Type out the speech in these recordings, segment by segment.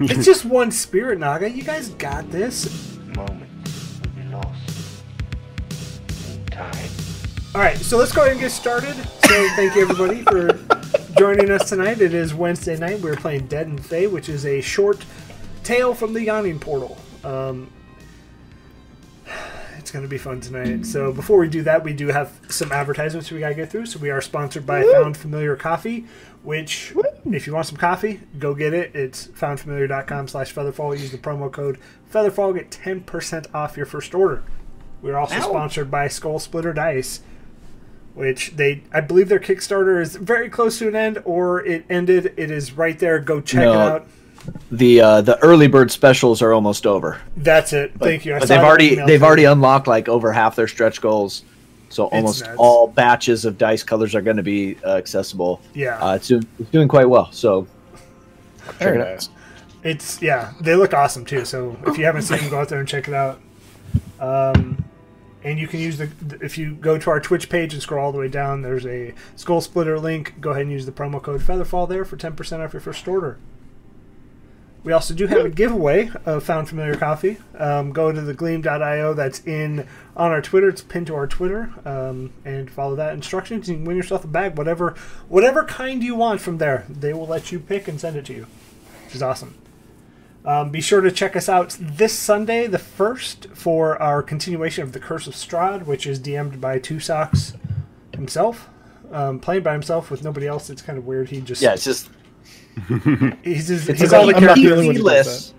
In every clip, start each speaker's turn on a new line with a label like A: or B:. A: it's just one spirit, Naga. You guys got this.
B: Moment will be lost in time.
A: All right, so let's go ahead and get started. So thank you everybody for joining us tonight. It is Wednesday night. We're playing Dead and Fey, which is a short tale from the Yawning Portal. Um, it's going to be fun tonight. So before we do that, we do have some advertisements we got to get through. So we are sponsored by Found Familiar Coffee, which if you want some coffee, go get it. It's foundfamiliar.com slash featherfall. Use the promo code featherfall. Get 10% off your first order. We're also sponsored by Skull Splitter Dice, which they, I believe their Kickstarter is very close to an end or it ended. It is right there. Go check it
C: No.
A: out.
C: The uh, the early bird specials are almost over.
A: That's it. Thank you. I
C: But
A: saw
C: they've
A: that
C: already
A: email
C: they've
A: too.
C: already unlocked like over half their stretch goals. So almost
A: nuts.
C: all batches of dice colors are going to be uh, accessible.
A: Yeah.
C: uh, it's, doing, it's doing quite well. So check it
D: Very
C: out.
D: nice.
A: It's yeah, they look awesome too. So if you haven't seen them, go out there and check it out. Um, and you can use the if you go to our Twitch page and scroll all the way down. There's a Skull Splitter link. Go ahead and use the promo code Featherfall there for ten percent off your first order. We also do have a giveaway of Found Familiar Coffee. Um, go to the gleam.io that's in on our Twitter. It's pinned to our Twitter, um, and follow that instructions. You can win yourself a bag, whatever, whatever kind you want from there. They will let you pick and send it to you, which is awesome. Um, be sure to check us out this Sunday, the first, for our continuation of the Curse of Strahd, which is DM'd by Two Socks himself, um, played by himself with nobody else. It's kind of weird. He just
C: Yeah, it's just
A: he's just,
C: it's
A: he's
C: like
A: all the
C: I'm not the
A: characters.
D: only one who does
C: PC-less.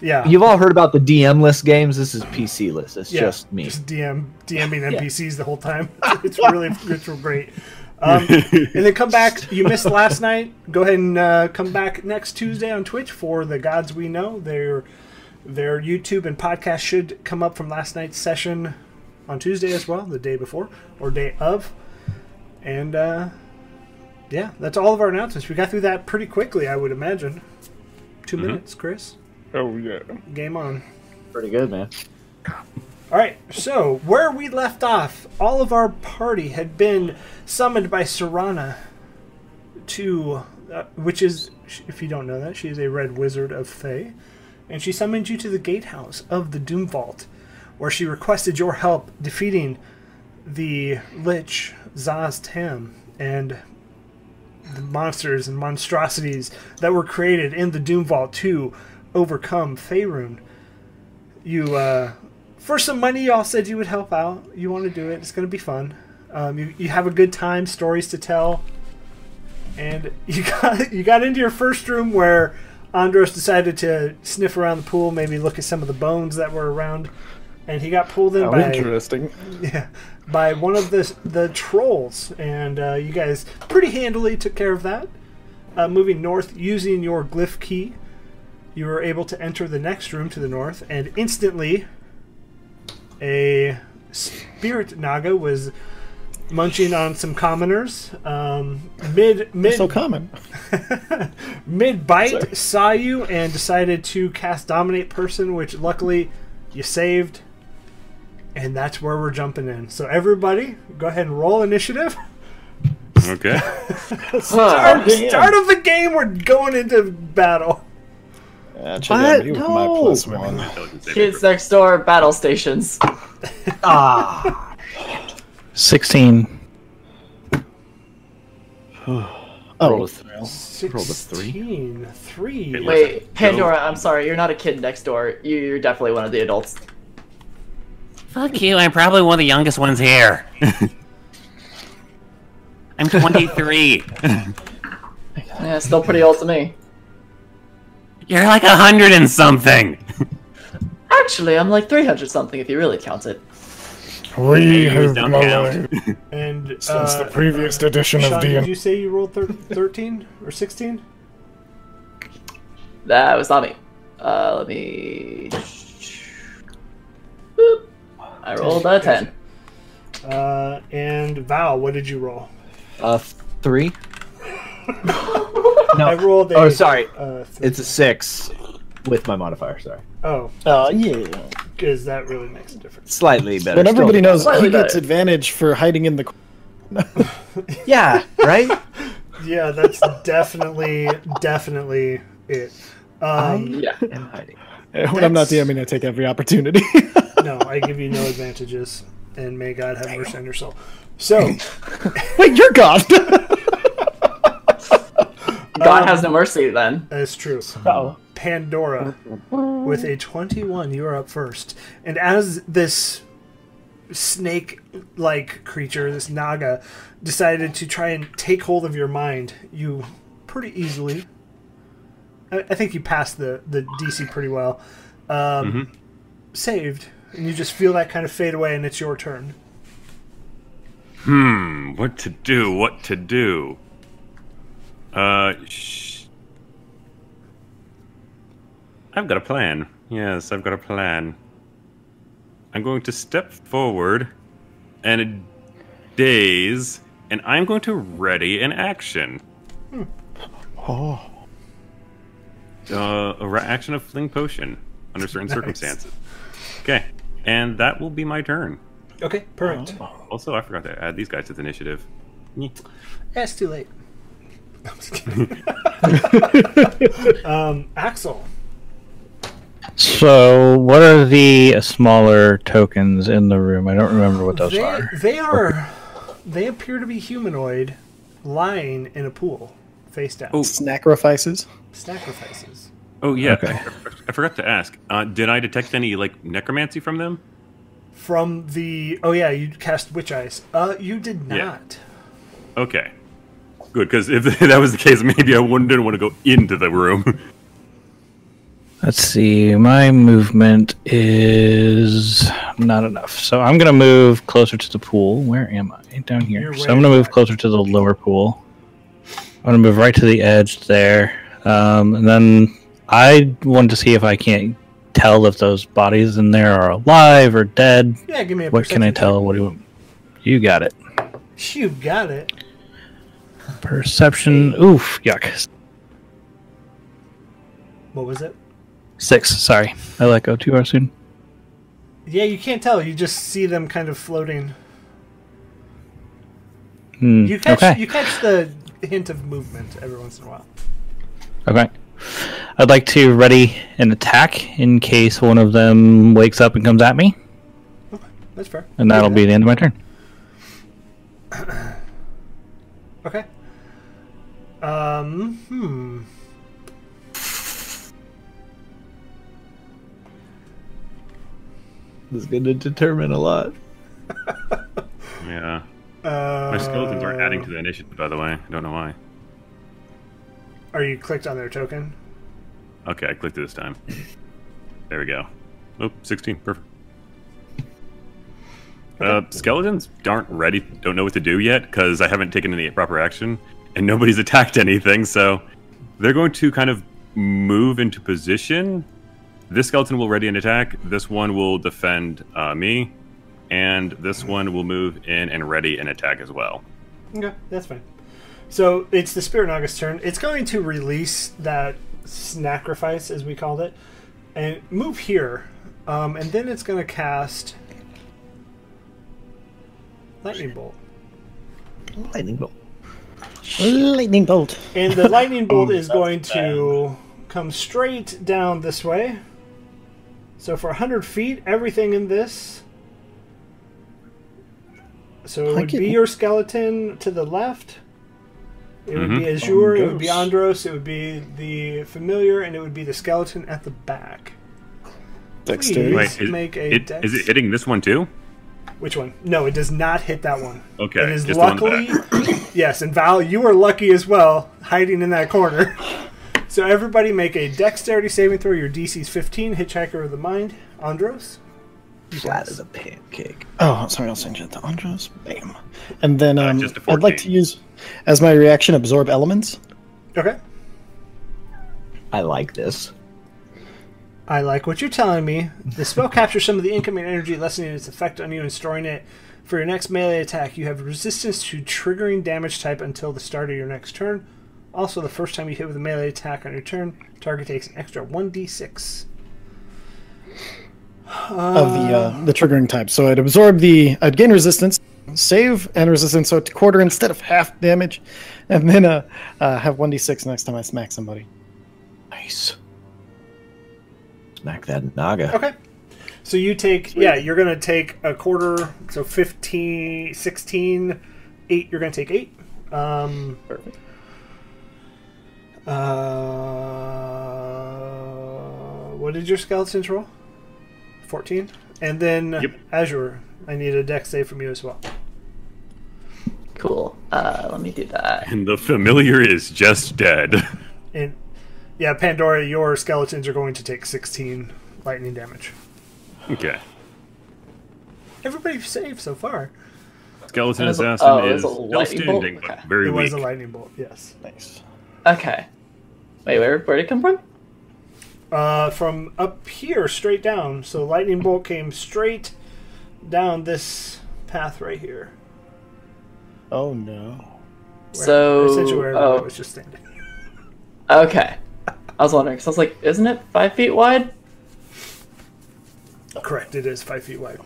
A: Yeah,
C: You've all heard about the DM list games. This is PC list. It's
A: Yeah,
C: just me.
A: Just DM DMing NPCs the whole time. It's really it's real great. Um, and then come back. You missed last night. Go ahead and uh, come back next Tuesday on Twitch for the gods we know. Their their YouTube and podcast should come up from last night's session on Tuesday as well, the day before or day of. And uh, yeah, that's all of our announcements. We got through that pretty quickly, I would imagine. 2
C: Mm-hmm.
A: minutes, Chris.
D: Oh yeah.
A: Game on.
C: Pretty good, man.
A: All right, so where we left off, all of our party had been summoned by Serana to, uh, which is, if you don't know that, she is a red wizard of Fae, and she summoned you to the gatehouse of the Doom Vault, where she requested your help defeating the Lich Zaz Tam and the monsters and monstrosities that were created in the Doom Vault to overcome Faerun. You, uh, for some money, y'all said you would help out. You want to do it. It's going to be fun. Um, you, you have a good time, stories to tell, and you got you got into your first room where Andros decided to sniff around the pool, maybe look at some of the bones that were around, and he got pulled in
D: How
A: by
D: interesting.
A: yeah, by one of the the trolls, and uh, you guys pretty handily took care of that. Uh, moving north using your glyph key, you were able to enter the next room to the north, and instantly, a spirit naga was munching on some commoners. Um, mid mid
D: So common.
A: Mid bite saw you and decided to cast Dominate Person, which luckily you saved. And that's where we're jumping in. So everybody, go ahead and roll initiative.
E: Okay.
F: Oh,
A: Start, start of the game. We're going into battle.
D: Uh, check
C: What?
D: out me with my
C: No.
D: plus one.
F: Kids next door, battle stations.
C: Ah,
G: 16.
D: Oh,
C: Rolled a three.
A: Sixteen, three.
E: Wait,
F: Wait, Pandora, I'm sorry, you're not a kid next door. You, you're definitely one of the adults.
H: Fuck you, I'm probably one of the youngest ones here. I'm 23.
F: Yeah, still pretty old to me.
H: You're like a hundred and something.
F: Actually, I'm like 300 something if you really count it.
D: we
E: Yours don't count.
A: And uh,
D: since the previous edition
A: Sean,
D: of
A: did
D: D.
A: you say you rolled thir- thirteen or sixteen?
F: That was not me. Uh, let me. Boop. I rolled a 10.
A: Uh, and Val, what did you roll?
C: uh, three.
A: I
C: No,
A: rolled. A,
C: Oh, sorry.
A: Uh, th-
C: it's a six with my modifier. Sorry,
A: oh,
D: Oh yeah.
A: because that really makes a difference.
C: slightly better.
D: But everybody
C: still-
D: knows
F: Slightly
D: he gets
F: better.
D: advantage for hiding in the. cor-
C: Yeah, right.
A: Yeah, that's definitely, definitely it. Um,
F: Yeah.
G: am hiding.
D: Uh, When I'm not
A: That's-
D: DMing, I take every opportunity.
A: no, I give you no advantages, and may God have mercy on your soul. So,
D: Wait, you're God.
F: God has no mercy then.
A: that's true.
D: oh.
A: Pandora with a 21. You are up first. And as this snake like creature, this Naga, decided to try and take hold of your mind, you pretty easily. I, I think you passed the, the DC pretty well. Um, Saved. And you just feel that kind of fade away, and it's your turn.
E: Hmm. What to do? What to do? Uh. Sh- I've got a plan. Yes, I've got a plan. I'm going to step forward and daze, and I'm going to ready an action.
D: oh.
E: Uh, a re- action of fling potion under certain circumstances. Okay, and that will be my turn.
A: Okay, perfect.
E: Also, I forgot to add these guys to the initiative. Nyeh.
A: That's too late. I'm just kidding. um, Axel.
G: So, what are the smaller tokens in the room? I don't remember what those
A: they,
G: are.
A: They are. They appear to be humanoid, lying in a pool, face down.
E: Oh.
D: Sacrifices.
A: Sacrifices.
E: Oh yeah,
G: Okay.
E: I, I forgot to ask. Uh, did I detect any like necromancy from them?
A: From the oh yeah, you cast witch eyes. Uh, you did
E: Yeah.
A: not.
E: Okay, good. Because if that was the case, maybe I wouldn't didn't want to go into the room.
G: Let's see. My movement is not enough. So, I'm going to move closer to the pool. Where am I? Down here.
A: You're
G: So,
A: way
G: I'm going to move
A: back.
G: closer to the lower pool. I'm going to move right to the edge there. Um, and then I wanted to see if I can't tell if those bodies in there are alive or dead.
A: Yeah, give me a.
G: What can I
A: perception
G: tell? What do you You got it.
A: check. You got it.
G: Perception. Oof. Yuck.
A: What was it?
G: Six. Sorry. I let go too soon.
A: Yeah, you can't tell. You just see them kind of floating.
G: Hmm,
A: You catch
G: okay.
A: you catch the hint of movement every once in a while.
G: okay. I'd like to ready an attack in case one of them wakes up and comes at me,
A: That's fair.
G: and that'll be the end of my turn.
A: Okay. Um. Hmm.
C: This is going to determine a lot.
E: Yeah,
A: Uh,
E: my skeletons aren't adding to the initiative, by the way. I don't know why.
A: Are you clicked on their token?
E: Okay, I clicked it this time. There we go. Oh, 16. Perfect. Uh, skeletons aren't ready. Don't know what to do yet because I haven't taken any proper action and nobody's attacked anything. So they're going to kind of move into position. This skeleton will ready an attack. This one will defend uh, me, and this one will move in and ready an attack as well.
A: Okay, that's fine. So it's the Spirit Naga's turn. It's going to release that sacrifice, as we called it, and move here. Um, and then it's going to cast Lightning Bolt.
C: Lightning bolt.
D: Lightning bolt.
A: And the Lightning Bolt is going to come straight down this way. So for 100 feet, everything in this. So it
D: I
A: would
D: get-
A: be your skeleton to the left. It would be Azure, it would be Andros, it would be the familiar, and it would be the skeleton at the back.
D: Dexterity.
A: Please.
E: Wait, is,
A: make a
E: it,
A: dex-
E: is it hitting this one too?
A: Which one? No, it does not hit that one.
E: Okay,
A: It is
E: just the one in the
A: luckily. yes, and Val, you were lucky as well, hiding in that corner. So everybody make a dexterity saving throw. Your DC's 15, Hitchhiker of the Mind. Andros?
C: Flat as a pancake.
D: Oh, sorry, I'll send you the Andros. Bam. And then um,
E: Uh, just a
D: I'd like to
E: 14.
D: use, as my reaction, absorb elements.
A: Okay.
C: I like this.
A: I like what you're telling me. The spell captures some of the incoming energy, lessening its effect on you and storing it. For your next melee attack, you have resistance to triggering damage type until the start of your next turn. Also, the first time you hit with a melee attack on your turn, target takes an extra 1d6.
D: of the uh, the triggering type. So I'd absorb the I'd gain resistance, save and resistance, so it's quarter instead of half damage, and then uh, uh have one d six next time I smack somebody.
C: Nice. Smack that Naga.
A: Okay. So you take, yeah, you're going to take a quarter, so 15, 16, 8, you're going to take 8. Um,
F: Perfect.
A: uh, what did your skeletons roll? 14? And then
E: Yep.
A: Azure, I need a deck save from you as well.
F: Cool. Uh, let me do that.
E: And the familiar is just dead.
A: And yeah, Pandora, your skeletons are going to take 16 lightning damage.
E: okay.
A: Everybody's saved so far.
E: Skeleton
F: That was a-
E: assassin
F: oh, it was
E: is
F: a
E: still
F: lightning bolt?
E: standing, but
F: Okay.
E: very
A: It was
E: weak.
A: a lightning bolt, yes.
F: Nice. Okay. Wait, where where did it come from?
A: Uh, from up here, straight down. So lightning bolt came straight down this path right here.
D: Oh no.
A: Where,
F: So-
A: essentially where everybody
F: oh.
A: was just standing.
F: Okay. I was wondering, 'cause I was like, isn't it five feet wide?
A: Correct. It is five feet wide,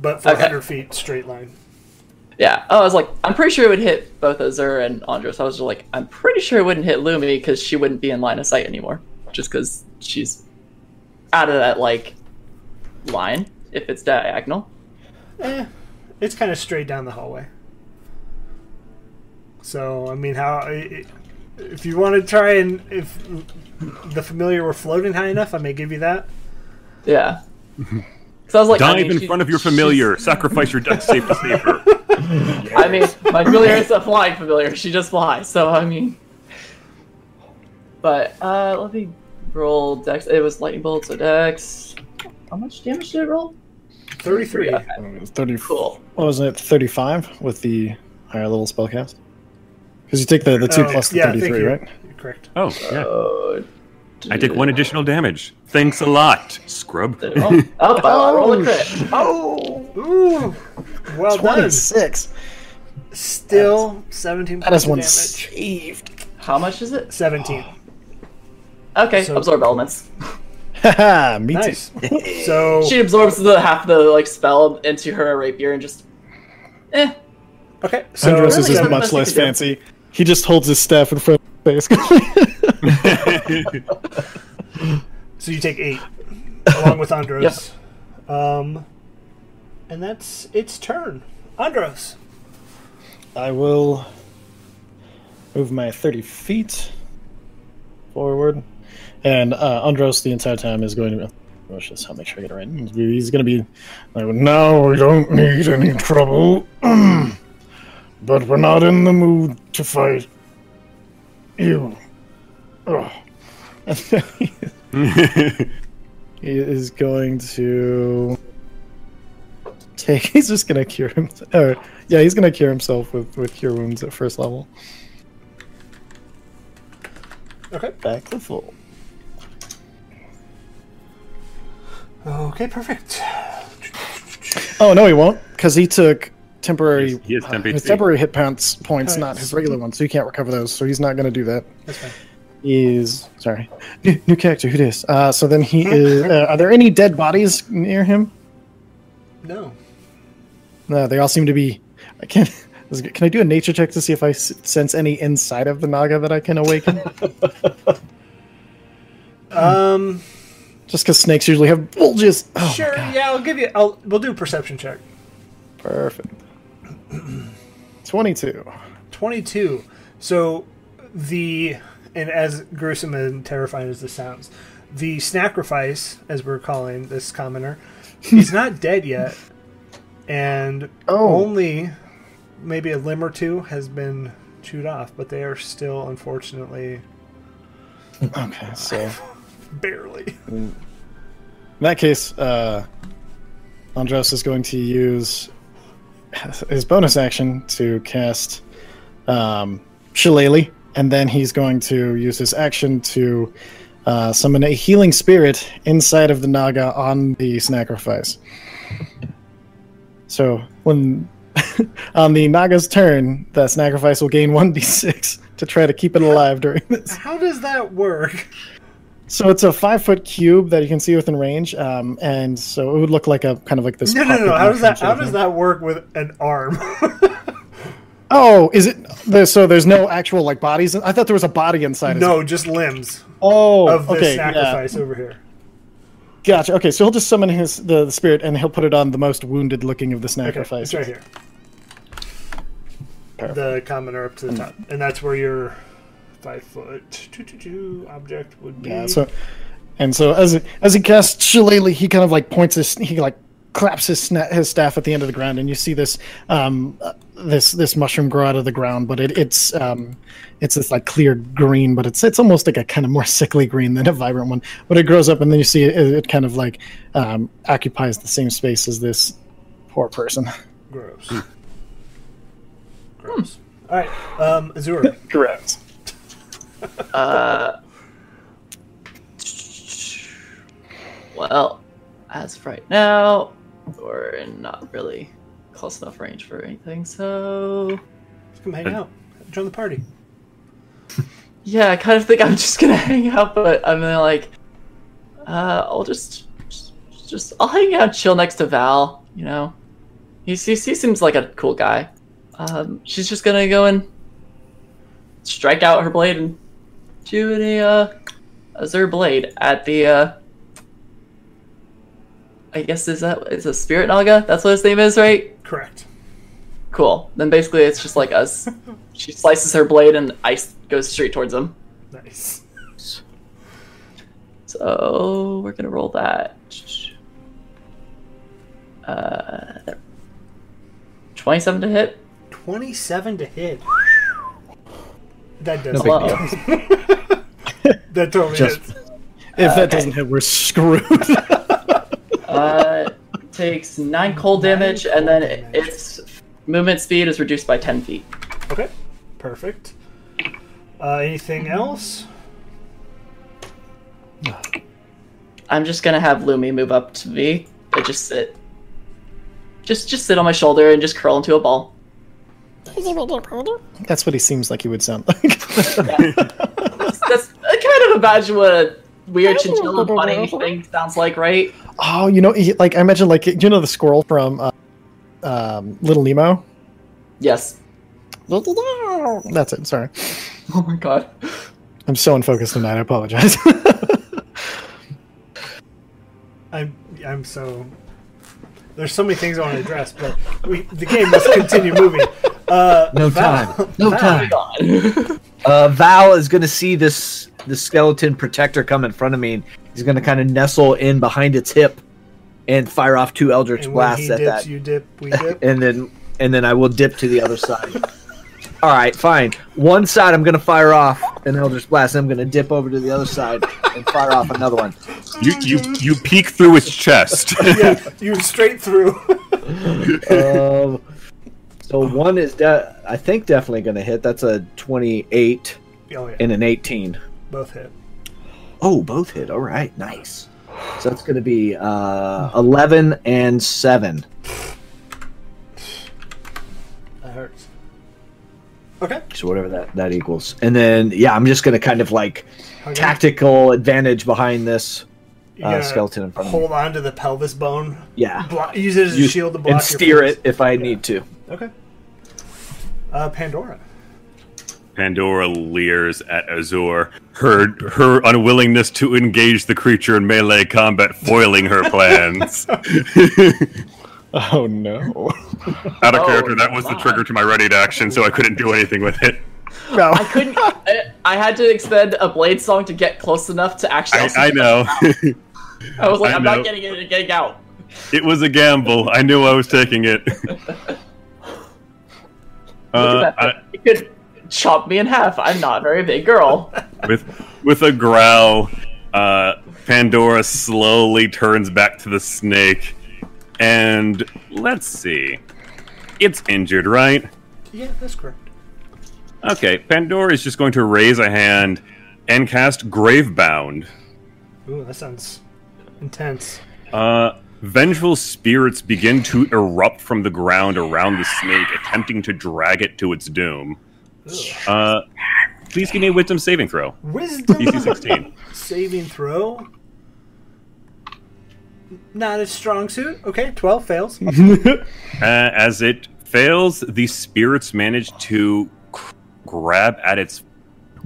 A: but 400 feet straight line.
F: Yeah. Oh, I was like, I'm pretty sure it would hit both Azur and Andros. I was just like, I'm pretty sure it wouldn't hit Lumi because she wouldn't be in line of sight anymore, just because she's out of that like line if it's diagonal.
A: Eh, it's kind of straight down the hallway. So I mean, how i- i- if you want to try and if the familiar were floating high enough, I may give you that.
F: Yeah. So I was like, I
E: Dive
F: mean,
E: in
F: she-
E: front of your
F: she's-
E: familiar. Sacrifice your duck safe to save her.
F: I mean, my familiar is a flying familiar. She just flies, so I mean. But uh, let me roll dex. It was lightning bolt, so dex. How much damage did it roll?
A: 33.
F: Okay,
D: It was Thirty.
F: cool.
D: What was it? Thirty-five with the higher level spellcast. Because you take the the two
A: Oh,
D: plus the
A: yeah, thank
D: thirty-three,
A: you.
D: right?
A: You're correct.
E: Oh, yeah.
F: Uh,
E: I take one additional damage. Thanks a lot, scrub.
F: Did it roll? Oh, I roll a crit.
A: Ooh, well done.
D: Twenty-six.
A: Still 17
D: That
A: points
D: is
A: of
D: one
A: damage.
D: saved.
F: How much is it?
A: 17.
F: Okay,
A: So-
F: absorb elements.
D: Haha, me
A: Nice.
D: too.
A: so
F: She absorbs the half the like spell into her rapier and just. Eh.
A: okay, so
D: Andros is
F: really,
D: just
F: I'm
D: much
F: mostly
D: less
F: to do.
D: fancy. He just holds his staff in front of his face.
A: so you take eight along with Andros, um, and that's its turn. Andros,
D: I will move my 30 feet forward. And uh, Andros, the entire time, is going to. Oh, shit, so I'll make sure I get it right. He's going to be like, now we don't need any trouble. but we're not in the mood to fight you. Ugh. he is going to take. He's just going to cure him. Or, yeah, he's gonna cure himself with, with cure wounds at first level.
A: okay,
D: Back to full.
A: okay, perfect.
D: Oh no, he won't, because he took temporary.
E: He has temp
D: his
E: HP.
D: temporary hit points points,
A: Points.
D: not his regular ones, so he can't recover those. So he's not gonna do that.
A: That's fine.
D: Is sorry, new, new character. Who this? Uh, so then he is. Uh, are there any dead bodies near him?
A: No,
D: No, Uh, they all seem to be. I can't. this is good. Can I do a nature check to see if I s- sense any inside of the Naga that I can awaken?
A: um,
D: Just because snakes usually have bulges. Oh,
A: sure, yeah, I'll give you. I'll we'll do a perception check.
D: perfect. Twenty-two.
A: 22. So the and as gruesome and terrifying as this sounds, the sacrifice, as we're calling this commoner, he's not dead yet, and
D: Oh.
A: only maybe a limb or two has been chewed off, but they are still unfortunately
D: Okay, so.
A: barely.
D: In that case, uh, Andros is going to use his bonus action to cast um, Shillelagh, and then he's going to use his action to uh, summon a healing spirit inside of the Naga on the sacrifice. So when on the Naga's turn, the sacrifice will gain one d6 to try to keep it alive during this.
A: How does that work?
D: So it's a five foot cube that you can see within range, um, and so it would look like a kind of like this.
A: No, no, no.
D: pocket
A: How does that?
D: motion
A: How
D: shape.
A: does that work with an arm?
D: Oh, is it? There, so there's no actual like bodies. in- I thought there was a body inside. of it.
A: no, just limbs
D: Oh,
A: of this
D: okay. yeah.
A: sacrifice over here.
D: Gotcha. Okay, so he'll just summon his the, the spirit and he'll put it on the most wounded looking of the
A: Okay,
D: sacrifices.
A: it's right here.
D: Perfect.
A: The commoner up to the top, and that's where your five foot two, two, two object would be.
D: Yeah. So, and so as as he casts Shillelagh, he kind of like points his he like claps his sna- his staff at the end of the ground, and you see this um uh, this this mushroom grow out of the ground, but it, it's um it's this like clear green, but it's it's almost like a kind of more sickly green than a vibrant one. But it grows up, and then you see it, it kind of like um, occupies the same space as this poor person.
A: gross.
D: Hmm.
A: Gross. All right, um, Azura.
D: Correct.
F: Uh, well, as of right now, we're not really close enough range for anything, so.
A: Come hang out. Join the party.
F: Yeah, I kind of think I'm just gonna hang out, but I'm gonna like, uh, I'll just, just, just I'll hang out, and chill next to Val. You know, he, he, he seems like a cool guy. Um, she's just gonna go and strike out her blade and do a uh, Azure blade at the. uh I guess is that is a spirit Naga? That's what his name is, right?
A: Correct.
F: Cool. Then basically, it's just like us. she slices her blade and ice goes straight towards him.
A: Nice.
F: So we're gonna roll that. Uh, there. twenty-seven to hit.
A: Twenty-seven to hit. That does.
G: No big
F: Hello.
A: that totally
G: Just-
A: hits.
D: If that
F: Okay.
D: doesn't hit, we're screwed.
F: Uh, takes nine cold
A: Nine
F: damage,
A: cold
F: and then
A: damage.
F: its movement speed is reduced by ten feet.
A: Okay. Perfect. Uh, anything else?
F: I'm just gonna have Lumi move up to me. I just sit, just just sit on my shoulder and just curl into a ball.
D: That's what he seems like he would sound like.
F: That's I kind of imagine what a weird chinchilla bunny thing sounds like, right?
D: Oh, you know, he- like I imagine, like you know, the squirrel from uh, um, Little Nemo.
F: Yes.
D: That's it. Sorry,
F: Oh my god.
D: I'm so unfocused tonight. I apologize.
A: I'm I'm so there's so many things I want to address, but we, the game must continue moving. Uh,
C: No
A: Val-
C: time. No
A: Val,
C: time.
F: God.
C: Uh, Val is going to see this the skeleton protector come in front of me. And he's going to kind of nestle in behind its hip and fire off two eldritch
A: And when he
C: blasts at
A: dips,
C: that,
A: you dip, we dip.
C: and then and then I will dip to the other side. All right, fine. One side I'm going to fire off an eldritch blast. I'm going to dip over to the other side and fire off another one.
E: You you you peek through its chest.
A: yeah, you straight through. Oh,
C: Um, so one is de- I think definitely going to hit. That's a 28
A: oh yeah,
C: and an 18.
A: both hit.
C: Oh, both hit. All right, nice. So that's going to be uh, 11 and 7.
A: That hurts. Okay.
C: So whatever that, that equals. And then, yeah, I'm just going to kind of like
A: okay.
C: tactical advantage behind this
A: You
C: uh,
A: gotta
C: skeleton in front of me.
A: Hold on to the pelvis bone.
C: Yeah.
A: Block, use it as a
C: You-
A: shield to block
C: and
A: your
C: steer
A: force.
C: it if I need to.
A: Okay. Uh, Pandora.
E: Pandora leers at Azor, her her unwillingness to engage the creature in melee combat, foiling her plans.
D: oh no!
E: Out of
F: Oh,
E: character, that was the
F: my.
E: trigger to my ready to action, so I couldn't do anything with it.
D: No.
F: I couldn't. I, I had to expend a blade song to get close enough to actually.
E: I, I know.
F: I was like,
E: I
F: I'm
E: know.
F: not getting in and getting out.
E: it was a gamble. I knew I was taking it. Uh, I-
F: You could chop me in half. I'm not a very big girl.
E: with with a growl, uh, Pandora slowly turns back to the snake, and let's see, it's injured, right?
A: Yeah, that's correct.
E: Okay, Pandora is just going to raise a hand and cast Gravebound.
A: Ooh, that sounds intense.
E: Uh, vengeful spirits begin to erupt from the ground around the snake, attempting to drag it to its doom. Uh, please give me a wisdom saving throw. DC
A: Wisdom
E: 16.
A: saving throw. Not a strong suit. Okay, twelve fails.
E: Uh, as it fails, the spirits manage to c- grab at its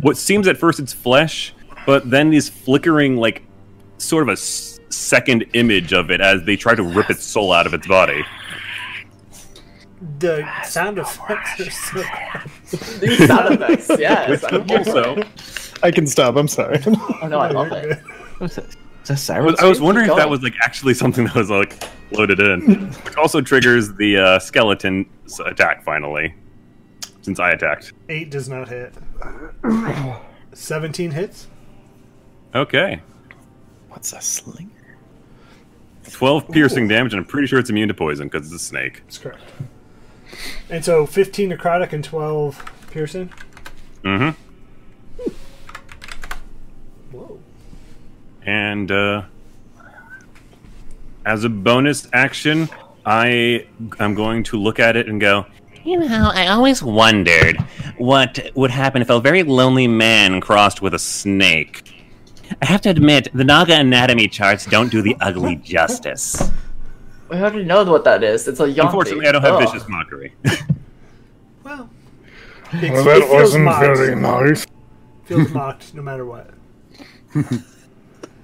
E: what seems at first its flesh, but then these flickering, like sort of a s- second image of it as they try to rip its soul out of its body.
A: The sound effects are so.
F: These sound effects, yes.
E: Also,
D: I can stop. I'm sorry.
F: Oh no, I love it.
C: What's that? Is that
E: I
C: siren?
E: was, I was wondering if that
F: going.
E: was like actually something that was like loaded in, which also triggers the uh, skeleton's attack finally, since I attacked.
A: Eight does not hit. 17 hits?
E: Okay,
D: What's a sling?
E: twelve piercing damage, and I'm pretty sure it's immune to poison because it's a snake.
A: That's correct. And so 15 necrotic and 12 piercing?
E: Mm-hmm.
A: Whoa.
E: And uh, as a bonus action, I am going to look at it and go,
H: You know, I always wondered
E: "What would happen if a very lonely man crossed with a snake?"
H: I have to admit, the Naga anatomy charts don't do the ugly justice.
F: We already know what that is. It's a yonti.
E: Unfortunately, I don't have
F: Ugh.
E: vicious mockery.
A: Well, it, it feels mocked.
D: nice.
A: feels mocked no matter what.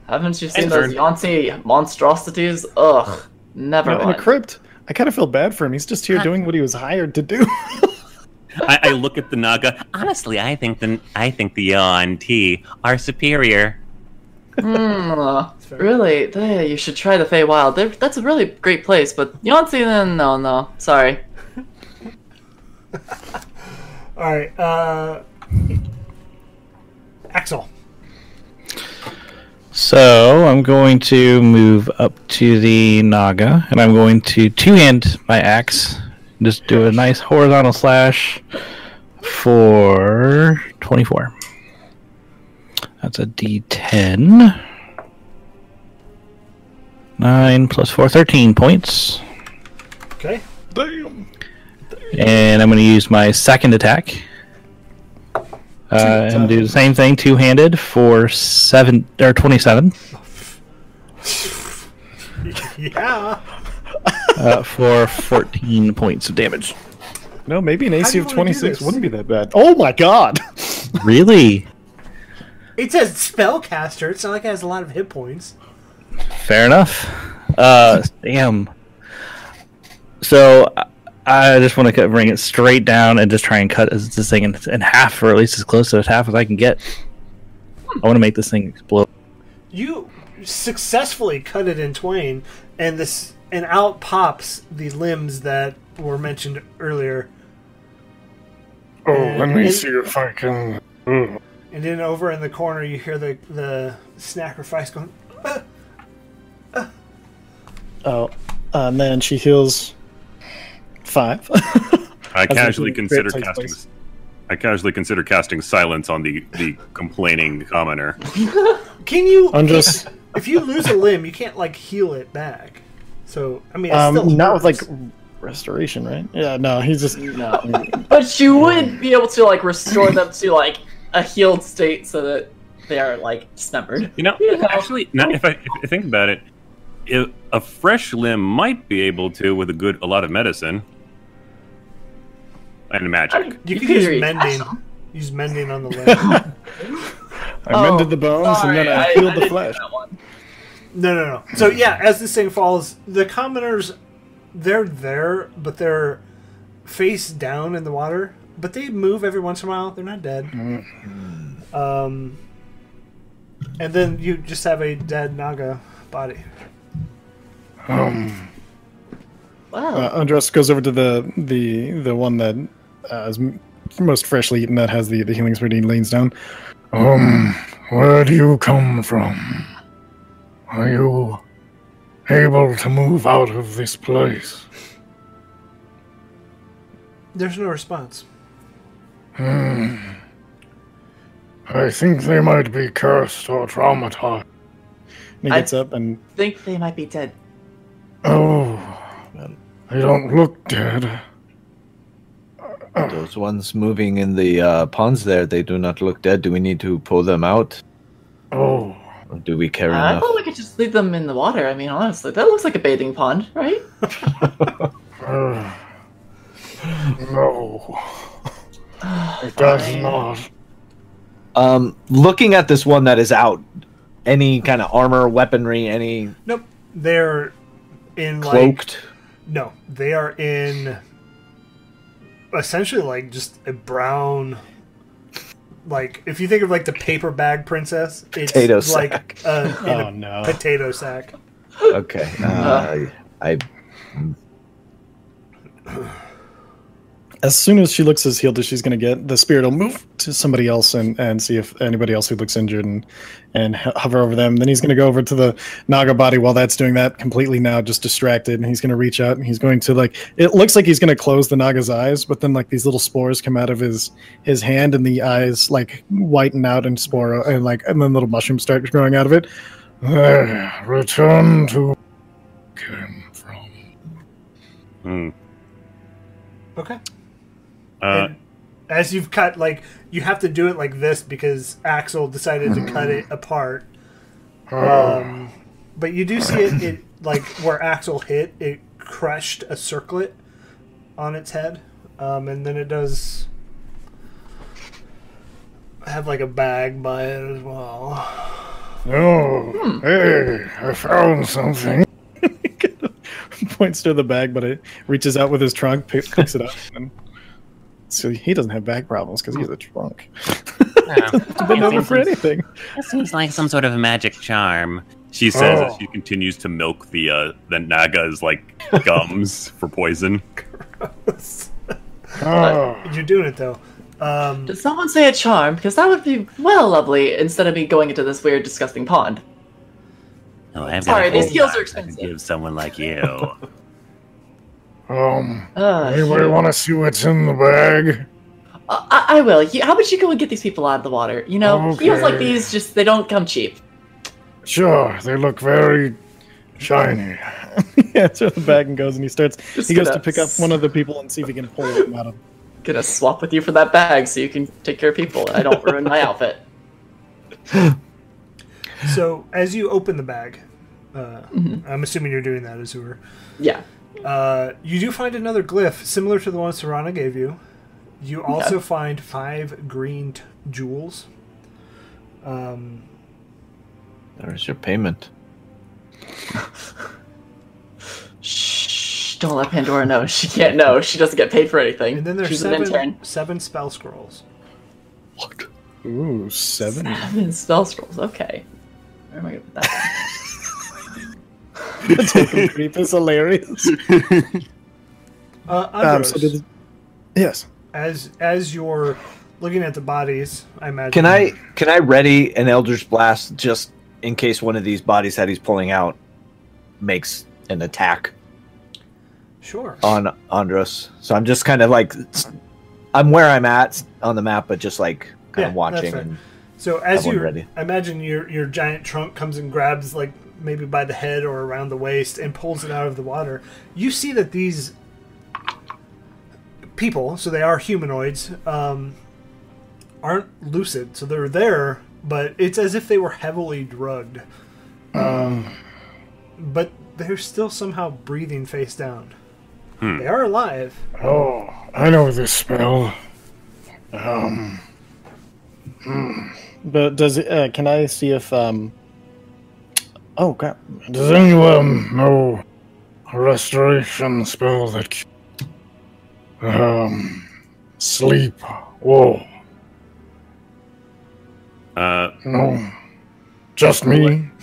F: Haven't you seen
E: And
F: those
E: turn.
F: yonti monstrosities? Ugh, never
D: in a
F: mind.
D: crypt. I kind of feel bad for him. He's just here doing what he was hired to do.
E: I, I look at the naga.
H: Honestly, I think the I think the Yawn T are superior.
F: Hmm,
A: fair.
F: really? They, you should try the Feywild. They're, that's a really great place, but yonti, then no, no, sorry.
A: All right. Uh, Axel.
G: So I'm going to move up to the Naga, and I'm going to two-hand my axe. Just do a nice horizontal slash for 24. That's a D10. 9 plus 4, 13 points.
A: Okay.
D: Damn.
G: And I'm going to use my second attack. Uh, and do the same thing two-handed for 7 or 27.
A: Yeah.
G: uh, for 14 points of damage.
D: No, maybe an AC
A: do
D: of
A: you wanna do
D: 26
A: this?
D: wouldn't be that bad. Oh my god!
G: Really?
A: It's a spellcaster. It's not like it has a lot of hit points.
G: Fair enough. Uh, damn. So I- I just want to bring it straight down and just try and cut as- this thing in, in half, or at least as close to half as I can get. I want to make this thing explode.
A: You successfully cut it in twain, and this and out pops the limbs that were mentioned earlier.
D: Oh,
A: let me see
D: if I can.
A: And then over in the corner, you hear the the sacrifice going. "Ah."
D: Oh, and then she heals five.
E: I casually
D: including
E: consider
D: crit takes
E: casting.
D: place.
E: I casually consider casting silence on the the complaining commoner.
A: Can you?
D: Andros,
A: If you lose a limb, you can't like heal it back. So I mean, it's still
D: um, not with like
A: hurts.
D: restoration, right? Yeah, no, he's just
F: No. but you would be able to like restore them to like a healed state so that they are like dismembered.
E: You know,
F: Yeah.
E: actually, oh. now if I, if I think about it, i a fresh limb might be able to with a good a lot of medicine and magic.
A: You
F: You
A: can use
F: can
A: mending. Use mending on the limb.
D: I mended the bones and then I,
F: Sorry,
D: healed the
F: didn't
D: flesh.
F: do that one.
A: no, no, no. So yeah, as this thing falls, the commoners, they're there, but they're face down in the water. But they move every once in a while. They're not dead. Um, and then you just have a dead Naga body.
F: Wow.
D: Uh, Andros goes over to the the the one that uh, is m- most freshly eaten that has the the healing spray. and He leans down.
I: Um, where do you come from? Are you able to move out of this place?
A: There's no response.
I: I think they might be cursed or traumatized.
D: And he
F: I-
D: gets up and
F: I think they might be dead.
I: Oh, they don't look dead.
C: Those ones moving in the uh, ponds there, they do not look dead. Do we need to pull them out?
I: Oh,
C: Or do we care
F: I
C: enough?
F: thought we could just leave them in the water. I mean, honestly, that looks like a bathing pond, right?
I: uh, no. It does not.
C: Um, looking at this one that is out, any kind of armor, weaponry, any
A: Nope. They're in like
C: cloaked.
A: No, they are in essentially like just a brown. Like if you think of like the paper bag princess, it's
C: Potato
A: like a, in
D: Oh
A: a
D: no.
A: potato sack.
C: okay.
A: Uh-huh.
C: Uh, I
D: As soon as she looks as healed as she's going to get, the spirit will move to somebody else and, and see if anybody else who looks injured and, and ho- hover over them. Then he's going to go over to the Naga body while that's doing that, completely now just distracted. And he's going to reach out and he's going to, like, it looks like he's going to close the Naga's eyes, but then, like, these little spores come out of his his hand and the eyes, like, whiten out and spore, and, like, and then little mushrooms start growing out of it.
I: There, return to came from.
E: Hmm.
A: Okay.
E: Uh,
A: And as you've cut, like you have to do it like this because Axel decided to cut it apart. Um, but you do see it, it like where Axel hit, it crushed a circlet on its head, um, and then it does have like a bag by it as well.
I: No, Oh, hey, I found something.
D: points to the bag, but it reaches out with his trunk, pick, picks it up. And so he doesn't have back problems because he's a trunk. It's been over for anything.
H: That seems like some sort of magic charm.
E: she says
I: Oh.
E: as she continues to milk the uh, the Naga's like gums for poison.
I: Ah,
A: You're doing it though. Um,
F: Did someone say a charm? Because that would be well lovely instead of me going into this weird, disgusting pond.
H: Oh, I've got
F: Sorry,
H: a whole
F: these
H: lot
F: heels are
H: I could
F: expensive.
H: Give someone like you.
I: um,
F: Uh,
I: anybody want to see what's in the bag?
F: I, I will. You, how about you go and get these people out of the water? You know, heels like
I: Okay.
F: these just—they don't come cheap.
I: Sure, they look very shiny.
D: he hands her the bag and goes, and he starts.
F: Just
D: he goes to
F: gonna
D: pick up one of the people and see if he can pull him out of.
F: Gonna swap with you for that bag so you can take care of people. I don't ruin my outfit.
A: so as you open the bag, uh, I'm assuming you're doing that, Azur.
F: Yeah.
A: Uh, you do find another glyph similar to the one Serana gave you. You also find five green t- jewels. Um,
C: there's your payment.
F: Shh! Don't let Pandora know. She can't know. She doesn't get paid for anything.
A: and then there's
F: She's an intern.
A: seven, seven spell scrolls.
D: Ooh, seven.
F: Seven spell scrolls. Okay. Where am I gonna put that?
D: Creep is hilarious.
A: Uh,
D: Um,
A: Andros,
D: so did yes.
A: as as you're looking at the bodies, I imagine.
C: Can I can I ready an Eldritch Blast just in case one of these bodies that he's pulling out makes an attack
A: Sure.
C: on Andros? So I'm just kind of like I'm where I'm at on the map, but just like kind
A: Yeah,
C: of
A: that's
C: watching.
A: fair.
C: and-
A: So as
C: I
A: you
C: wasn't ready.
A: I imagine your your giant trunk comes and grabs like maybe by the head or around the waist and pulls it out of the water. You see that these people, so they are humanoids, um, aren't lucid. So they're there, but it's as if they were heavily drugged. Um, but they're still somehow breathing face down.
H: Hmm.
A: They are alive.
I: Oh, I know this spell.
D: But does it, uh, can I see if um? Oh god,
I: Does anyone know a restoration spell that c- um sleep? Whoa,
E: Uh,
I: no, just me.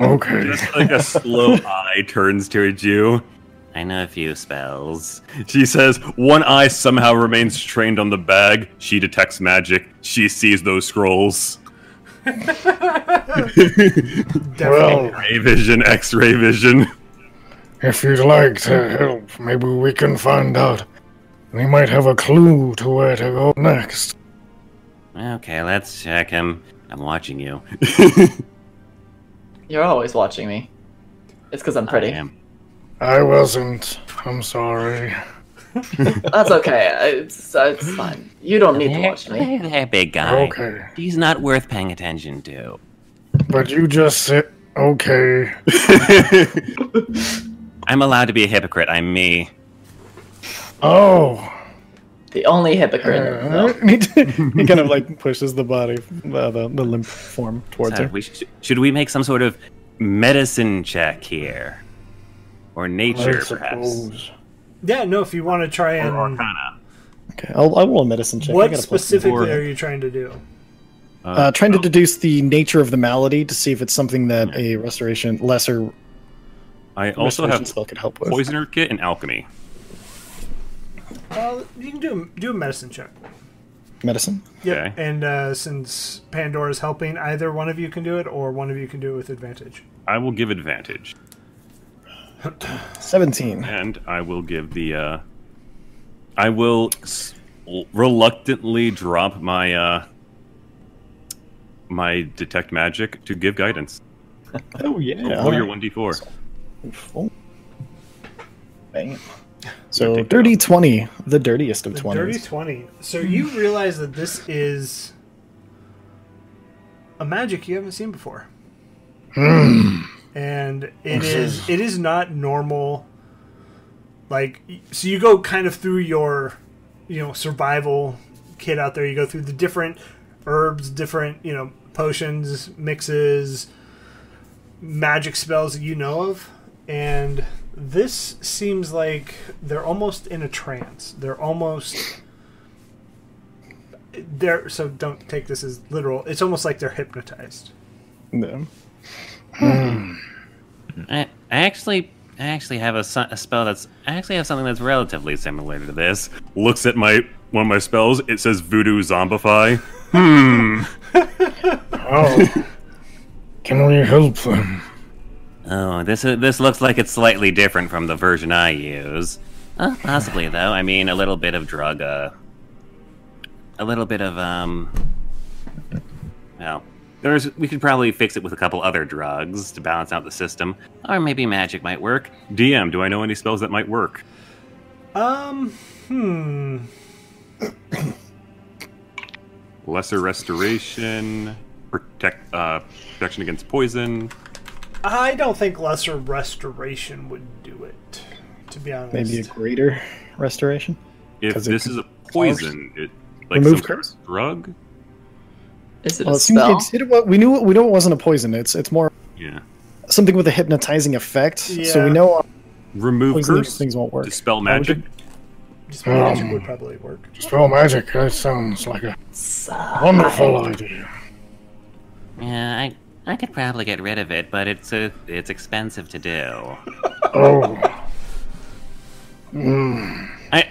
I: Okay,
E: just like a slow eye turns towards you.
H: I know a few spells.
E: She says, one eye somehow remains trained on the bag. She detects magic. She sees those scrolls.
I: well,
E: Ray vision, X ray vision.
I: if you'd like to help, maybe we can find out. We might have a clue to where to go next.
H: Okay, let's check him. I'm watching you.
F: You're always watching me. It's because I'm pretty.
H: I am.
I: I wasn't. I'm sorry.
F: That's okay. It's, it's fine. You don't need to
H: Hey,
F: watch me.
H: hey there, big guy.
I: Okay,
H: He's not worth paying attention to.
I: but you just said okay.
H: I'm allowed to be a hypocrite. I'm me.
I: Oh,
F: The only hypocrite.
D: Uh, he, he kind of like pushes the body, uh, the, the limp form towards
H: Sorry,
D: her.
H: we should, should we make some sort of medicine check here? Or nature, perhaps?
A: Yeah, no, if you want to try
H: Or
A: and.
H: arcana?
D: Okay, I'll, I'll roll a medicine check. I
A: What
D: got a plus
A: specifically
D: four.
A: are you trying to do?
D: Uh, trying to deduce the nature of the malady to see if it's something that a restoration lesser
E: I also
D: restoration
E: have
D: spell could help with.
E: poisoner kit and alchemy.
A: Uh, you can do, do a medicine check.
D: Medicine.
A: Yep.
E: Okay.
A: And uh, since Pandora's helping, either one of you can do it or one of you can do it with advantage.
E: I will give advantage,
D: Seventeen.
E: and I will give the. Uh, I will s- reluctantly drop my uh, my detect magic to give guidance.
D: Oh yeah.
E: Roll your one d four.
D: Oh. Bang. So dirty twenty, the dirtiest of
A: The dirty
D: twenties.
A: 20. So you realize that this is a magic you haven't seen before. And it is it is not normal like y- so you go kind of through your you know survival kit out there you go through the different herbs different you know potions mixes magic spells that you know of and this seems like they're almost in a trance they're almost they're so don't take this as literal it's almost like they're hypnotized
D: No.
H: I, I actually I actually have a, su- a spell that's. I actually have something that's relatively similar to this.
E: Looks at my one of my spells. It says voodoo zombify.
I: Oh. Can we help them?
H: Oh, this this looks like it's slightly different from the version I use. Uh, possibly though. I mean, a little bit of drug, uh, a little bit of um. Well, there's we could probably fix it with a couple other drugs to balance out the system, or maybe magic might work.
E: DM, do I know any spells that might work?
A: um hmm
E: Lesser restoration, protect uh, protection against poison.
A: i don't think lesser restoration would do it to be honest
D: Maybe a greater restoration.
E: If
D: 'Cause it
E: this
D: could
E: is a poison, it like
D: Remove
E: some sort of
D: curse?
E: drug.
F: Is it
D: Well,
F: a
D: it seems
F: spell?
D: it's, it, wa- we knew we know it wasn't a poison. It's it's more
E: Yeah.
D: something with a hypnotizing effect. So
A: Yeah.
D: we know uh,
E: Remove
D: poison
E: curse.
D: things won't work.
E: Dispel magic.
A: Just magic
I: Um,
A: would probably work
I: Spell magic, that sounds like a wonderful idea.
H: Yeah, I I could probably get rid of it, but it's a, it's expensive to do.
I: Oh.
H: I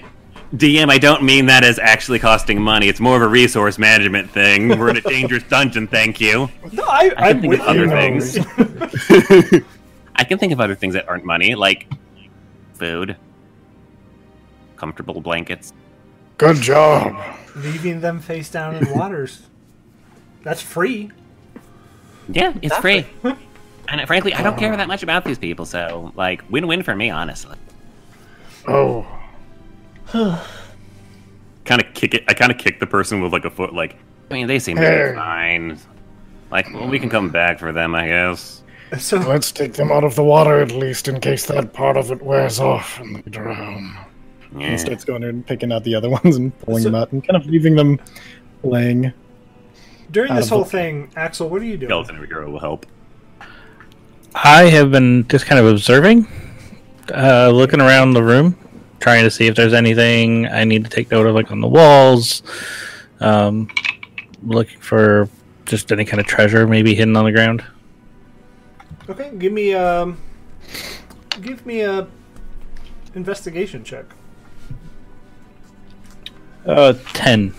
H: DM, I don't mean that as actually costing money. It's more of a resource management thing. We're in a dangerous dungeon, thank you.
A: no i, I am
H: think
A: with
H: of other
A: you.
E: things.
H: I can think of other things that aren't money, like food, comfortable blankets.
I: Good job.
A: leaving them face down in waters that's free
H: Yeah, it's free. And frankly, I don't care that much about these people, so like win-win for me, honestly.
I: Oh.
E: Kind of kick it. I kind of kick the person with like a foot. Like
H: I mean, they seem to
I: Hey.
H: be fine. Like, well, we can come back for them, I guess.
A: so
I: Let's take them out of the water at least in case that part of it wears off and they drown.
H: Yeah.
D: and starts going and picking out the other ones and pulling
A: So-
D: them out and kind of leaving them laying.
A: during
D: Out
A: this
D: of
A: whole
D: the-
A: thing axel what are you doing
E: skeleton over here will help.
G: I have been just kind of observing, uh, looking around the room, trying to see if there's anything I need to take note of, like on the walls, um, looking for just any kind of treasure maybe hidden on the ground.
A: Okay, give me um, give me a investigation check.
G: Uh, ten.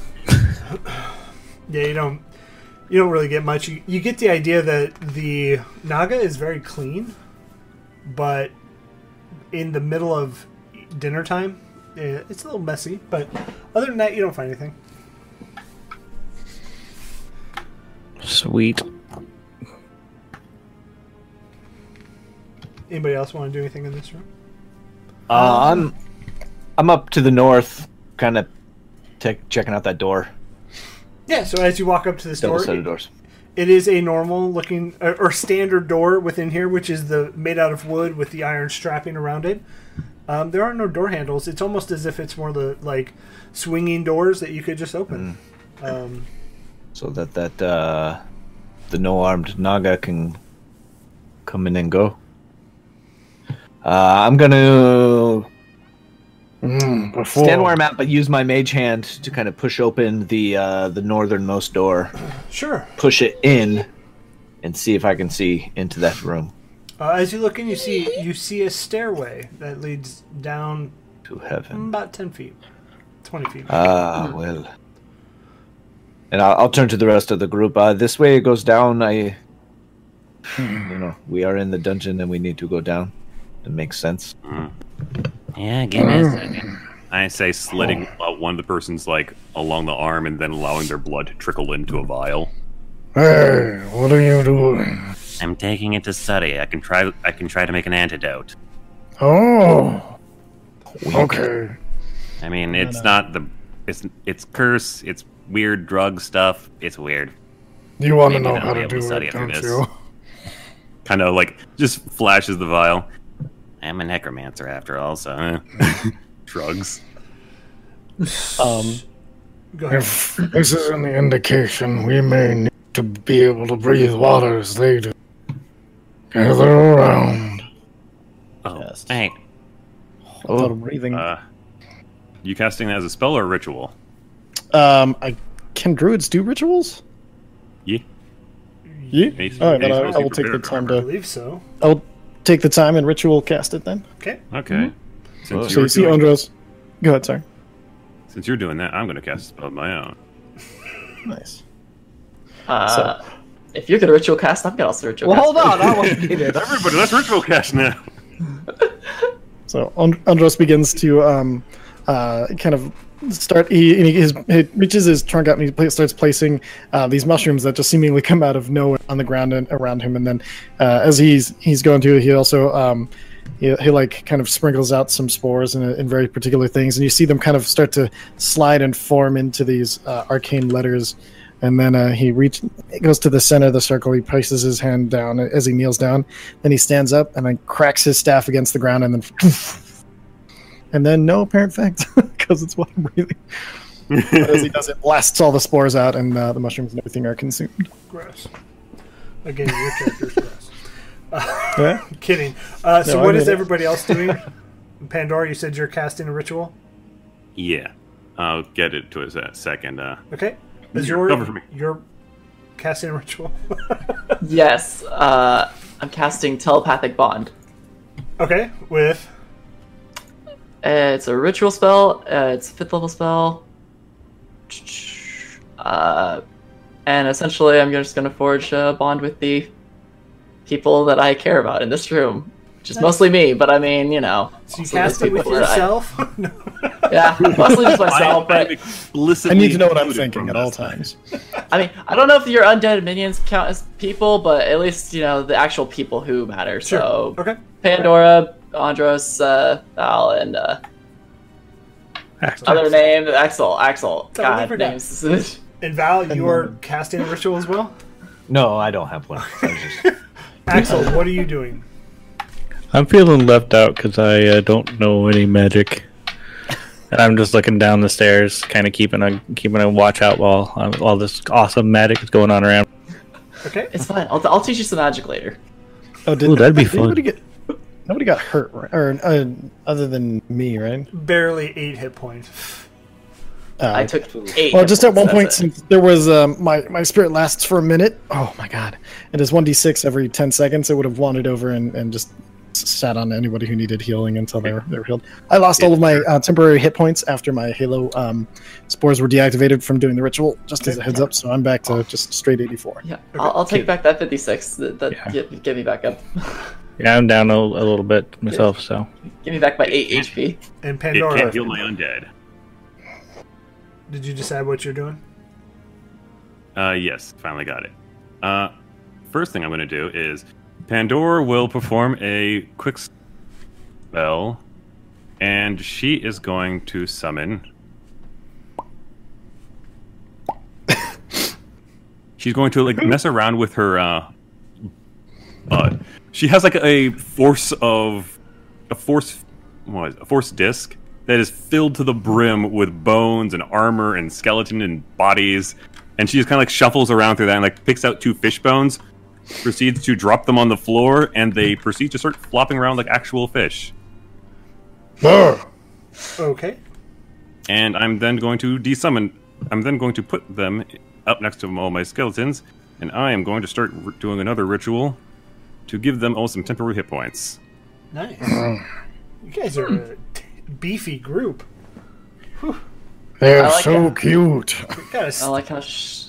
A: Yeah, you don't you don't really get much. You, you get the idea that the Naga is very clean, but in the middle of dinner time, eh, it's a little messy. But other than that, you don't find anything.
G: Sweet.
A: Anybody else want to do anything in this room?
C: Uh, I'm I'm up to the north, kind of tech checking out that door.
A: Yeah. So as you walk up to this
C: Double
A: door,
C: set of doors.
A: it is a normal looking uh, or, or standard door within here, which is the made out of wood with the iron strapping around it. Um, there are no door handles. It's almost as if it's more the like swinging doors that you could just open.
D: Mm.
A: Um,
J: so that that uh, the no armed Naga can come in and go. Uh, I'm gonna
I: Mm, before
J: stand where I'm at, but use my mage hand to kind of push open the uh, the northernmost door,
A: sure.
J: push it in, and see if I can see into that room
A: Uh, as you look in, you see you see a stairway that leads down
J: to heaven.
A: about ten feet, twenty feet.
D: Uh,
J: Ah, well. And I'll, I'll turn to the rest of the group. Uh, this way it goes down. I, you know, we are in the dungeon and we need to go down. It makes sense.
H: Yeah, give me a second.
E: I say slitting uh, one of the person's like along the arm and then allowing their blood to trickle into a vial.
I: Hey, what are you doing?
H: I'm taking it to study. I can try. I can try to make an antidote.
I: Oh. Okay.
H: I mean, it's not the. It's it's curse. It's weird drug stuff. It's weird.
I: You want to
H: Maybe
I: know
H: they'll
I: how
H: be
I: to
H: able to
I: do
H: study
I: it,
H: through
I: don't
H: this.
I: you?
E: Kind of like just flashes the vial.
H: I'm a necromancer after all, so eh.
E: Drugs.
D: Um,
A: Go ahead.
I: If this is an indication, we may need to be able to breathe water as they do. Gather around.
H: Oh,
D: Yes.
H: right.
D: a lot of breathing.
E: Uh, you casting that as a spell or a ritual?
D: Um, I, can druids do rituals?
E: Yeah.
D: Yeah.
E: They-
D: All right,
E: they
D: then I,
E: supposed
D: I will
E: to be
D: take the
E: prepared,
D: time
A: I
D: to.
A: believe so.
D: I'll take the time and ritual cast it then.
A: Okay.
E: Okay.
J: Oh.
D: Hmm?
E: Since,
D: So
E: you're
D: you see,
E: doing,
D: Andros. Go ahead, sorry.
E: since you're doing that, I'm going to cast a spell of my own.
D: Nice.
F: Uh, If you're gonna ritual cast, I'm gonna also ritual
C: Well,
F: cast.
C: hold on. I want to get it.
E: Everybody, let's ritual cast now.
D: So And- Andros begins to um, uh, kind of start. He, and he, his, he reaches his trunk out and he pla- starts placing uh, these mushrooms that just seemingly come out of nowhere on the ground and around him. And then uh, as he's he's going to, he also um, he, he like kind of sprinkles out some spores and, and very particular things, and you see them kind of start to slide and form into these uh, arcane letters. And then uh, he reach he goes to the center of the circle. He places his hand down uh, as he kneels down. Then he stands up and then cracks his staff against the ground, and then and then no apparent effect because it's what I'm breathing. But as he does it, blasts all the spores out, and uh, the mushrooms and everything are consumed.
A: Gross. Again, your character's gross.
D: Yeah.
A: Kidding. Uh, so,
D: No, I
A: what is
D: made it.
A: everybody else doing? Pandora, you said you're casting a ritual.
E: Yeah. I'll get it to a se- second. Uh,
A: Okay. Is
E: Here,
A: your
E: cover me.
A: your casting a ritual?
F: Yes, uh, I'm casting telepathic bond.
A: okay. With
F: Uh, it's a ritual spell. Uh, it's a fifth level spell. Uh, and essentially, I'm just going to forge a bond with the people that I care about in this room, which is mostly me. But I mean, you know,
A: so you
F: also those
A: cast it with
F: people that I-
A: yourself. no.
F: yeah, mostly just
E: I
F: myself.
E: am
F: but
D: I
E: explicitly
D: need to know what I'm
E: excluded
D: thinking at
E: from
D: all
E: this.
D: times.
F: I mean, I don't know if your undead minions count as people, but at least you know the actual people who matter.
A: Sure.
F: So
A: okay.
F: Pandora, Andros, uh, Al, and uh, other name Axel. Axel.
A: So I'll
F: God,
A: never know.
F: names.
A: And Val, you are casting a ritual as well.
J: No, I don't have one. I was just-
A: Axel, what are you doing?
G: I'm feeling left out because I uh, don't know any magic, and I'm just looking down the stairs, kind of keeping a keeping a watch out while um, all this awesome magic is going on around.
A: Okay.
F: It's fine. I'll, I'll teach you some magic later.
D: Oh, did
G: Ooh, that'd be
D: did
G: fun.
D: Nobody get, nobody got hurt, right? or uh, other than me, right?
A: Barely eight hit points.
D: Uh,
F: I took eight.
D: Well,
F: hit
D: just at
F: points,
D: one point,
F: that's it.
D: since there was um, my my spirit lasts for a minute. Oh my god! It is one d six every ten seconds. It would have wandered over and, and just s- sat on anybody who needed healing until they were, they were healed. I lost all of my uh, temporary hit points after my halo um, spores were deactivated from doing the ritual. Just as a heads up, so I'm back to just straight eighty four.
F: Yeah, I'll, I'll take back that 56. That, that
G: Yeah.
F: give, give me back up.
G: Yeah, I'm down a, a little bit myself, so
F: Give me back my eight HP.
A: And
E: It
A: Pandora,
E: can't heal my undead.
A: did you decide what you're doing?
E: Uh, yes, finally got it. Uh, first thing I'm going to do is Pandora will perform a quick spell, and she is going to summon. She's going to like mess around with her. Uh, uh, she has like a force of a force what is it, a force disc that is filled to the brim with bones and armor and skeleton and bodies. And she just kind of like shuffles around through that and like picks out two fish bones, proceeds to drop them on the floor, and they proceed to start flopping around like actual fish.
I: There.
A: Okay.
E: And I'm then going to desummon. I'm then going to put them up next to all my skeletons, and I am going to start r- doing another ritual to give them all some temporary hit points.
A: Nice. You guys are a t- beefy group.
I: They're
F: I like
I: so
F: it.
I: cute.
A: We've got a s-
F: I like how sh-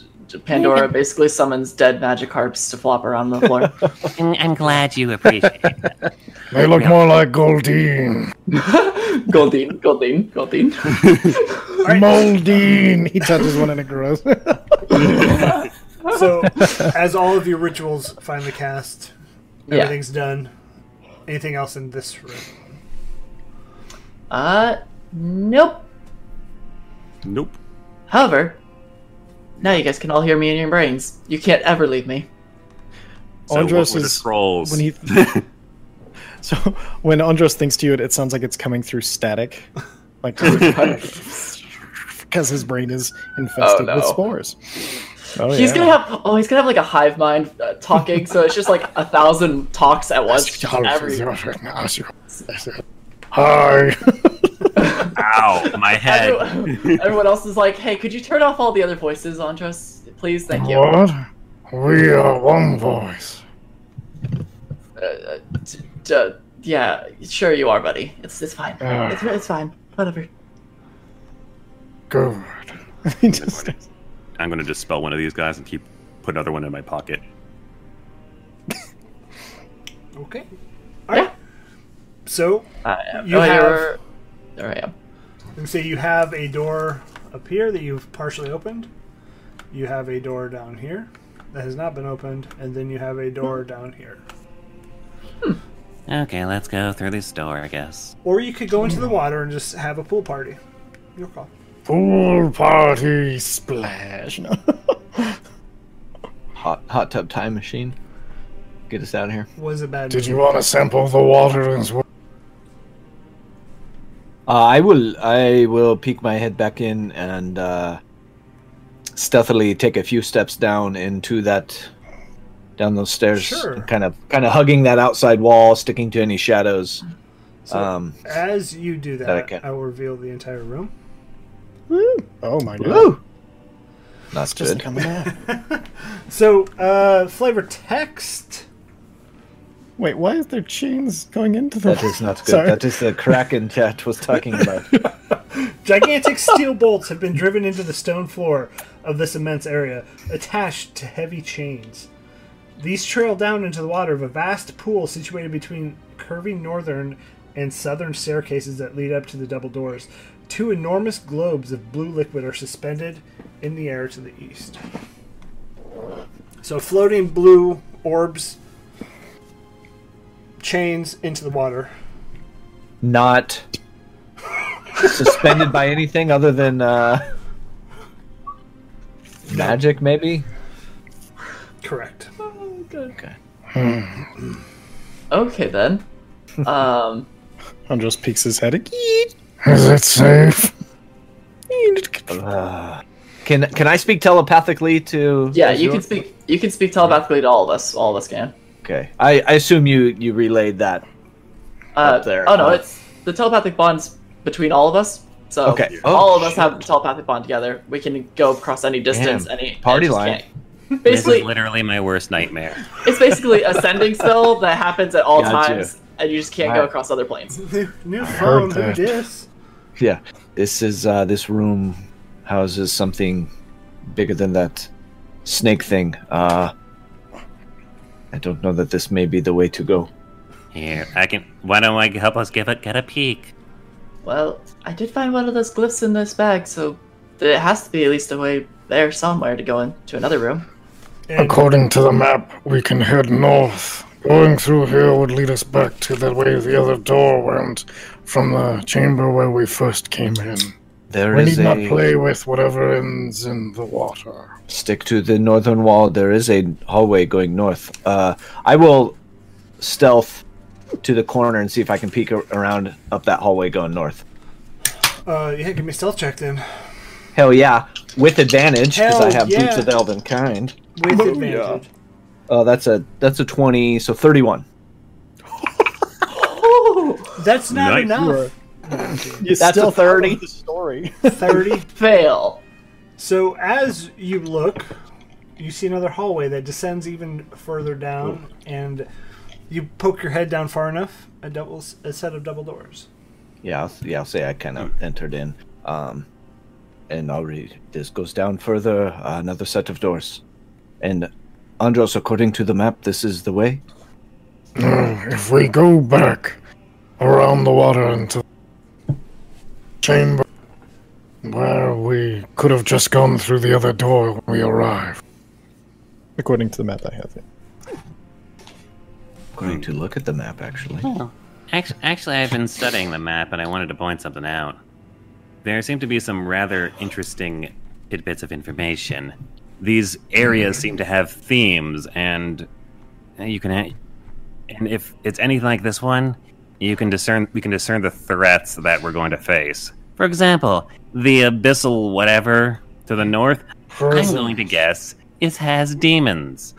F: Pandora basically summons dead Magikarps to flop around the floor.
K: I'm, I'm glad you appreciate it.
I: They look more like Goldeen.
F: Goldine, Goldine, Goldine.
D: Moldine. He touches one and it grows.
A: so as all of your rituals finally cast,
F: Yeah.
A: everything's done. Anything else in this room?
F: Uh, nope.
E: Nope.
F: However, now you guys can all hear me in your brains. You can't ever leave me.
E: So what
D: Andros
E: were the
D: is-
E: scrolls?
D: when he so when Andros thinks to you, it, it sounds like it's coming through static, like because his brain is infested
F: Oh, no.
D: with spores. Oh,
F: He's
D: yeah.
F: gonna have oh, he's gonna have like a hive mind uh, talking, so it's just like a thousand talks at once. just Every,
I: Hi.
K: Ow, my head.
F: everyone, everyone else is like, "Hey, could you turn off all the other voices, Andros? Please, thank you."
I: What? We are one voice.
F: Uh, d- d- yeah, sure you are, buddy. It's it's fine.
I: Ah.
F: It's, it's fine. Whatever.
I: Good.
D: He just-
E: I'm going to dispel one of these guys and keep put another one in my pocket.
A: Okay. All right.
F: Yeah.
A: So
F: I am.
A: You
F: oh,
A: have-
F: you're- There I am.
A: let me say you have a door up here that you've partially opened. You have a door down here that has not been opened, and then you have a door down here.
K: Okay, let's go through this door, I guess.
A: Or you could go into the water and just have a pool party. Your call.
I: Pool party
D: splash. No.
C: Hot, hot tub time machine. Get us out of here.
A: Was a bad.
I: Did you
A: move.
I: want to sample the water as well?
C: Uh, I will. I will peek my head back in and uh, stealthily take a few steps down into that, down those stairs.
A: Sure.
C: and Kind of, kind of hugging that outside wall, sticking to any shadows.
A: So-
C: um,
A: As you do
C: That I
A: that,
C: can.
A: I will reveal the entire room.
D: Oh my god!
C: woo! Not
D: Doesn't
C: good.
D: come out.
A: So, uh, flavor text.
D: Wait, why is there chains going into the?
C: That is not good.
D: Sorry.
C: That is the Kraken chat was talking about.
A: Gigantic steel bolts have been driven into the stone floor of this immense area, attached to heavy chains. These trail down into the water of a vast pool situated between curving northern and southern staircases that lead up to the double doors. Two enormous globes of blue liquid are suspended in the air to the east. So, floating blue orbs, chains into the water.
C: not suspended by anything other than uh, magic, maybe.
A: Correct.
F: Okay then. Um,
D: Andros peeks his head.
I: Is it safe?
C: Uh, can can I speak telepathically to?
F: yeah, you
C: Azure?
F: can speak. You can speak telepathically to all of us. All of us can.
C: Okay, I, I assume you you relayed that.
F: Uh,
C: Up there.
F: Oh no, it's the telepathic bonds between all of us. So
C: Okay. Oh,
F: all of us have the telepathic bond together. We can go across any distance,
C: Damn.
F: any
C: Party
F: it just
C: line.
F: can't-
K: This is
F: Basically,
K: literally my worst nightmare.
F: it's basically a sending spell that happens at all
C: Gotcha.
F: times, and you just can't go
C: Alright.
F: across other planes.
A: New, new phone, who
I: that.
A: dis?
C: Yeah, this is uh, this room houses something bigger than that snake thing. Uh, I don't know that this may be the way to go.
K: Here, I can. Why don't I help us give it get a peek?
F: Well, I did find one of those glyphs in this bag, so there has to be at least a way there somewhere to go into another room.
A: And
I: According to the map, we can head north. Going through here would lead us back to the way the other door went from the chamber where we first came in.
C: There
I: We
C: is
I: need not
C: a
I: play with whatever ends in the water.
C: stick to the northern wall. There is a hallway going north. Uh, I will stealth to the corner and see if I can peek a- around up that hallway going north.
A: Uh, yeah, give me a stealth check then.
C: Hell yeah, with advantage because I
A: Hell
C: have
A: yeah.
C: boots of elven kind.
A: With
C: Booyah.
A: advantage.
C: Oh, that's a that's a twenty, so thirty-one.
A: That's not
L: Nice.
A: enough.
D: You
C: That's
D: still
C: a 30.
D: follow the story.
A: 30.
F: Fail.
A: So as you look, you see another hallway that descends even further down, and you poke your head down far enough, a double, a set of double doors.
C: Yeah, I'll, yeah, I'll say I kind of entered in. Um, and I'll read. This goes down further, uh, another set of doors. And Andros, according to the map, this is the way.
I: If we go back around the water into the chamber where we could have just gone through the other door when we arrived.
D: According to the map I have. Yeah.
C: According
A: Hmm.
C: to look at the map, actually.
E: Actually, actually, I've been studying the map, and I wanted to point something out. There seem to be some rather interesting tidbits of information. These areas seem to have themes, and eh, you can, ha- and if it's anything like this one, you can discern. We can discern the threats that we're going to face. For example, the abyssal whatever to the north. I'm going to guess it has demons.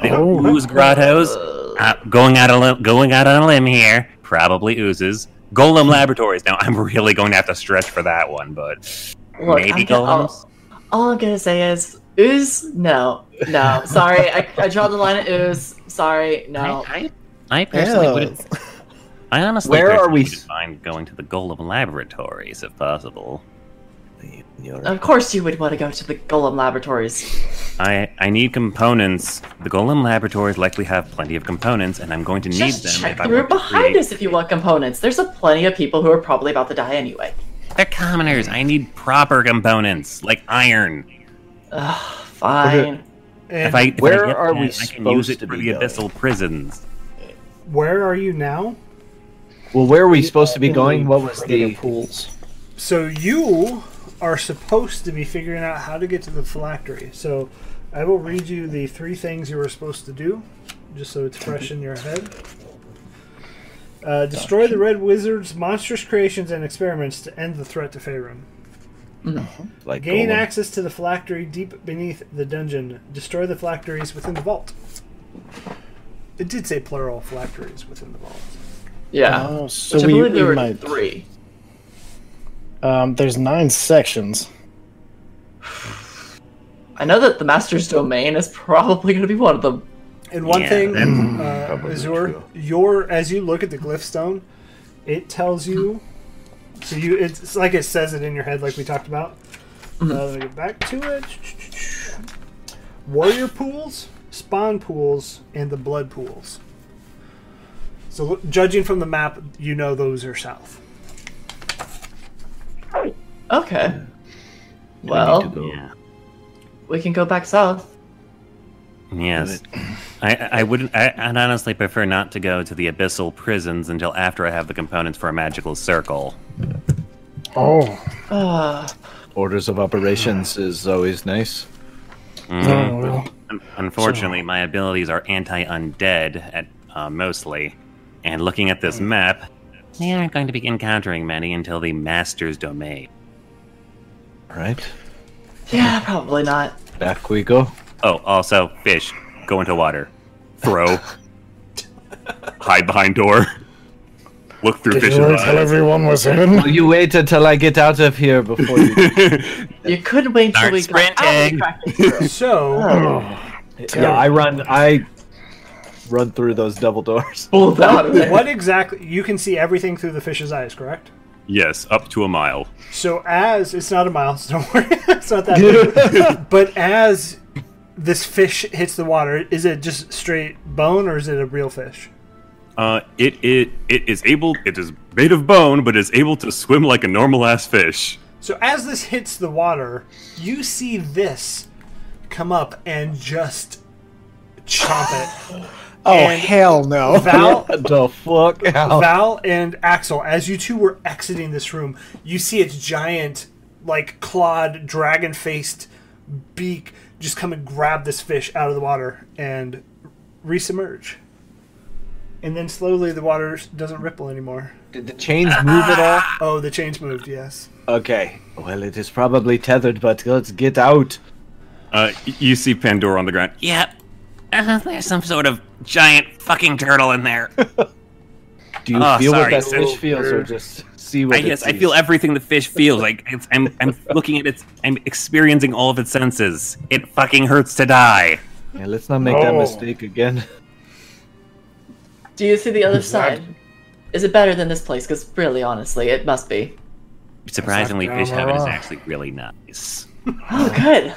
E: They don't ooze grottos. Oh. Uh, going out a lim- going out on a limb here. Probably oozes. Golem Laboratories. Now I'm really going to have to stretch for that one, but
F: Look,
E: maybe
F: I'm oh, go-
E: golems.
F: All I'm gonna say is ooze. No, no. Sorry, I, I draw the line at ooze. Sorry, no.
E: I, I, I personally
D: Yeah.
E: wouldn't. I honestly
C: Where are
E: personally
C: we-
E: wouldn't mind going to the Golem Laboratories if possible.
C: You're-
F: Of course, you would want to go to the Golem Laboratories.
E: I I need components. The Golem Laboratories likely have plenty of components, and I'm going to need
F: Just
E: them
F: check
E: if I
F: the route
E: want to
F: behind
E: create.
F: us if you want components. There's a plenty of people who are probably about to die anyway.
E: They're commoners. I need proper components like iron.
F: Ugh, fine.
A: And
E: If I, if
C: Where
E: I get
C: are we
E: that, I can use
C: supposed
E: it
C: to
E: for
C: be
E: the
C: going?
E: abyssal prisons.
A: where are you now?
C: Well, where are we supposed to be going? What was the.
D: pools?
A: So you are supposed to be figuring out how to get to the phylactery. So I will read you the three things you were supposed to do, just so it's fresh in your head. Uh, destroy the Red Wizard's monstrous creations and experiments to end the threat to Faerun.
C: Like
A: Gain
C: golem?
A: access to the phylactery deep beneath the dungeon. Destroy the phylacteries within the vault. It did say plural phylacteries within the vault.
F: Yeah.
D: Oh, so
F: Which I
D: we,
F: believe there
D: we
F: were
D: might.
F: three.
D: Um, there's nine sections.
F: I know that the Master's Domain is probably going to be one of them.
A: And one
E: Yeah,
A: thing,
E: that's
A: uh,
C: probably
A: is your
C: true.
A: your as you look at the glyph stone, it tells you. So you, it's it's like it says it in your head, like we talked about. Uh, let me get back to it. Warrior pools, spawn pools, and the blood pools. So, lo- judging from the map, you know those are south.
F: Okay.
C: We need
F: Well,
C: to go-
E: Yeah.
F: we can go back south.
E: Yes. I, I wouldn't. I, I'd honestly prefer not to go to the abyssal prisons until after I have the components for a magical circle.
I: Oh,
F: Uh,
C: Orders of operations is always nice.
I: oh well.
C: Mm.
E: Un- Mm. unfortunately, my abilities are anti-undead at uh, mostly, and looking at
C: Hmm.
E: this map, they aren't going to be encountering many until the master's domain.
C: All right,
F: yeah, probably not.
C: back we go.
E: Oh, also fish go into water, throw, hide behind door, look through
I: Did
E: fish's
I: you already tell
E: eyes.
I: everyone was hidden?
C: Will you wait until I get out of here before you.
F: You could wait till
E: Start
F: we got out and
E: sprinting.
F: crack it through.
A: So,
I: Oh,
C: yeah, I run. I run through those double doors.
F: Pull them out of
C: Oh.
F: there.
A: what exactly? You can see everything through the fish's eyes, correct?
L: Yes, up to a mile.
A: So as it's not a mile, so don't worry, it's not that. big. but as this fish hits the water, is it just straight bone or is it a real fish?
L: Uh, it it it is able. It is made of bone, but is able to swim like a normal ass fish.
A: So as this hits the water, you see this come up and just chomp it.
D: Oh
A: And-
D: hell no!
A: Val,
C: the fuck
I: Oh.
C: out.
A: Val and Axel, as you two were exiting this room, you see its giant, like clawed, dragon faced beak just come and grab this fish out of the water and resubmerge. and then slowly the water s- doesn't ripple anymore.
C: Did the chains move at all?
A: Oh, the chains moved. Yes.
C: Okay. Well, it is probably tethered, but let's get out.
M: Uh, y- you see Pandora on the ground.
E: Yep. Uh, there's some sort of giant fucking turtle in there.
C: Do you
E: Oh,
C: feel
E: sorry,
C: what that
E: little
C: fish feels, or
E: bird.
C: just see what
E: I
C: it
E: guess I
C: sees?
E: feel everything the fish feels. Like it's, I'm, I'm looking at its, I'm experiencing all of its senses. It fucking hurts to die.
C: Yeah, let's not make that
I: Oh.
C: mistake again.
F: Do you see the other side? Is it better than this place? Because really, honestly, it must be.
E: Surprisingly,
I: down
E: fish
I: the
E: heaven is
I: rock.
E: actually really nice.
F: Oh, good.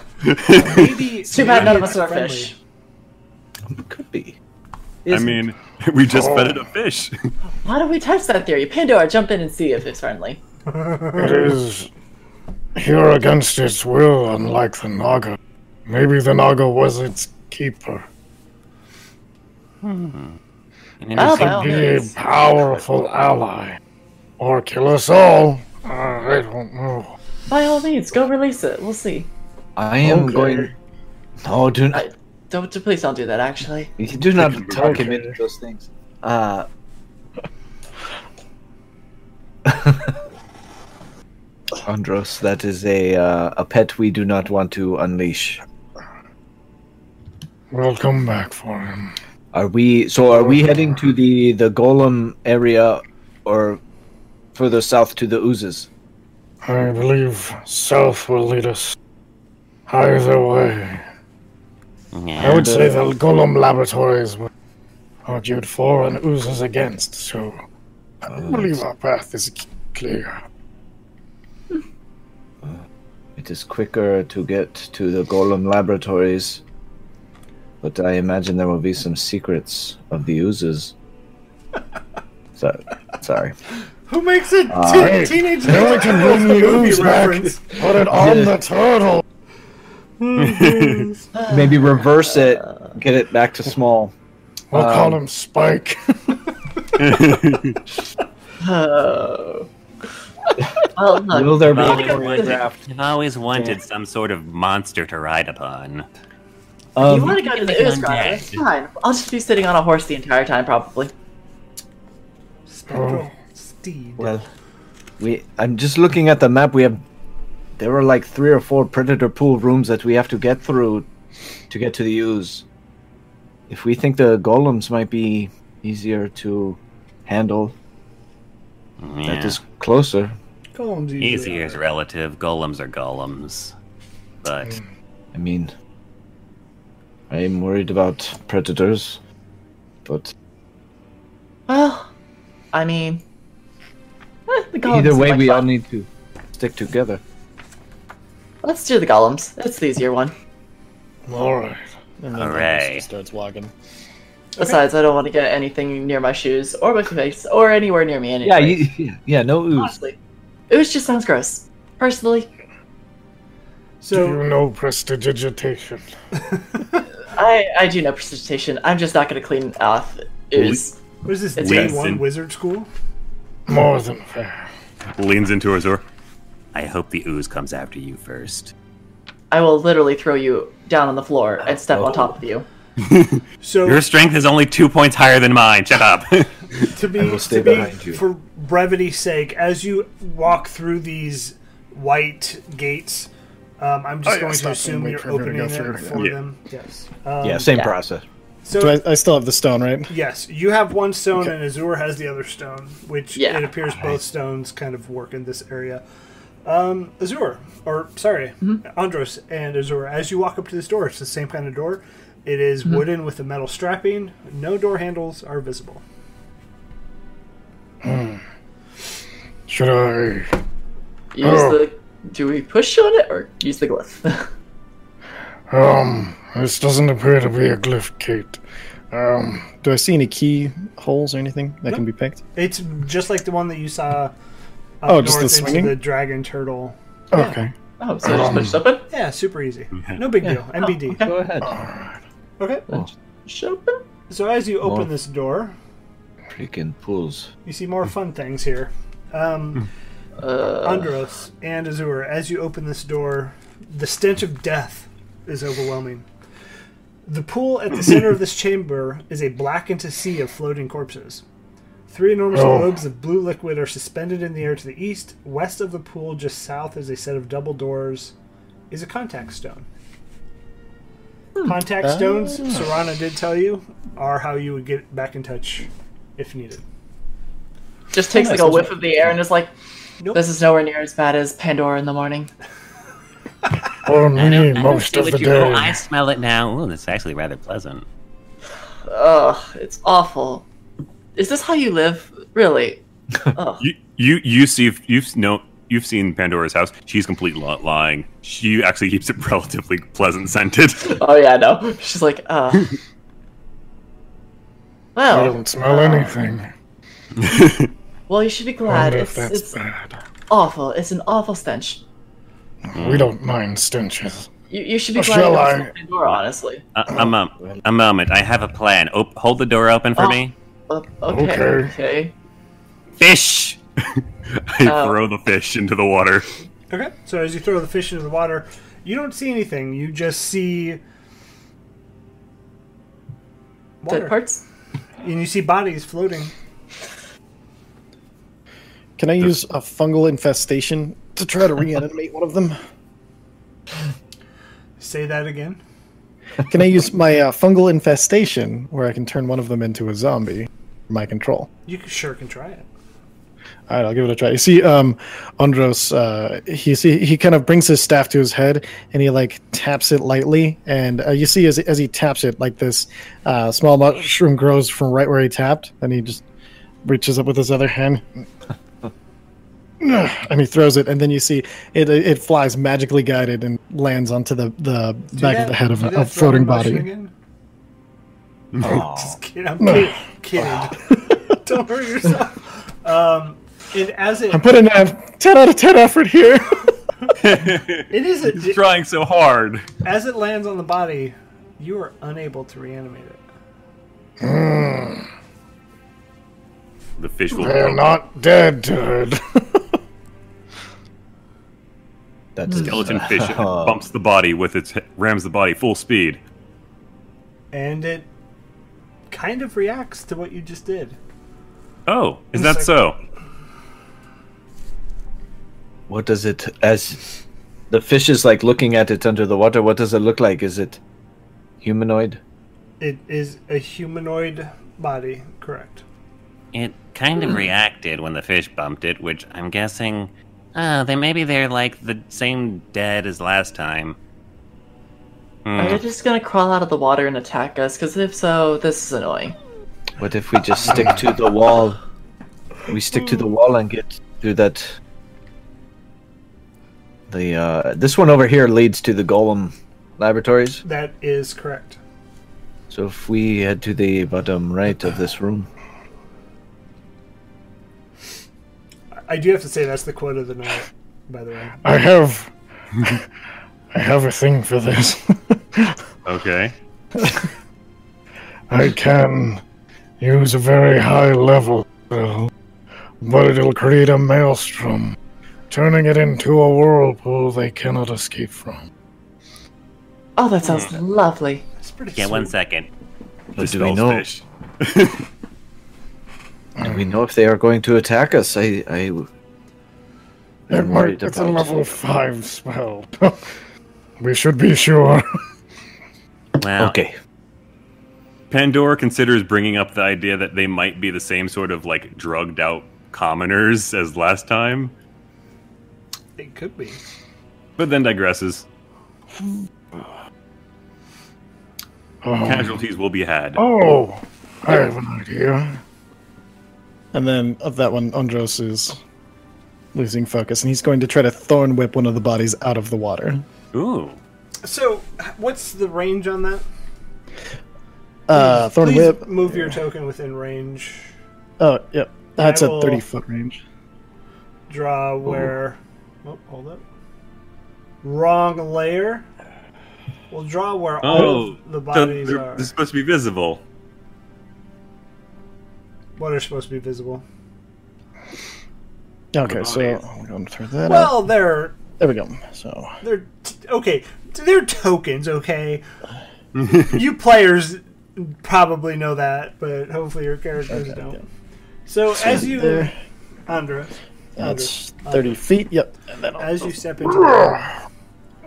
A: Maybe.
F: Too bad
A: maybe
F: none of
A: it's
F: us are
A: friendly.
F: fish.
C: Could be.
M: I mean, we just fed it a fish.
F: Why don't we test that theory? Pandora, jump in and see if it's friendly.
I: It is here against its will, unlike the Naga. Maybe the Naga was its keeper.
F: Oh,
E: An interesting-
F: by all
I: Be a
F: means.
I: powerful ally. Or kill us all. Uh, I don't know.
F: By all means, go release it. We'll see.
C: I am
I: Okay.
C: going. No, do not.
F: I- Don't please don't do that. Actually,
C: You do not talk him into those things. Uh. Andros, that is a uh, a pet we do not want to unleash.
I: We'll come back for him.
C: Are we so? Are we heading to the the golem area, or further south to the oozes?
I: I believe south will lead us. Either way. I
E: Yeah.
I: would say the Golem Laboratories were argued for and oozes against, so I
C: Uh,
I: believe our path is c- clear.
C: It is quicker to get to the golem laboratories, but I imagine there will be some secrets of the oozes. so, sorry.
A: Who makes a
I: Uh, hey,
A: teen teenage
I: you only can bring the ooze back. Put it on the turtle!
C: Maybe reverse it, get it back to small.
I: We'll call
C: Um,
I: him Spike.
F: Oh. well, look,
C: Will there be
E: I've
C: a
E: always wanted,
C: choreographed?
E: I've always wanted some sort of monster to ride upon.
F: you
C: Um,
F: want to go to the
E: Make one
F: Ooze Grotto?
E: day.
F: It's fine. I'll just be sitting on a horse the entire time, probably.
A: Spectral
I: Oh.
A: steed.
C: well, we. I'm just looking at the map. We have. There are like three or four predator pool rooms that we have to get through to get to the ooze. If we think the golems might be easier to handle,
E: Yeah.
C: that is closer.
A: Golems usually
E: Easier is
A: are.
E: relative. Golems are golems. But
C: I mean, I'm worried about predators, but
F: Well, I mean, eh, the golems
C: either way,
F: might
C: we
F: fun.
C: all need to stick together.
F: Let's do the golems. That's the easier one.
I: Alright.
D: And then
E: Hooray.
D: Andros just starts walking.
F: Besides, I don't want to get anything near my shoes or my face or anywhere near me. Anyway.
C: Yeah, you, yeah, yeah, no ooze.
F: honestly, ooze just sounds gross. Personally,
I: Do you
A: So
I: know prestidigitation?
F: I I do know precipitation. I'm just not gonna clean off ooze.
A: what is this
F: It's
A: day
M: good.
A: one wizard school?
I: More than fair.
M: Leans into Azor.
E: I hope the ooze comes after you first.
F: I will literally throw you down on the floor and step on top of you.
A: So
E: Your strength is only two points higher than mine. Shut up.
A: to be,
C: will stay
A: to be
C: behind you.
A: for brevity's sake, as you walk through these white gates, um, I'm just
D: Oh, yeah,
A: going
D: stop
A: to
D: and
A: assume
D: wait
A: you're
D: for everyone
A: opening
D: to
A: it
D: go
A: for
D: through.
M: Yeah.
A: them. Yes. Um,
C: yeah, same
F: yeah.
C: process.
A: So
D: Do I, I still have the stone, right?
A: yes, you have one stone, and Azur has the other stone, which
F: Yeah.
A: it appears both stones kind of work in this area. Um, Azur, or sorry, Andros and Azur, as you walk up to this door, it's the same kind of door. It is wooden with a metal strapping. No door handles are visible.
I: Should I
F: Use
I: Oh.
F: the. Do we push on it or use the glyph?
I: Um, this doesn't appear to be a glyph, Kate. Um,
D: Do I see any key holes or anything that can be picked?
A: It's just like the one that you saw. Up
D: Oh, just the
A: north into
D: swinging?
A: the dragon turtle.
I: okay.
F: oh, so I just pushed open.
A: Yeah, super easy. No big deal. NBD.
G: Oh,
C: Go ahead.
A: okay.
F: Push open.
A: So as you open
C: Well-
A: this door,
C: Freaking pools.
A: you see more fun things here. Um,
F: Uh,
A: Andros and Azur, as you open this door, the stench of death is overwhelming. The pool at the center of this chamber is a blackened sea of floating corpses. Three enormous
I: Oh.
A: globes of blue liquid are suspended in the air to the east. West of the pool, just south, is a set of double doors. Is a contact stone. Contact stones, Serana did tell you, are how you would get back in touch if needed.
F: Just
C: Oh,
F: takes like a whiff of the air and is like,
A: Nope.
F: this is nowhere near as bad as Pandora in the morning.
H: I
I: For
H: don't-
I: me,
H: I don't
I: most
H: see
I: of
H: what
I: the
H: you- oh,
I: day.
H: I smell it now. Ooh, that's actually rather pleasant.
F: Ugh, it's awful. Is this how you live? Really? Ugh.
E: You you you see you've no you've seen Pandora's house. She's completely li- lying. She actually keeps it relatively pleasant scented.
F: Oh yeah, no. She's like, uh.
I: I
F: Well,
I: don't smell anything.
F: well, you should be glad.
I: Wonder if
F: It's,
I: that's
F: it's
I: bad.
F: awful. It's an awful stench.
I: We don't mind stenches.
F: You, you should be
I: Or
F: glad.
I: Oh, shall
F: it
I: I-
F: wasn't Pandora, honestly.
H: A, a, mom- Uh, um, a moment. I have a plan. Op- hold the door open for
F: Oh.
H: me.
F: Uh, okay.
I: Okay.
F: Okay.
H: Fish.
E: I
F: Oh.
E: throw the fish into the water.
A: Okay. So as you throw the fish into the water, you don't see anything. You just see
F: Dead
A: water,
F: parts.
A: and you see bodies floating.
D: Can I use a fungal infestation to try to reanimate one of them?
A: Say that again.
D: Can I use my uh, fungal infestation where I can turn one of them into a zombie? for My control.
A: You c- sure can try it.
D: All right, I'll give it a try. You see, um, Andros, uh, he see, he kind of brings his staff to his head and he like taps it lightly, and uh, you see as as he taps it, like this uh, small mushroom grows from right where he tapped, and he just reaches up with his other hand. and he throws it, and then you see it. It flies magically guided and lands onto the, the
A: Do
D: back
A: that-
D: of the head of
A: do
D: a
A: that
D: a
A: throwing
D: floating
A: motion
D: body.
A: again. Just kidding. I'm kid- kidding. Don't hurt yourself. Um, and as it,
D: I'm putting a ten out of ten effort here.
A: it is a,
E: He's trying so hard.
A: as it lands on the body, you are unable to reanimate it.
E: The fish will.
I: They're not dead, dead.
J: That is
E: Skeleton fish bumps the body with its he- rams the body full speed.
A: and it kind of reacts to what you just did.
E: Oh, is
A: It's
E: that
A: like-
E: so?
J: What does it as the fish is like looking at it under the water? What does it look like? Is it humanoid?
A: It is a humanoid body, correct?
H: It kind of reacted when the fish bumped it, which I'm guessing. Ah, they maybe they're like the same dead as last time.
F: Are
E: Mm.
H: Hmm.
F: they just gonna crawl out of the water and attack us? Because if so, this is annoying.
J: What if we just stick to the wall? We stick to the wall and get through that. The uh, this one over here leads to the Golem laboratories.
A: That is correct.
J: So if we head to the bottom right of this room,
A: I do have to say that's the quote of the night, by the way.
I: I have. I have a thing for this.
E: Okay.
I: I can use a very high level spell, but it'll create a maelstrom, turning it into a whirlpool they cannot escape from.
F: Oh, that sounds lovely.
A: It's pretty
H: Yeah,
A: sweet.
H: one second.
J: what do we
E: Dispels
J: know?
E: fish.
J: Do we know if they are going to attack us? I, I
I: It
J: I'm worried
I: might, it's a
J: about-
I: level 5 spell. we should be sure.
H: Well,
J: okay.
E: Pandora considers bringing up the idea that they might be the same sort of like drugged out commoners as last time,
A: It could be.
E: but then digresses.
I: Oh,
E: Casualties will be had.
I: oh I have an idea.
D: And then of that one, Andros is losing focus, and he's going to try to thorn whip one of the bodies out of the water.
E: Ooh.
A: So, what's the range on that?
D: Uh, thorn
A: Please
D: whip.
A: Move your token within range.
D: Oh, yep. That's
A: I
D: a
A: will-
D: thirty foot range.
A: Draw where. Oh, hold up. Wrong layer. We'll draw where all
E: Oh,
A: of the
E: so
A: bodies
E: they're,
A: are.
E: they're supposed to be visible.
A: What are supposed to be visible?
D: Okay, so I'm going to throw that out.
A: Well, they're
D: There we go. So
A: They're t- okay. They're tokens, okay. you players probably know that, but hopefully your characters
I: Okay,
A: don't.
I: yeah.
A: So as you,
I: there.
A: Andra,
I: That's 30 feet. Yep. And then I'll
A: as you step into the,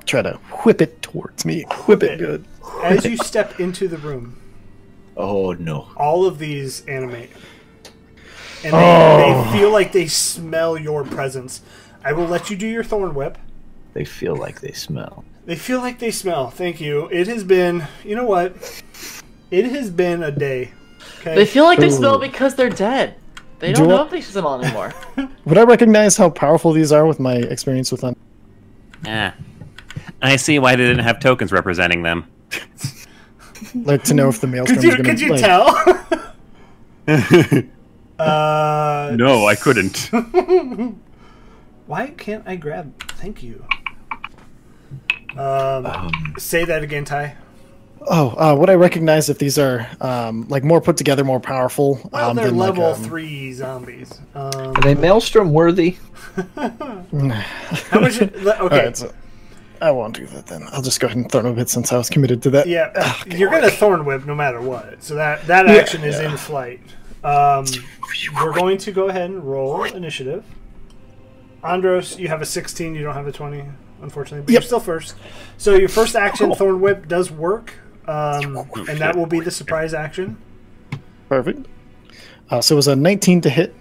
I: try to whip it towards me. Whip it good.
A: as you step into the room,
C: Oh no.
A: all of these animate, and they,
N: Oh.
A: they feel like they smell your presence. I will let you do your thorn whip.
C: They feel like they smell.
A: They feel like they smell. Thank you. It has been, you know what? It has been a day. Okay.
F: They feel like they smell because they're dead. They
I: Do
F: don't
I: I-
F: know if they smell anymore.
I: Would I recognize how powerful these are with my experience with them?
O: Ah. I see why they didn't have tokens representing them.
I: Like to know if the maelstrom
A: Mm-hmm. could
I: is
A: you
I: gonna
A: could you
I: like,
A: tell? uh,
E: No, I couldn't.
A: Why can't I grab? Thank you. Um, say that again, Ty.
I: Oh, uh, would I recognize if these are um, like more put together, more powerful?
A: Well,
I: um,
A: they're
I: than, like,
A: level
I: um,
A: three zombies. Um,
P: Are they maelstrom worthy?
A: how much? le-
I: All
A: Okay.
I: right, so I won't do that then. I'll just go ahead and throw a bit since I was committed to that.
A: Yeah,
P: Oh,
I: Ugh,
A: you're gonna thorn whip no matter what. So that that action is in flight. Um, we're going to go ahead and roll initiative. Andros, you have a 16. You don't have a 20, unfortunately, but you're
I: Yep.
A: still first. So your first action, thorn whip, does work, um, and that will be the surprise action.
I: Perfect. Uh, so it was a 19 to hit,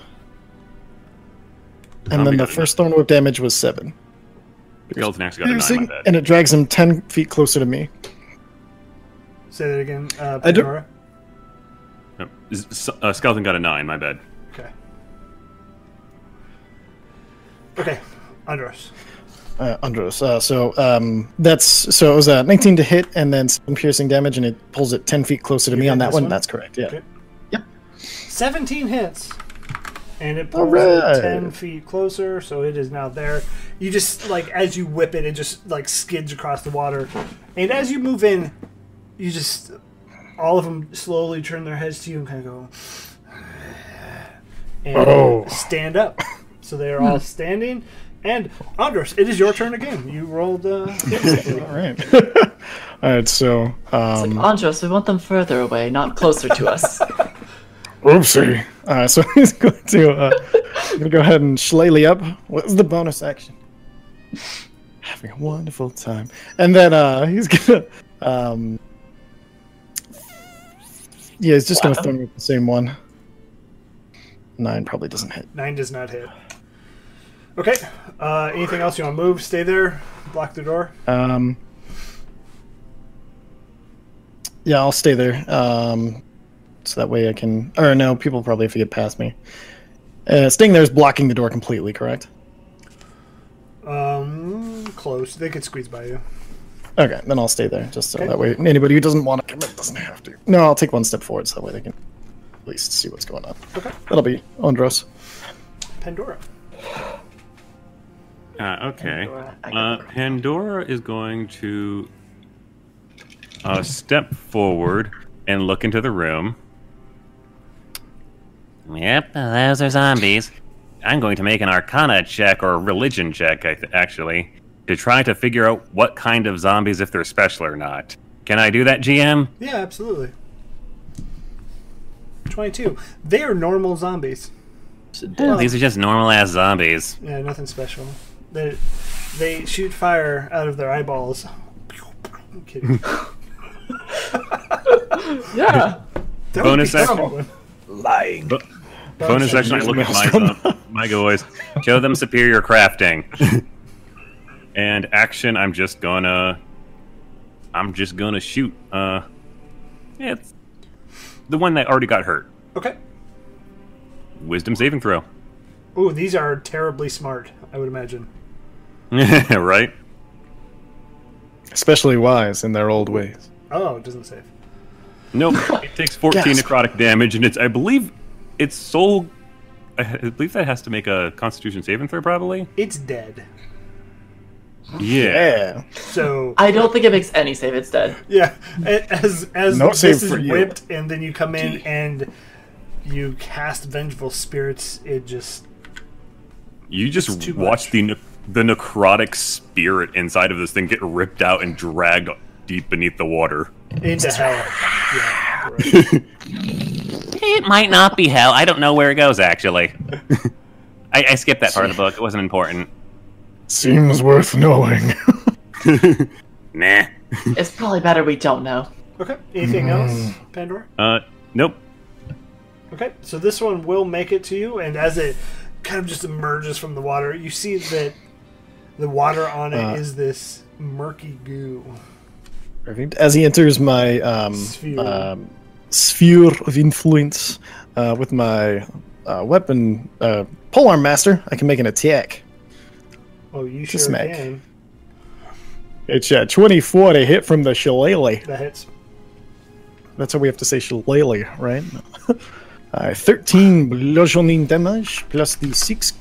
I: and then the
E: got it.
I: first thorn whip damage was seven,
E: Skeleton actually got a nine.
I: piercing,
E: My bad.
I: and it drags him 10 feet closer to me.
A: Say that again, uh,
P: I do-
A: Pandora.
E: No, s- s- uh, skeleton got a nine. My bad.
A: Okay. Okay, Andros.
I: uh, Andros. Uh, so um, that's so it was uh, 19 to hit, and then some piercing damage, and it pulls it 10 feet closer to me
A: hit
I: on that
A: this
I: one.
A: one?
I: That's correct. Yeah.
A: Okay.
I: Yep.
A: 17 hits. And it pulls
I: Alright.
A: it 10 feet closer, so it is now there. You just, like, as you whip it, it just, like, skids across the water. And as you move in, you just, all of them slowly turn their heads to you and kind of go, and
N: Oh.
A: stand up. So they are all standing. And, Andros, it is your turn again. You rolled, uh,
I: All right. All right. So um,
F: Andros, we want them further away, not closer to us.
N: Oopsie.
I: uh, so he's going to uh, I'm gonna go ahead and shillelagh up. What's the bonus action? Having a wonderful time, and then uh, he's gonna. Um, yeah, he's just gonna throw me with the same one. Nine probably doesn't hit.
A: Nine does not hit. Okay. Uh, anything else you want to move? Stay there. Block the door.
I: Um, yeah, I'll stay there. Um, so that way I can. Or no, people probably have to get past me. Uh, staying there is blocking the door completely, correct?
A: Um, close. They could squeeze by you.
I: Okay, then I'll stay there just so
A: Okay.
I: that way anybody who doesn't want to commit doesn't have to. No, I'll take one step forward so that way they can at least see what's going on.
A: Okay.
I: That'll be Andros.
A: Pandora.
E: Uh, okay.
A: Pandora.
E: Uh, Pandora is going to uh, step forward and look into the room.
O: Yep, those are zombies. I'm going to make an arcana check or a religion check, I th- actually, to try to figure out what kind of zombies, if they're special or not. Can I do that, GM?
A: Yeah, absolutely. 22. They are normal zombies. Well,
O: These are just normal ass zombies.
A: yeah, nothing special. They, they shoot fire out of their eyeballs. I'm kidding.
F: yeah.
A: That would
E: Bonus
A: be a
E: action.
A: good one.
C: Lying.
E: Bonus action, I look at my, zom- my boys.
O: Show them superior crafting.
E: And action, I'm just gonna, I'm just gonna shoot. Uh, it's the one that already got hurt.
A: Okay.
E: Wisdom saving throw.
A: Ooh, these are terribly smart, I would imagine.
E: right?
I: Especially wise in their old ways.
A: Oh, it doesn't save.
E: Nope. It takes 14
I: Gasp.
E: necrotic damage, and it's, I believe, its soul. I I believe that has to make a Constitution saving throw, probably.
A: It's dead.
E: Yeah.
I: Yeah.
A: So
F: I don't think it makes any save. It's dead.
A: Yeah, a- as as
I: No
A: this
I: save
A: is
I: for you.
A: whipped, and then you come in and you cast vengeful spirits. It just
E: You
A: It's
E: just
A: too
E: watch
A: much.
E: the ne- the necrotic spirit inside of this thing get ripped out and dragged deep beneath the water.
A: Into hell. Yeah, right.
Q: It might not be hell. I don't know where it goes actually. I, I skipped that part of the book. It wasn't important.
R: Seems worth knowing.
Q: Nah.
F: It's probably better we don't know.
A: Okay.
I: Mm.
A: Anything else, Pandora?
E: Uh, nope.
A: Okay, so this one will make it to you, and as it kind of just emerges from the water, you see that the water on it is
I: Uh.
A: this murky goo.
I: Perfect. As he enters my um,
A: Sphere.
I: sphere. Um, sphere of influence uh, with my uh, weapon, uh, polearm master, I can make an attack.
A: Oh, you
I: Just
A: sure
I: make.
A: can.
I: It's uh, 24 to hit from the shillelagh.
A: That hits.
I: That's how we have to say shillelagh, right? uh, 13 bludgeoning damage plus the 6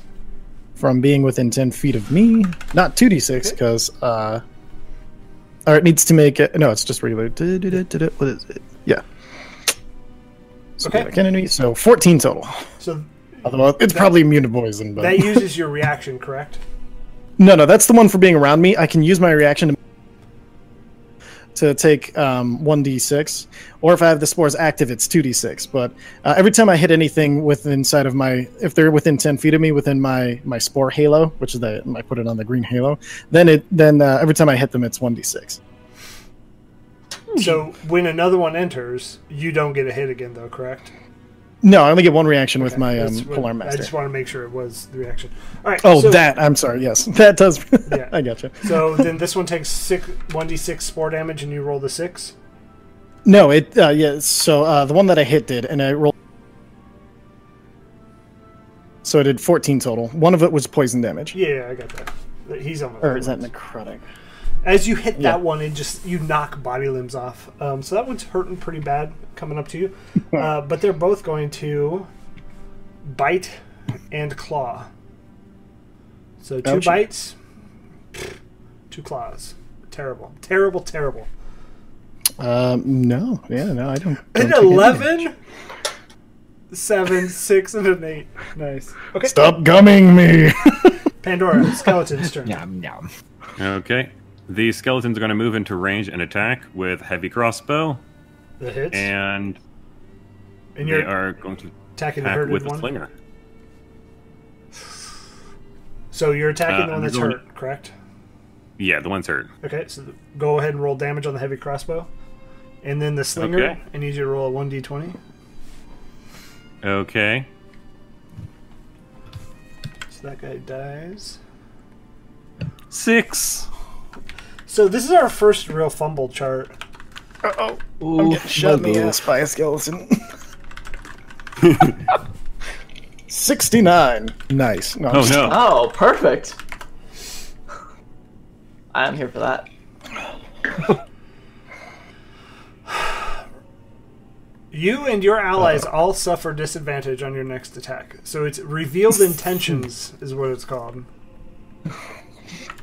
I: from being within 10 feet of me. Not 2d6, because. Uh, or it needs to make it. No, it's just regular. du-du-du-du-du, What is it? Yeah. So
A: Okay.
I: okay. enemy, so 14 total.
A: So
I: Although it's probably immune to poison, but.
A: that uses your reaction, correct?
I: No, no, that's the one for being around me. I can use my reaction to to take um, 1d6, or if I have the spores active, it's 2d6. But uh, every time I hit anything within inside of my, if they're within 10 feet of me, within my my spore halo, which is the I put it on the green halo, then it then uh, every time I hit them, it's 1d6.
A: So
I: Hmm.
A: when another one enters, you don't get a hit again, though, correct?
I: No, I only get one reaction with my um,
A: That's what-
I: polearm
A: I just
I: Um, master.
A: want to make sure it was the reaction. All right.
I: Oh,
A: so,
I: that I'm sorry. Yes, that does.
A: Yeah.
I: I gotcha.
A: So then this one takes six, 1d6 spore damage, and you roll the six.
I: No, it uh, yeah. So uh, the one that I hit did, and I rolled. So I did fourteen total. One of it was poison damage,
A: Yeah, I got that. He's on. the-
I: or is that necrotic?
A: As you hit that
I: Yeah.
A: one, and just you knock body limbs off. Um, so that one's hurting pretty bad coming up to you, uh, but they're both going to bite and claw. So two
I: Ouchie.
A: bites, two claws. Terrible, terrible, terrible.
I: Um, no, yeah, no, I don't. don't
A: An
I: take any damage.
A: eleven, seven, six, and an eight. Nice. Okay,
R: Stop gumming me.
A: Pandora, skeleton's turn.
E: Okay. The skeletons are going to move into range and attack with heavy crossbow,
A: The hits, and,
E: and,
A: you're
E: they are going to
A: attacking the
E: attack
A: hurted
E: with a
A: one.
E: slinger.
A: So you're attacking the
E: Uh,
A: one
E: I'm
A: that's
E: going-
A: hurt, correct?
E: Yeah, the one's hurt.
A: Okay, so th- go ahead and roll damage on the heavy crossbow. And then the slinger,
E: Okay.
A: I need you to roll a 1d20.
E: Okay.
A: So that guy dies.
E: Six.
A: So this is our first real fumble chart.
I: I'm getting shot in the ass by a skeleton. Sixty-nine. Nice. No, I'm
E: Oh
I: just-
E: no.
F: Oh, perfect. I'm here for that.
A: You and your allies all suffer disadvantage on your next attack. So it's revealed intentions, is what it's called.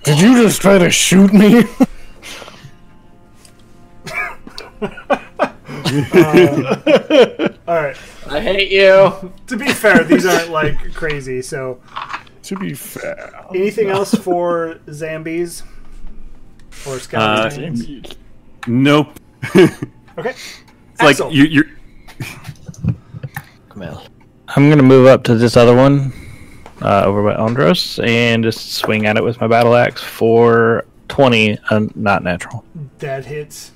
R: Did you just try to shoot me?
A: All right.
F: I hate you.
A: To be fair, these aren't like crazy. So
I: To be fair,
A: anything else for zombies or skeletons?
E: Nope.
A: okay.
E: It's like
A: Axel.
E: you, you're.
G: I'm gonna move up to this other one uh, over by Andros and just swing at it with my battle axe for 20, uh, not natural.
A: that hits.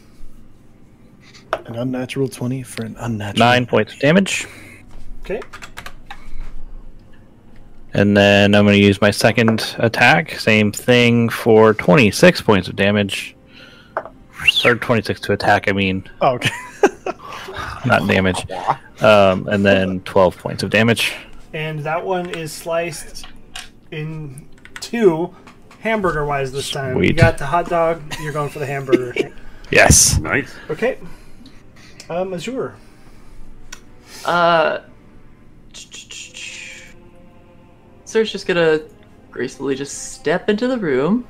I: an unnatural twenty for an unnatural
G: Nine points of damage,
A: Okay.
G: and then I'm gonna use my second attack. Same thing for 26 points of damage. Or 26 to attack, I mean,
I: Oh, okay.
G: not damage. Um, and then 12 points of damage.
A: and that one is sliced in two hamburger wise this time. You
G: Sweet.
A: got the hot dog, you're going for the hamburger.
G: Yes.
E: Nice.
A: okay. Um, Azure.
F: Uh. Sir's just gonna gracefully just step into the room.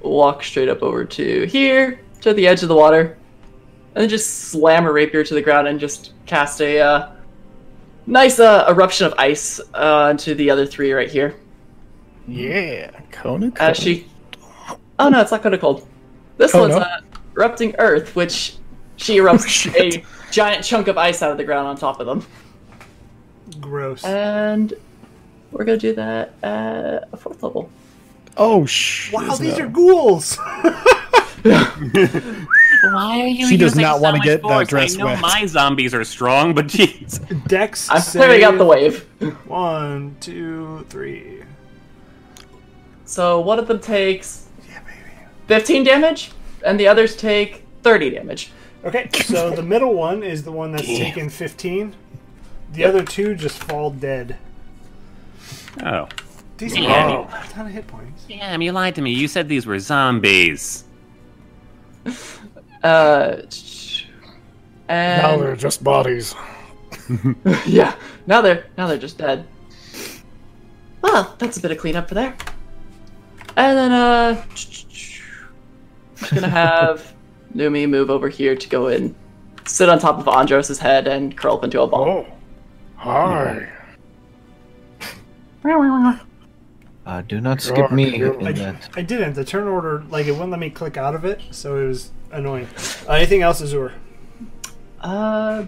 F: Walk straight up over to here, to the edge of the water, and then just slam a rapier to the ground and just cast a uh, nice uh, eruption of ice uh, onto the other three right here.
I: Yeah, Conan.
F: As she Oh no, it's not Coda Cold. This
I: Oh,
F: one's
I: no?
F: uh, erupting Earth, which she erupts a giant chunk of ice out of the ground on top of them.
A: Gross.
F: Uh, And we're gonna do that at a fourth level.
I: Oh sh!
A: wow, these are ghouls.
E: Why are you
I: She does
E: using
I: not
E: so
I: wanna
E: much
I: get that
E: force?
I: dress
E: I know
I: wet.
E: my zombies are strong, but jeez.
A: Dex.
F: I'm
A: save.
F: clearing out the wave.
A: One, two, three.
F: So one of them takes
A: Yeah, baby.
F: 15 damage, and the others take 30 damage.
A: Okay, so the middle one is the one that's taken 15. The other two just fall dead.
S: Oh.
A: These are
E: Yeah.
A: all a ton of hit points.
E: Damn, you lied to me. You said these were zombies.
F: Uh, and
D: Now they're just bodies.
F: yeah, now they're now they're just dead. Well, that's a bit of cleanup for there. And then uh, I'm gonna have Numi move over here to go and sit on top of Andros's head and curl up into a ball.
D: Oh, hi.
C: Uh, do not skip
D: God,
C: me
D: you're
C: in
A: I,
C: that.
A: I didn't. The turn order, like, it wouldn't let me click out of it, so it was annoying. Uh, anything else, Azur?
F: Uh,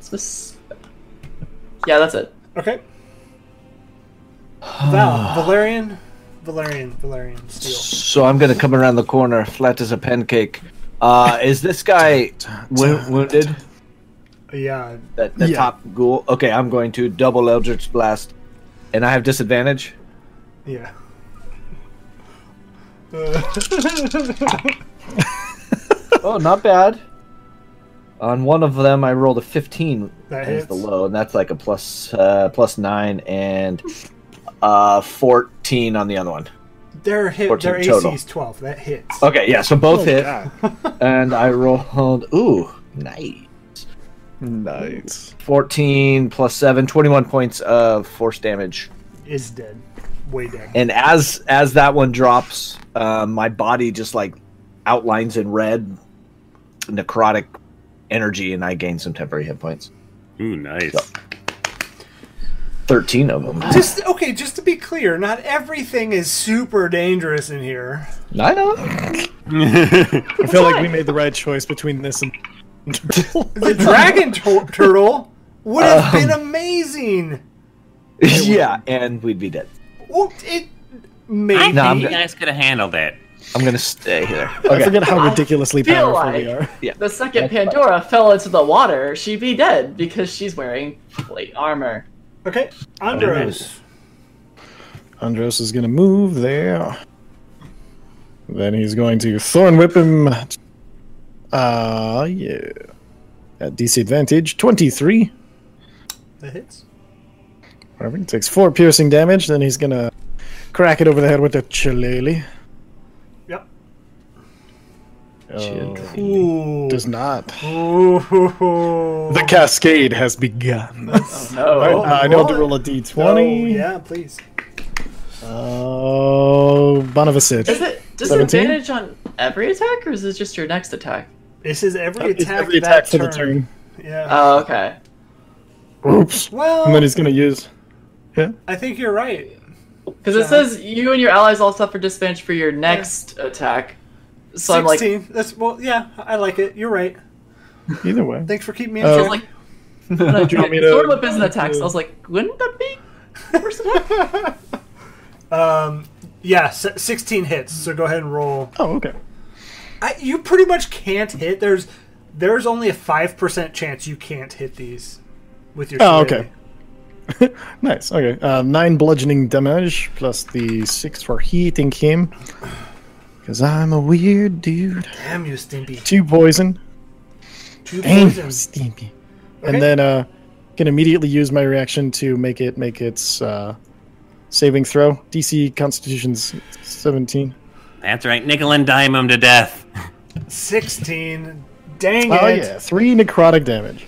F: spec- yeah, that's it.
A: Okay. Val, Valerian, Valerian, Valerian, Steel.
C: So I'm gonna come around the corner, flat as a pancake. Uh, is this guy wo- wounded?
A: Yeah,
C: That the
I: Yeah.
C: top ghoul. Okay, I'm going to double Eldritch Blast, and I have disadvantage.
A: yeah. Uh,
C: Oh, not bad. On one of them, I rolled a 15
A: that
C: as
A: hits.
C: the low, and that's like a plus uh, plus nine and uh, 14 on the other one.
A: Their hit, their
C: 14
A: AC
C: total. Uh,
A: is twelve. That hits.
C: Okay, yeah, so both
I: Oh,
C: hit,
I: God.
C: and I rolled ooh nice
I: Nice.
C: 14 plus 7, 21 points of force damage.
A: Is dead, way dead.
C: And as as that one drops, uh, my body just like outlines in red necrotic energy, and I gain some temporary hit points.
S: Ooh, nice.
C: 13 of them.
A: Just okay. Just to be clear, not everything is super dangerous in here.
C: I know.
I: I feel like we made the right choice between this and.
A: The dragon tur- turtle would have
C: Um.
A: been amazing.
C: yeah, and we'd be dead.
A: Well, it
E: I
A: maybe.
C: No, I'm
E: think you
C: good.
E: guys could have handled it.
C: I'm going to stay here.
I: I
C: Okay.
I: forget how ridiculously
F: feel
I: powerful
F: like-
I: we are.
F: The second Pandora fell into the water, she'd be dead because she's wearing plate armor.
A: Okay, Andros.
I: Andros is gonna move there. Then he's going to thorn whip him. Uh yeah. At DC advantage, twenty-three.
A: That hits.
I: Whatever. He takes four piercing damage. Then he's gonna crack it over the head with a chilele.
A: Yep.
I: Oh,
A: Ooh.
I: does not.
A: Ooh.
I: The cascade has begun.
F: No.
I: Alright, uh, I know to
A: what?
I: roll a
A: Oh,
I: d20.
A: yeah, please.
I: Oh, Bonavicet.
F: Is it disadvantage on every attack, or is it just your next attack?
A: This is every
I: It's
A: attack.
I: every
A: that
I: attack
A: turn.
I: for the turn. Uh,
A: Yeah.
F: Oh, okay.
I: Oops. And then
A: well,
I: he's gonna use.
A: I think you're right.
F: Because it says you and your allies all suffer disadvantage for your next attack. So I'm like,
A: Sixteen. That's well. Yeah, I like it. You're right.
I: Either way.
A: Thanks for keeping me
I: Oh.
F: I
A: in
F: was
A: check.
F: like, when I
I: you want me to-
F: sword whip isn't attack. So I was like, wouldn't that be first attack?
A: Yeah, s- sixteen hits. So go ahead and roll.
I: Oh, okay.
A: I, you pretty much can't hit. There's there's only a five percent chance you can't hit these with your.
I: Oh,
A: shillelagh.
I: okay. nice. Okay. Uh, nine bludgeoning damage plus the six for heating him. Because I'm a weird dude.
A: Damn you, Stimpy.
I: Two poison.
A: Two
I: Damn,
A: poisons.
I: Stimpy.
A: Okay.
I: And then uh, can immediately use my reaction to make it make its uh, saving throw. DC Constitution's 17.
E: That's right, nickel and dime them to death.
A: Sixteen. Dang
I: Oh,
A: it.
I: yeah. Three necrotic damage.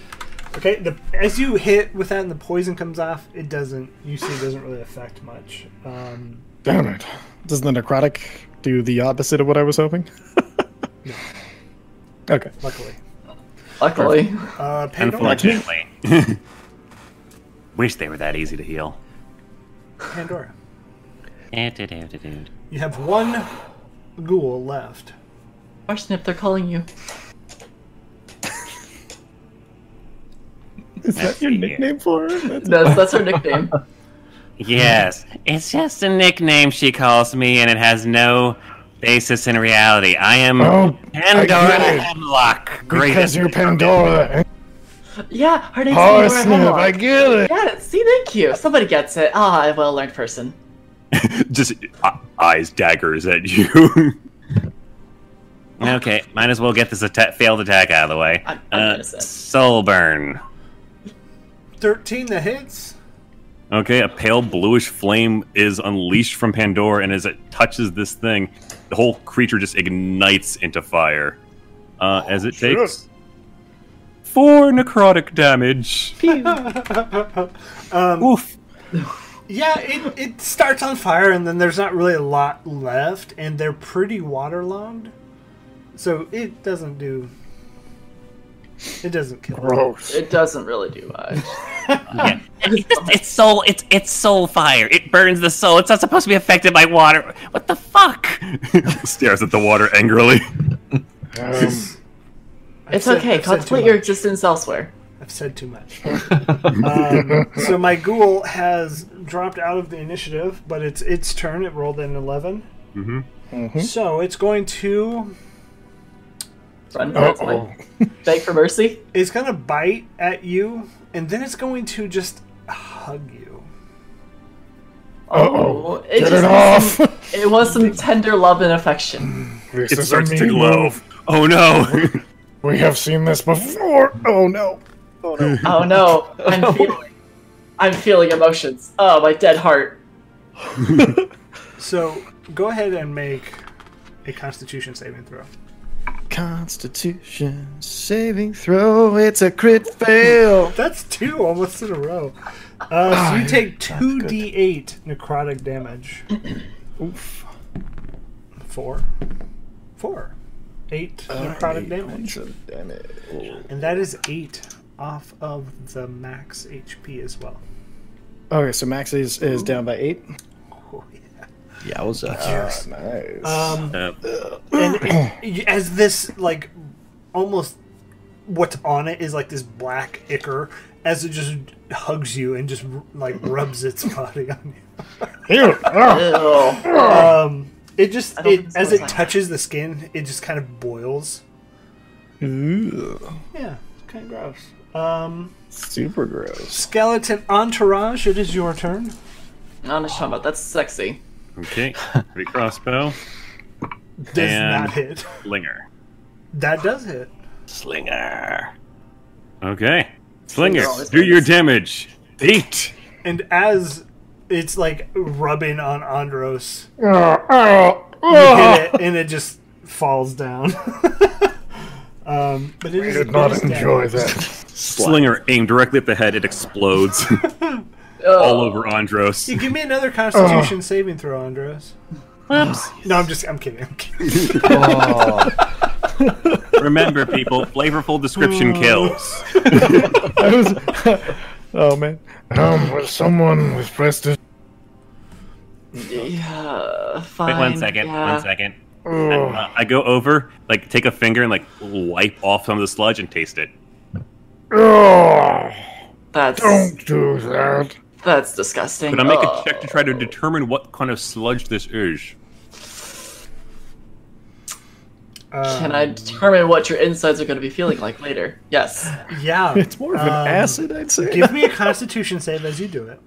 A: Okay. The, as you hit with that and the poison comes off, it doesn't. You see, it doesn't really affect much. Um,
I: Damn it. Doesn't the necrotic do the opposite of what I was hoping? Okay.
A: luckily.
F: Luckily,
A: Uh, Pandora.
S: Unfortunately.
E: Wish they were that easy to heal.
A: Pandora.
E: Eh, do, do, do, do.
A: You have one ghoul left.
F: Parsnip, they're calling you.
D: Is that your nickname for her? That's-
F: That's, that's her nickname.
H: Yes, it's just a nickname she calls me, and it has no basis in reality. I am
I: Oh,
H: Pandora
I: I get it.
H: Hemlock.
I: Because
H: greatest-
I: you're Pandora.
F: Yeah, her name's Pandora
I: Parsnip,
F: Hemlock.
I: I get it.
F: Yeah, see, thank you. Somebody gets it. Ah, a well-learned person.
E: Just uh, eyes daggers at you.
H: Okay, might as well get this atta- failed attack out of the way.
F: I'm- I'm
H: uh,
F: innocent.
H: soul burn.
A: 13 that hits.
E: Okay, a pale bluish flame is unleashed from Pandora, and as it touches this thing, the whole creature just ignites into fire. Uh, as it
I: shit.
E: takes four necrotic damage. Oof.
A: Yeah, it, it starts on fire, and then there's not really a lot left, and they're pretty waterlogged. So it doesn't do. It doesn't kill.
I: Gross.
F: It doesn't really do much.
H: It's, just- it's soul. It's it's soul fire. It burns the soul. It's not supposed to be affected by water. What the fuck?
E: Stares at the water angrily.
I: Um,
A: I've
F: It's
A: said-
F: okay.
A: I've said too
F: Contemplate your
A: much.
F: existence elsewhere.
A: I've said too much. um, so my ghoul has dropped out of the initiative, but it's its turn. It rolled an 11.
E: Mhm.
A: So it's going to.
F: Run for its
I: uh-oh.
F: life. Beg for mercy.
A: It's going to bite at you, and then it's going to just hug you.
I: Uh-oh.
F: it
I: Oh. Get
F: just
I: it
F: needs
I: off.
F: some- it was some tender love and affection.
I: This
E: It
I: is a
E: starts to
I: mean
E: glow.
I: move.
E: Oh no!
I: We have seen this before. Oh no.
F: Oh no, I'm feeling, I'm feeling emotions. Oh, my dead heart.
A: So go ahead and make a Constitution saving throw.
D: Constitution saving throw. It's a crit fail.
A: That's two almost in a row. Uh, so you take two d eight necrotic damage.
D: Oof.
A: Four, four, eight necrotic damage,
D: Damn it.
A: and that is eight off of the max HP as well.
D: Okay, so Max is, is down by eight.
A: Oh, yeah.
C: Yeah, I was uh,
D: Nice.
A: Um,
E: Uh,
A: and it- as this like almost what's on it is like this black ichor as it just hugs you and just like rubs its body on you.
I: Ew. Ah.
F: Ew.
A: Um, it just
F: I don't think
A: it,
F: this
A: as it
F: was like-
A: touches the skin, it just kind of boils. Yeah, it's kind of gross. Um,
D: super gross.
A: skeleton entourage, it is your turn.
F: Anishama, that's sexy.
E: okay, heavy crossbow,
A: Does
E: And-
A: not hit.
E: slinger.
A: That does hit.
H: Slinger.
E: Okay, slinger,
F: Slinger
I: Oh,
F: always
E: do your
F: hits.
E: damage. Eight.
A: And as it's like rubbing on Andros,
I: Ah, ah,
A: you
I: ah.
A: hit it and it just falls down. um, but it
I: I
A: is
I: did
A: it is
I: not
A: damage.
I: enjoy that.
E: Slinger aimed directly at the head. It explodes all over Andros.
A: You give me another Constitution saving throw, Andros. No, I'm just I'm kidding. I'm kidding.
E: Remember, people, flavorful description kills.
D: I was- oh man.
I: Um, with someone with prestige.
F: Yeah, fine.
H: Wait one second.
F: yeah.
H: One second.
I: Oh,
E: Uh, I go over, like, take a finger and like wipe off some of the sludge and taste it.
I: oh,
F: That's
I: don't do that.
F: that's disgusting.
E: But I make a
F: Ugh.
E: check to try to determine what kind of sludge this is.
A: Um,
F: Can I determine what your insides are going to be feeling like later? Yes.
A: Yeah.
D: It's more of an
A: um,
D: acid, I'd say.
A: give me a Constitution save as you do it.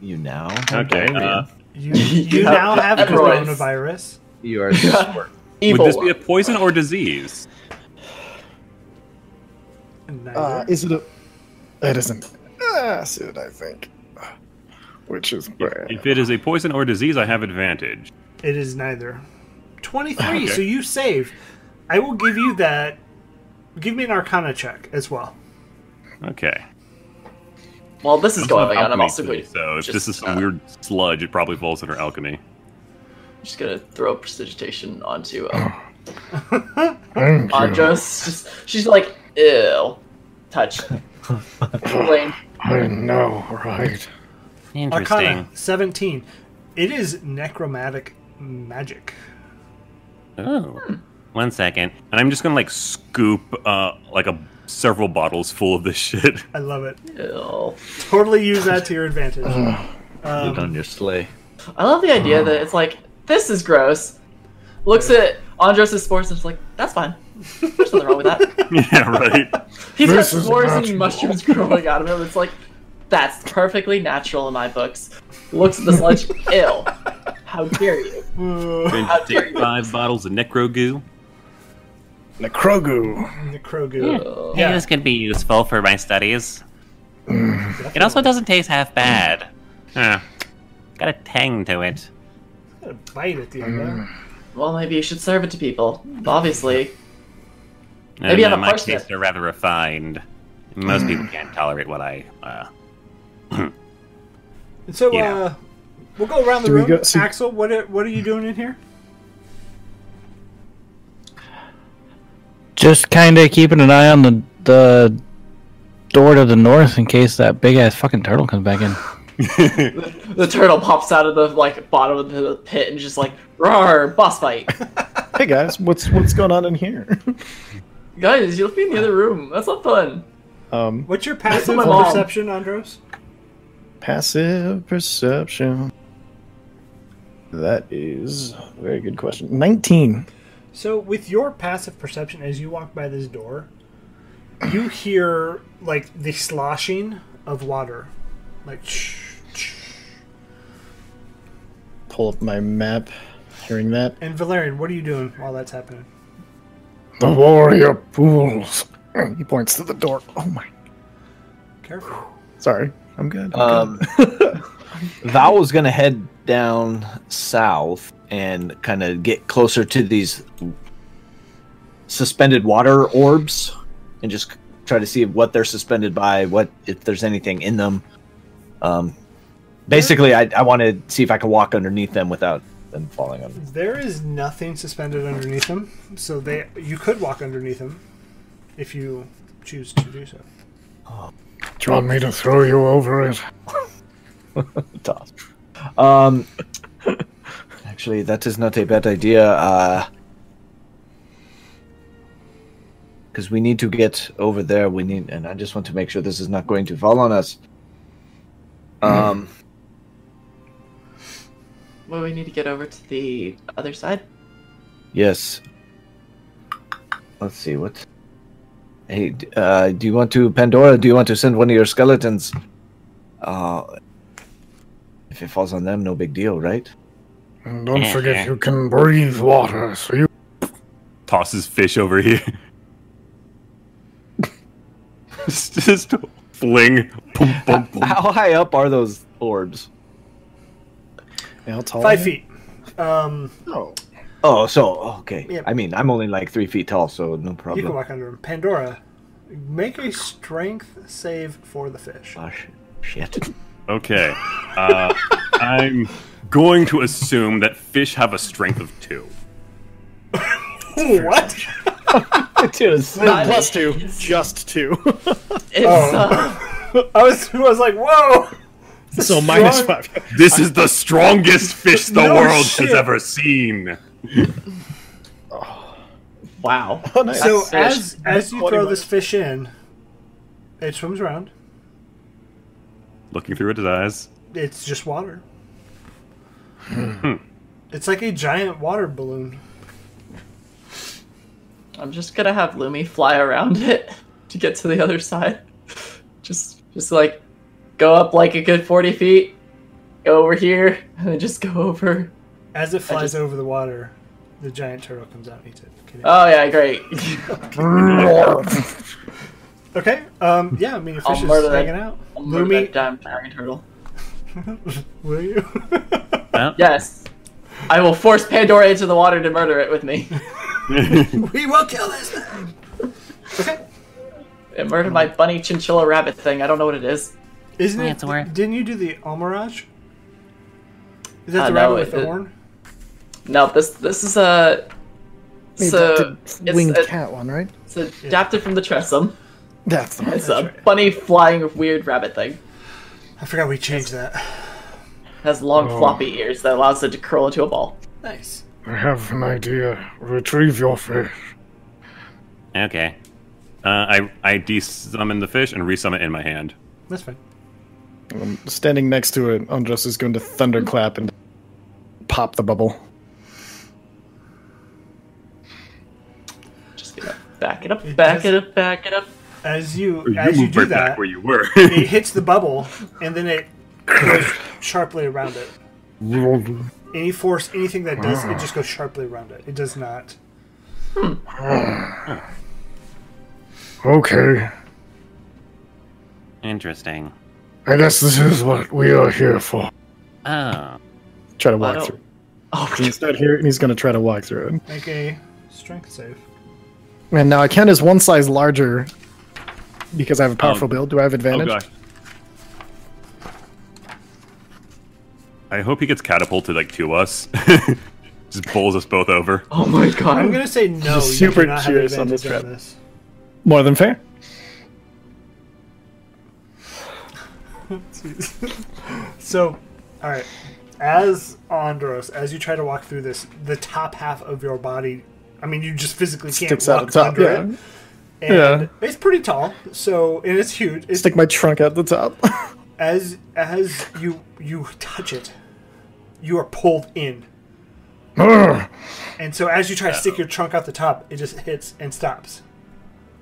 C: you now.
E: Okay. Uh,
A: You, you
F: Yeah.
A: now have
F: Everyone's-
A: coronavirus.
C: You are just work.
E: would
F: Evil.
E: this be a poison or disease?
A: Neither.
D: Uh, is it a? It isn't acid, I think.
I: Which is bad.
E: If it is a poison or disease, I have advantage.
A: it is neither. 23,
E: Okay.
A: so you save. I will give you that. Give me an arcana check as well.
E: Okay.
F: Well, this is going on. I'm
E: Alchemy
F: also
E: too,
F: going.
E: so if
F: just,
E: this is some
F: uh,
E: weird sludge, it probably falls under alchemy.
F: Just gonna throw prestidigitation onto um,
I: Thank you.
F: Andros. Just she's like, ew, touch. Plain.
I: I know, right?
H: Interesting.
A: Arcana 17. It is necromantic magic.
H: Oh, one second,
E: And I'm just gonna like scoop uh like a several bottles full of this shit.
A: I love it.
F: Ew.
A: Totally use that to your advantage.
D: Uh-huh.
A: Um,
C: Look on your sleigh.
F: I love the idea that it's like, this is gross. Looks at Andros' sports and is like, that's fine. There's nothing wrong with that.
E: yeah, right.
F: He's got
I: This is
F: spores and
I: natural.
F: mushrooms growing out of him. It's like, that's perfectly natural in my books. Looks at the sludge, ill. How dare you?
E: And
F: How dare
E: take
F: you?
E: five bottles of necro goo.
I: Necrogu.
A: The Krogu.
H: Hey, this could be useful for my studies. it also doesn't taste half bad.
E: Yeah.
H: Got a tang to it.
A: Got a bite at the end
D: Mm.
A: there.
F: Well, maybe you should serve it to people. Obviously.
H: No,
F: Maybe
H: no,
F: on a
H: my
F: parsnip.
H: tastes are rather refined. Most people can't tolerate what I. Uh,
A: And so
H: Yeah.
A: uh, we'll go around the
D: Do we
A: room.
D: go- so-
A: Axel, what are, what are you doing in here?
G: Just kind of keeping an eye on the the door to the north in case that big ass fucking turtle comes back in.
F: The turtle pops out of the like bottom of the pit and just like, roar, boss fight.
D: Hey guys, what's what's going on in here?
F: Guys, you left me in the other room. That's not fun.
D: Um,
A: What's your passive
F: my mom.
A: perception, Andros?
D: passive perception. That is a very good question. Nineteen.
A: So, with your passive perception, as you walk by this door, you hear like the sloshing of water, like shh, shh.
D: Pull up my map. Hearing that,
A: And Valerian, what are you doing while that's happening?
I: The warrior pools. He points to the door. Oh my.
A: Careful.
D: Sorry, I'm good. I'm
I: Uh,
C: Um, Val was gonna head down south and kind of get closer to these suspended water orbs and just try to see what they're suspended by, what if there's anything in them. Um, basically, I, I want to see if I can walk underneath them without them falling on.
A: There is nothing suspended underneath him, so they you could walk underneath him if you choose to do so.
I: Do you want me to throw you over it?
C: toss. Um, actually, that is not a bad idea. uh, Because we need to get over there. We need, and I just want to make sure this is not going to fall on us. Um,
F: Well, we need to get over to the other side.
C: yes. Let's see what. Hey, d- uh, do you want to Pandora? Do you want to send one of your skeletons? Uh, if it falls on them, no big deal, right?
I: And don't forget you can breathe water, so you
E: Tosses fish over here. just, just fling. Boom, boom, boom.
C: How high up are those orbs?
D: good. How tall am
A: Five
D: I?
A: feet. Um,
D: Oh,
C: Oh, so okay.
A: Yep.
C: I mean, I'm only like three feet tall, so no
A: you can
C: problem.
A: walk under him. Pandora, make a strength save for the fish.
C: Oh, sh- shit.
E: Okay. Uh, I'm going to assume that fish have a strength of two.
A: what?
D: not plus two, just two.
F: It's,
I: Oh.
F: uh,
A: I was I was like, whoa.
D: so minus five.
E: This is the strongest fish the
A: No
E: world
A: shit.
E: has ever seen.
F: wow.
D: Oh, nice.
A: So
F: That's
A: as as you
D: Twenty
A: throw
D: miles.
A: this fish in, it swims around.
E: Looking through its eyes.
A: It's just water. it's like a giant water balloon.
F: I'm just gonna have Lumi fly around it to get to the other side. Just, just like, go up like a good 40 feet, go over here, and then just go over.
A: As it flies
F: just-
A: over the water, the giant turtle comes out and eats it. Kidding.
F: Oh yeah, great.
A: okay. Um. Yeah. I mean, your
F: I'll
A: fish is
F: murder that-
A: hanging out.
F: I'll murder that
A: Lumi,
F: damn dragon turtle.
A: will you?
H: well,
F: Yes, I will force Pandora into the water to murder it with me.
A: we will kill this thing. Okay.
F: It murdered my bunny chinchilla rabbit thing. I don't know what it is.
A: Isn't
H: Yeah,
A: it?
H: it's a word.
A: Didn't you do the Almirage? Is that
F: Uh,
A: the
F: no,
A: rabbit
F: it-
A: with the
F: it-
A: horn?
F: No, this this is a so it's,
D: winged
F: it's-
D: cat one, right?
F: it's adapted from the Tressum.
D: That's the one.
F: It's a bunny flying weird rabbit thing.
A: I forgot we changed that. Oh.
F: It has long floppy ears that allows it to curl into a ball.
A: Nice.
I: I have an idea. Retrieve your fish.
H: Okay.
E: Uh, I I desummon the fish and resummon it in my hand.
A: That's fine.
D: Um, standing next to it, Andros is going to thunderclap and pop the bubble.
F: Just gonna back it up, back it up, back it up.
A: As you, as you do
E: right
A: that,
E: back where you were.
A: it hits the bubble and then it goes sharply around it. Any force, anything that does, it just goes sharply around it. It does not.
I: Okay.
H: Interesting.
I: I guess this is what we are here for.
H: Oh.
D: Try to
F: I
D: walk
F: don't-
D: through.
F: Oh,
D: He's not here, and he's going to try to walk through it.
A: Make a strength save.
D: And now I count as one size larger because I have a powerful
E: Um,
D: build. Do I have
E: Oh
D: advantage?
E: gosh. I hope he gets catapulted like to us. Just bowls us both over.
F: oh my god.
A: I'm gonna say no.
D: Just
A: you
D: super
A: do not have
D: curious on this
A: advantage on
D: trip.
A: this.
D: More than fair.
A: So, all right. As Andros, as you try to walk through this, the top half of your body, I mean, you just physically can't
D: Sticks
A: walk
D: out the top.
A: under
D: Yeah.
A: it. And
D: Yeah.
A: It's pretty tall, so and it's huge. It's,
D: Stick my trunk out the top.
A: as as you you touch it, you are pulled in,
I: Ugh.
A: and so as you try to stick your trunk out the top, it just hits and stops.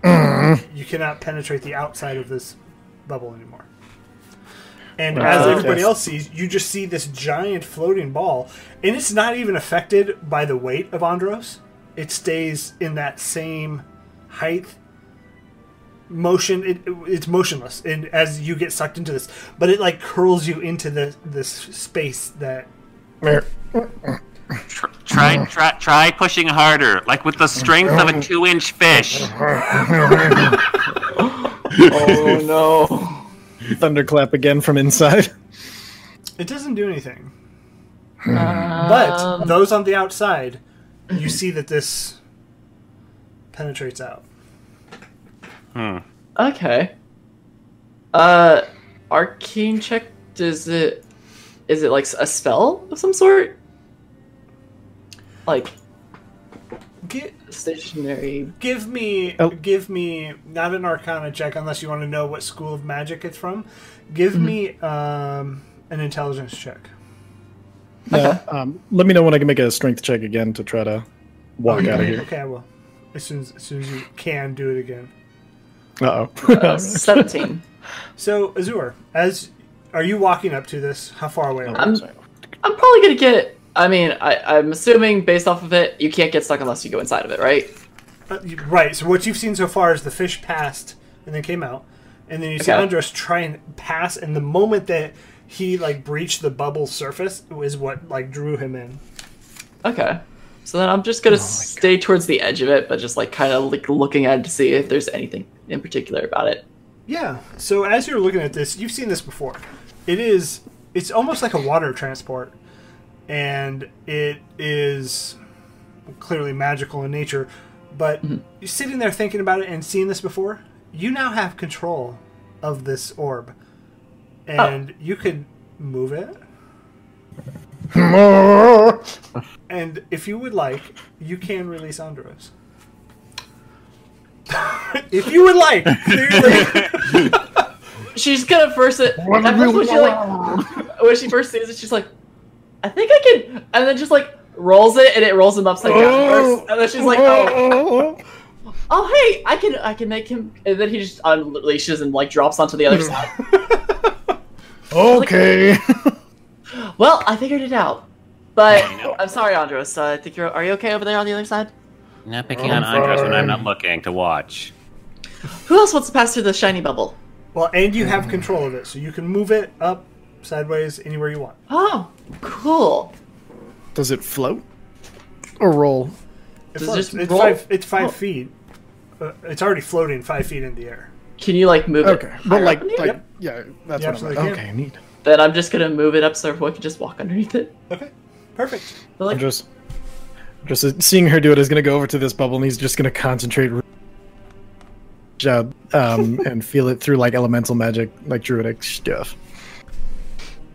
A: You cannot penetrate the outside of this bubble anymore. And as
D: okay.
A: everybody else sees, you just see this giant floating ball, and it's not even affected by the weight of Andros. It stays in that same height motion it, it's motionless and as you get sucked into this but it like curls you into the this space that
H: Tr- try, try, try pushing harder, like with the strength of a two-inch fish.
D: oh no. Thunderclap again from inside.
A: it doesn't do anything
F: Um.
A: but those on the outside you see that this penetrates out
F: Okay. Uh, arcane check. Does it? Is it like a spell of some sort? Like
A: Gi-
F: stationary?
A: give me
D: Oh.
A: give me not an arcana check unless you want to know what school of magic it's from give me um, an intelligence check
D: No, um, let me know when I can make a strength check again to try to walk out of here.
A: okay i will as soon as, as soon as you can do it again
D: Uh
F: Uh,
D: oh.
F: Seventeen.
A: So Azur, as are you walking up to this? How far away? Are
F: I'm. I'm probably gonna get. I mean, I, I'm assuming based off of it, you can't get stuck unless you go inside of it, right?
A: we? Uh, you- right. So what you've seen so far is the fish passed and then came out, and then you see
F: Okay.
A: Andros try and pass, and the moment that he like breached the bubble surface is what like drew him in.
F: Okay. So then I'm just gonna stay towards the edge of it, but just like kind of like looking at it to see if there's anything in particular about it.
A: Yeah. So as you're looking at this, you've seen this before. It is. It's almost like a water transport, and it is clearly magical in nature. But you're sitting there thinking about it and seeing this before, you now have control of this orb, and you could move it. And if you would like, you can release Andros. if you would like, clearly.
F: She's gonna first it. At first when she like when she first sees it, she's like, "I think I can," and then just like rolls it, and it rolls him upside down first, and then she's like, "Oh, oh, hey, I can, I can make him," and then he just unleashes and like drops onto the other side.
I: Okay.
F: Well, I figured it out, but I'm sorry, Andros. Uh, I think you're. Are you okay over there on the other side?
H: Not picking on Andros when I'm not looking to watch.
F: Who else wants to pass through the shiny bubble?
A: Well, and you have control of it, so you can move it up, sideways, anywhere you want.
F: Oh, cool.
D: Does it float or roll?
A: It
F: Does it
A: floats.
F: just
A: it's
F: roll?
A: five. It's five
F: Oh.
A: feet. Uh, it's already floating five feet in the air.
F: Can you like move
D: Okay.
F: it?
D: But
F: higher
D: like,
F: up in the air?
D: like yeah, that's
A: You
D: what I'm
A: absolutely
D: like.
A: can.
D: Okay, neat.
F: then I'm just gonna move it up so everyone can just walk underneath it.
A: Okay, perfect.
F: But, like,
D: Andros, just uh, seeing her do it is going to go over to this bubble and he's just going to concentrate job um, and feel it through like elemental magic, like druidic stuff.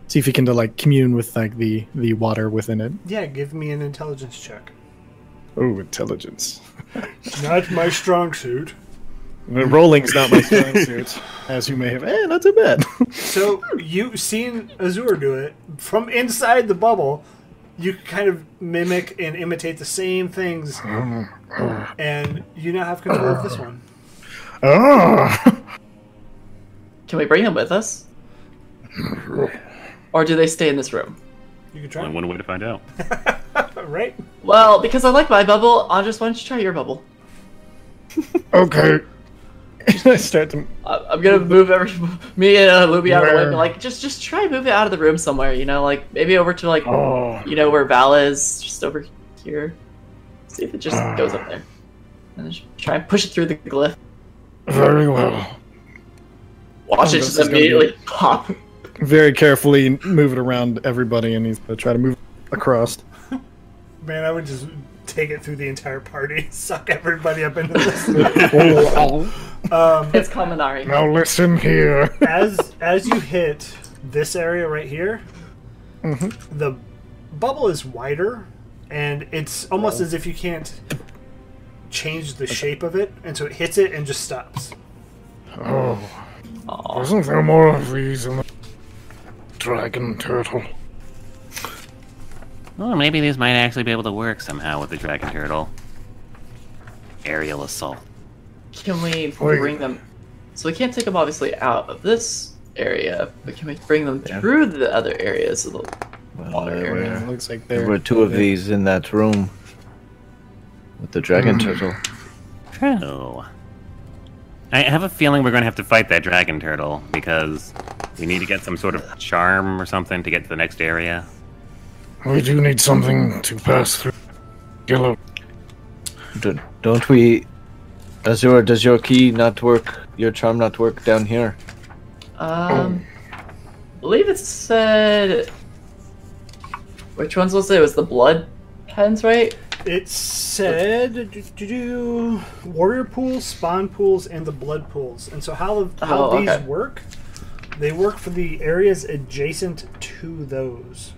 I: See if you can to like commune with like the the water within it.
A: Yeah, give me an intelligence check.
I: Oh, intelligence.
A: Not my strong suit.
I: Uh, Rolling's not my strong suit, as you may have. Eh, not too bad.
A: So you seen Azur do it from inside the bubble. You kind of mimic and imitate the same things, and you now have control of this one.
D: Ah!
F: Can we bring them with us? Or do they stay in this room?
A: You can
T: Only
A: try,
T: one way to find out.
A: right?
F: Well, because I like my bubble, Andres, why don't you try your bubble?
D: Okay.
I: I start to.
F: I- I'm gonna move every me and uh, Luby out of the way. and
D: Where?
F: be Like, just just try and move it out of the room somewhere. You know, like maybe over to like
D: Oh.
F: you know where Val is, just over here. See if it just goes up there, and then just try and push it through the glyph.
D: Very well.
F: Watch it
I: Oh, this
F: just
I: is gonna be-
F: immediately pop.
I: very carefully move it around everybody and he's gonna try to move across.
A: Man, I would just take it through the entire party, suck everybody up into this.
F: It's Kaminari.
D: Now listen here.
A: as as you hit this area right here,
F: Mm-hmm.
A: the bubble is wider, and it's almost
F: Oh.
A: as if you can't change the shape of it, and so it hits it and just stops.
D: Oh. Wasn't there more of these in the dragon turtle?
E: Well, maybe these might actually be able to work somehow with the dragon turtle. Aerial assault.
F: Can we
D: Wait.
F: bring them? So we can't take them obviously out of this area, but can we bring them through the other areas of the water area?
I: It looks like
C: There were
I: they're
C: two of these in that room with the dragon turtle.
E: True.
T: Oh.
E: I have a feeling we're going to have to fight that dragon turtle because we need to get some sort of charm or something to get to the next area.
D: We do need something to pass through. Yellow.
C: Do, don't we? Azura, does your key not work? Your charm not work down here?
F: Um, believe it said. Which ones was it? It was the blood pens, right?
A: It said do, do, do, warrior pools, spawn pools, and the blood pools. And so how the- how
F: Oh,
A: these
F: okay.
A: work? They work for the areas adjacent to those.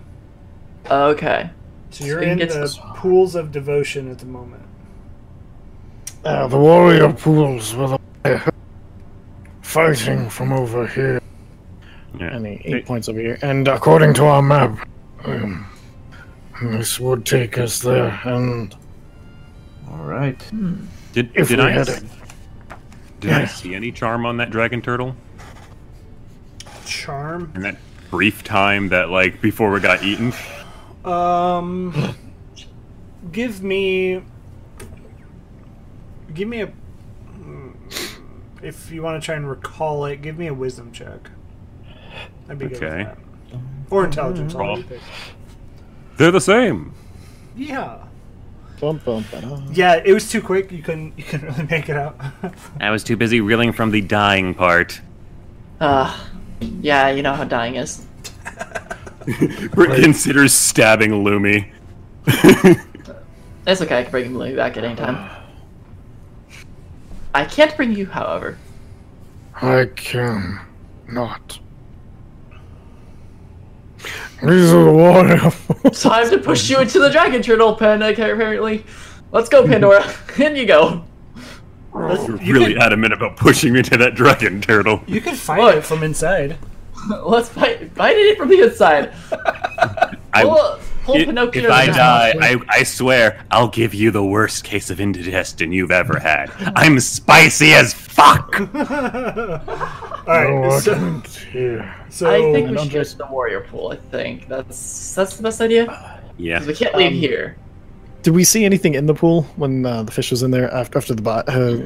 F: Okay.
A: So you're
F: So you
A: in
F: get
A: the
F: to-
A: pools of devotion at the moment.
D: Ah, the warrior pools were the fighting from over here.
T: Yeah.
I: and he- eight points over here.
D: And according to our map, um, this would take us there. And
C: All right.
T: Did,
D: if
T: did
D: we
T: I
D: had
T: s-
D: a
T: did I see any charm on that dragon turtle
A: Charm.
T: in that brief time that like before we got eaten?
A: Um, give me, give me a. If you want to try and recall it, give me a wisdom check. I'd be good
T: Okay.
A: with that. Or intelligence. I'll let you pick.
T: They're the same.
A: Yeah.
I: Bum, bum, ba-dum.
A: Yeah. It was too quick. You couldn't. You couldn't really make it out.
E: I was too busy reeling from the dying part.
F: Uh, yeah, you know how dying is.
T: Britt considers stabbing Lumi.
F: It's okay, I can bring Lumi back at any time. I can't bring you, however.
D: I can not. These are the warrior pools.
F: So I have to push you into the dragon turtle pen, okay, apparently. Let's go, Pandora. In you go.
T: You're
A: You
T: really
A: could-
T: adamant about pushing me to that dragon turtle.
A: you could find
F: Look.
A: it from inside.
F: Let's fight, fight it from the inside.
E: I,
F: Pull, pull
T: If-
F: Pinocchio.
E: if I
F: down.
E: die, I, I swear I'll give you the worst case of indigestion you've ever had. I'm spicy as fuck.
A: All right.
D: No, I
A: so,
D: can't here.
A: so
F: I think we should go
I: And Andres-
F: to the warrior pool. I think that's that's the best idea. 'Cause
E: Yeah.
F: we can't leave
I: Um,
F: here.
I: Did we see anything in the pool when uh, the fish was in there after, after the bot? Uh,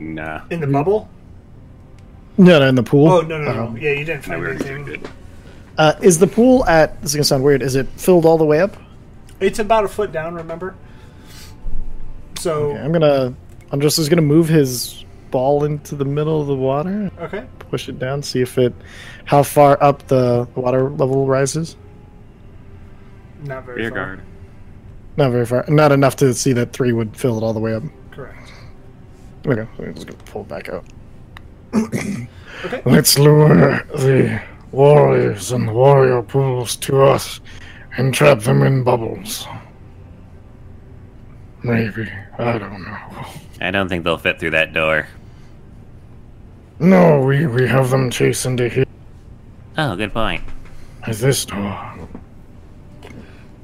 T: Nah.
A: in the bubble.
I: no, no, in the pool.
A: Oh no no no!
I: Um,
A: yeah, you didn't
T: No,
A: find
T: we already
A: anything.
T: checked it.
I: Uh, is the pool at? This is gonna sound weird. Is it filled all the way up?
A: It's about a foot down. Remember. So
I: Okay, I'm gonna. I'm just is gonna move his ball into the middle of the water,
A: okay.
I: push it down, see if it, how far up the water level rises.
A: Not very
T: Rear
A: far.
T: guard.
I: Not very far. Not enough to see that three would fill it all the way up.
A: Correct.
I: Okay, I'm just gonna pull it back out.
A: Okay.
D: Let's lure the warriors and warrior pools to us and trap them in bubbles. Maybe. I don't know.
E: I don't think they'll fit through that door.
D: No, we, we have them chase into here
E: Oh, good point.
D: at this door.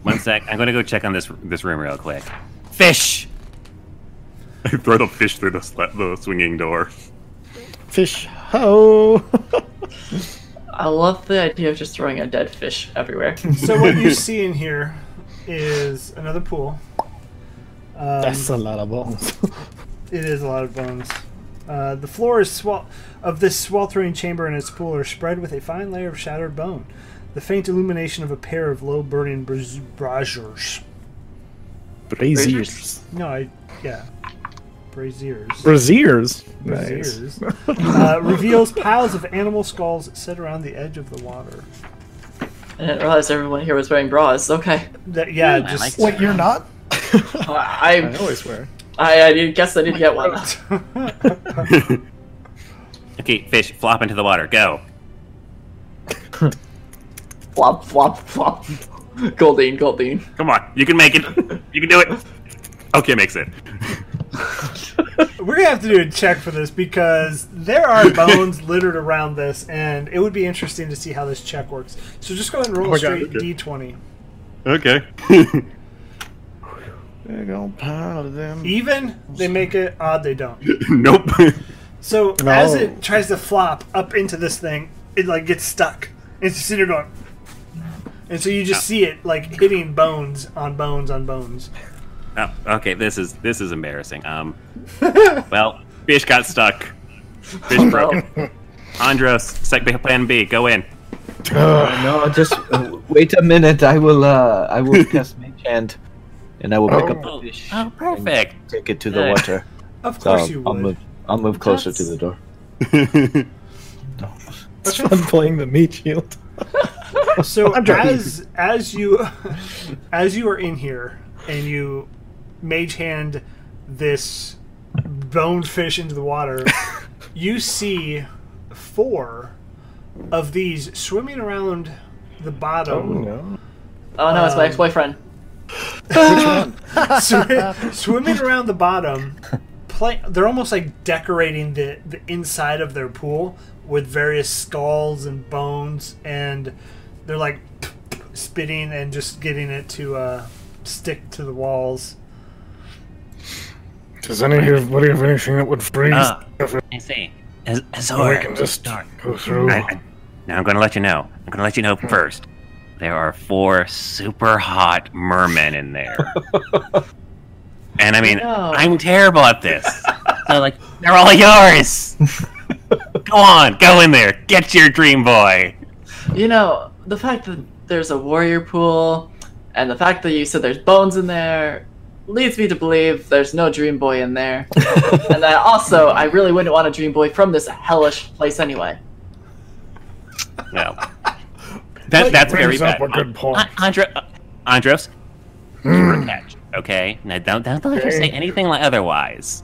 E: One sec. I'm gonna go check on this this room real quick. Fish.
U: I throw the fish through the, sla- the swinging door.
I: Fish ho!
F: I love the idea of just throwing a dead fish everywhere.
A: So what you see in here is another pool. Um,
I: That's a lot of balls.
A: It is a lot of bones. Uh, the floor is swel- of this sweltering chamber and its pool are spread with a fine layer of shattered bone, the faint illumination of a pair of low burning braz- braziers.
I: Braziers.
A: No, I yeah, braziers.
I: Braziers.
A: Braziers. uh, reveals piles of animal skulls set around the edge of the water.
F: I didn't realize everyone here was wearing bras. Okay. Uh,
A: That, yeah,
E: I
A: just
E: like
A: like
E: that.
I: you're not? I Oh
F: I
I: always wear.
F: I, I need- guess I need to get one.
E: Okay, fish, flop into the water. Go.
F: Flop, flop, flop. Goldine, Goldine.
U: Come on, you can make it. You can do it. Okay, makes it.
A: We're gonna have to do a check for this because there are bones littered around this, and it would be interesting to see how this check works. So just go ahead and roll
I: Oh my
A: a
I: God,
A: straight
U: okay.
A: D twenty.
U: Okay.
I: Big old pile of them.
A: Even they make it odd, they don't.
U: nope.
A: So as
I: No.
A: it tries to flop up into this thing, it like gets stuck. It's just sitting there going, and so you just see it like hitting bones on bones on bones.
E: Oh, okay, this is this is embarrassing. Um, well, fish got stuck. Fish broken. Andros, sec plan B. Go in.
D: Uh,
C: No, just uh, wait a minute. I will. Uh, I will cast mage hand, and I will pick up
E: Oh,
C: the fish.
E: oh,
C: and
E: perfect.
C: Take it to the
E: Yeah.
C: water.
A: Of course
C: So
A: you
C: I'll
A: would.
C: move. I'll move closer
F: That's-
C: to the door.
I: It's fun playing the meat shield.
A: So
I: I'm joking.
A: as as you as you are in here and you mage hand this bone fish into the water, you see four of these swimming around the bottom,
I: no.
F: Oh no, it's
I: Um,
F: my ex-boyfriend.
A: swi- swimming around the bottom. Play, they're almost like decorating the the inside of their pool with various skulls and bones, and they're like spitting and just getting it to uh, stick to the walls.
D: does anybody have anything that would freeze?
E: Ah.
D: if it-
E: I see. Az-
D: or
E: Azor.
D: we can just
E: Darn.
D: go through.
E: I, I, now I'm gonna let you know. I'm gonna let you know first. There are four super hot mermen in there. and I mean,
F: No.
E: I'm terrible at this. so like, they're all yours. go on, go in there. Get your dream boy.
F: You know, the fact that there's a warrior pool and the fact that you said there's bones in there leads me to believe there's no dream boy in there. and I also I really wouldn't want a dream boy from this hellish place anyway.
E: No. That, that's very
D: brings up
E: bad.
D: a good point. Hmm.
E: An- Andro- uh, Andros, you're a catch. Okay, now don't don't let her say anything like otherwise.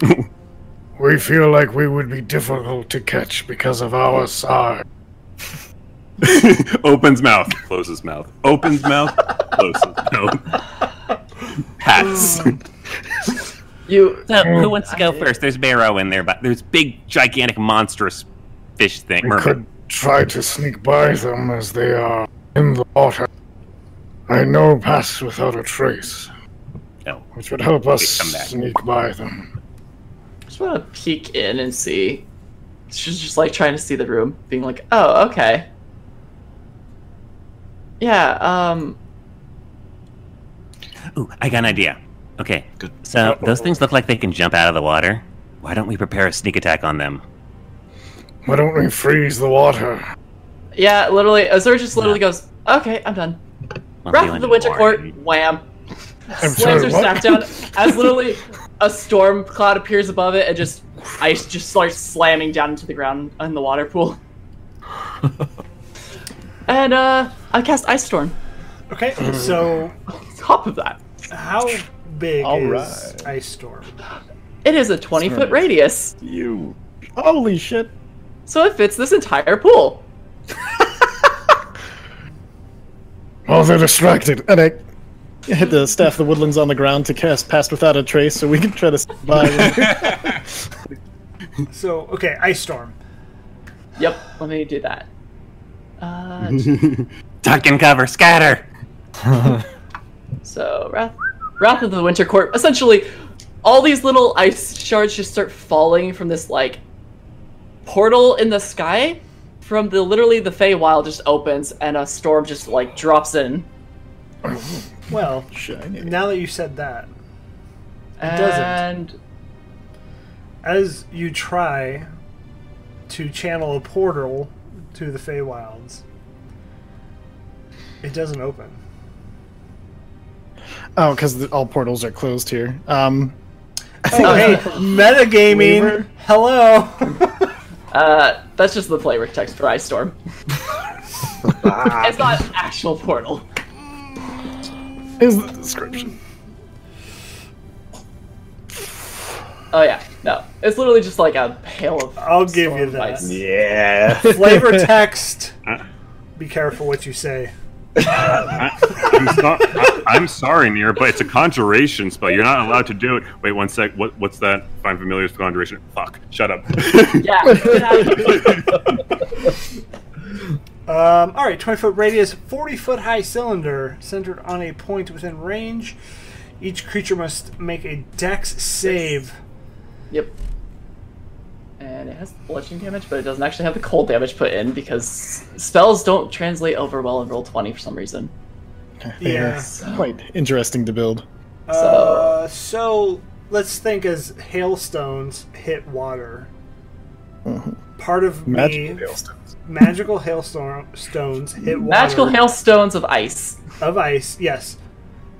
D: We feel like we would be difficult to catch because of our size.
U: Opens mouth. Closes mouth. Opens mouth. Closes mouth.
E: Pass.
D: Hmm.
F: You
E: So who wants to go first? There's Barrow in there, but there's big, gigantic, monstrous fish thing.
D: We
E: mermaid.
D: could try to sneak by them as they are in the water. I know pass without a trace,
E: No.
D: which would help us
E: come back.
D: sneak by them.
F: just wanna peek in and see. She's just like trying to see the room, being like, Oh, okay. Yeah, um
E: Ooh, I got an idea. Okay, so those things look like they can jump out of the water. Why don't we prepare a sneak attack on them?
D: Why don't we freeze the water?
F: yeah, literally Azur just literally goes, Okay, I'm done.
E: Won't
F: Wrath
E: be
F: of the Winter Court,
E: boring.
F: wham.
D: I'm
F: slams her
D: sorry, what?
F: staff down as literally a storm cloud appears above it and just ice just starts slamming down into the ground in the water pool. and uh I cast ice storm
A: Okay, so
F: on top of that.
A: how big
I: All
A: is
I: right.
A: Ice Storm?
F: It is a 20 foot radius,
I: You. Holy shit.
F: so it fits this entire pool.
I: Oh, they're distracted. And I
D: Hit the staff of the woodlands on the ground to cast Pass Without a Trace so we can try to stop by.
A: So okay, ice storm.
F: Yep, let me do that. Uh,
H: Duck and cover, scatter.
F: So Wrath, Wrath of the Winter Court. Essentially, all these little ice shards just start falling from this like portal in the sky. From the literally the Feywild just opens and a storm just like drops in.
A: Well,
D: Shiny.
A: now that you said that, doesn't.
F: And
A: as you try to channel a portal to the Feywilds, it doesn't open.
D: Oh, because all portals are closed here. Um,
A: Oh, hey, metagaming.
D: Weaver?
A: Hello.
F: uh, that's just the flavor text for Ice Storm.
A: Ah.
F: it's not an actual portal.
D: is the description.
F: Oh yeah, no, it's literally just like a pail of.
A: I'll give you
F: storm
A: that.
F: ice.
C: Yeah.
A: Flavor text. Be careful what you say.
E: I, I'm, so- I, I'm sorry, Nier, but it's a conjuration spell. You're not allowed to do it. Wait one sec. What, what's that? Find familiar with conjuration. Fuck. Shut up.
F: Yeah. get out of here.
A: Um, all right, 20 foot radius, 40 foot high cylinder centered on a point within range. Each creature must make a dex save.
F: Yep. And it has bludgeoning damage, but it doesn't actually have the cold damage put in because spells don't translate over well in roll 20 for some reason.
A: Yeah.
D: Quite interesting to build.
A: Uh, so let's think as hailstones hit water.
F: Mm-hmm.
A: Part of me,
D: Magical hailstones.
A: magical hailstones hit water
F: Magical hailstones of ice.
A: of ice. Yes,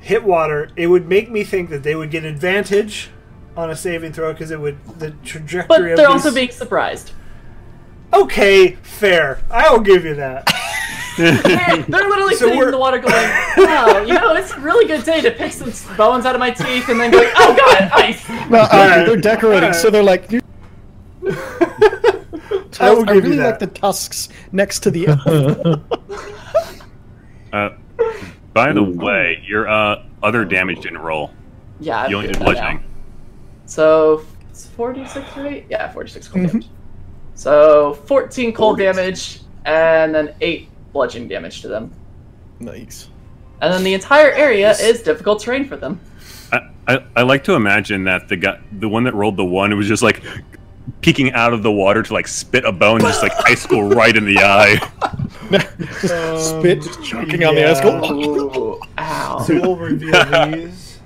A: hit water. It would make me think that they would get advantage on a saving throw because it would the
F: But
A: trajectory. of
F: they're
A: these-
F: also being surprised.
A: okay. Fair. I'll give you that.
F: They're literally
A: So
F: sitting
A: we're-
F: in the water going, wow, you know, it's a really good day to pick some bones out of my teeth and then going, oh god, ice!
D: No,
A: right.
D: they're decorating,
A: All right.
D: so they're like, you
A: I will
D: I
A: give
D: really
A: you
D: like
A: that.
D: the tusks next to the.
E: Uh, by the way, your uh, other damage didn't roll.
F: Yeah, I'm
E: You only
F: good
E: did
F: at that now.
E: bludgeoning.
F: So, it's 46, right? Yeah, 46 cold
A: Mm-hmm.
F: damage. So, 14 cold damage and then 8 bludgeoning damage to them.
D: nice.
F: And then the entire area is difficult terrain for them.
E: I, I, I like to imagine that the guy, the one that rolled the one, was just like peeking out of the water to like spit a bone, just like ice school right in the eye.
A: Um,
D: Spit just choking on the ice. Go,
F: Ooh, ow.
A: So we'll reveal these.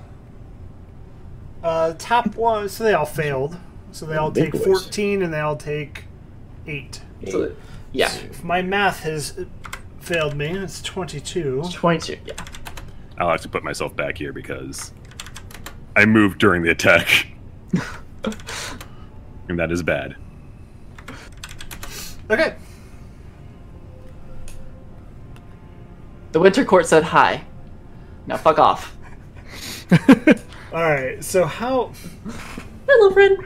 A: Uh, top one, so they all failed. So they all
C: Big
A: take
C: boys.
A: 14 and they all take 8.
F: So, yeah,
A: If my math has failed me, it's 22.
F: 22. Yeah.
E: I'll have to put myself back here because I moved during the attack, and that is bad.
A: Okay.
F: The Winter Court said hi. Now fuck off.
A: Alright, so how.
F: Hello, friend.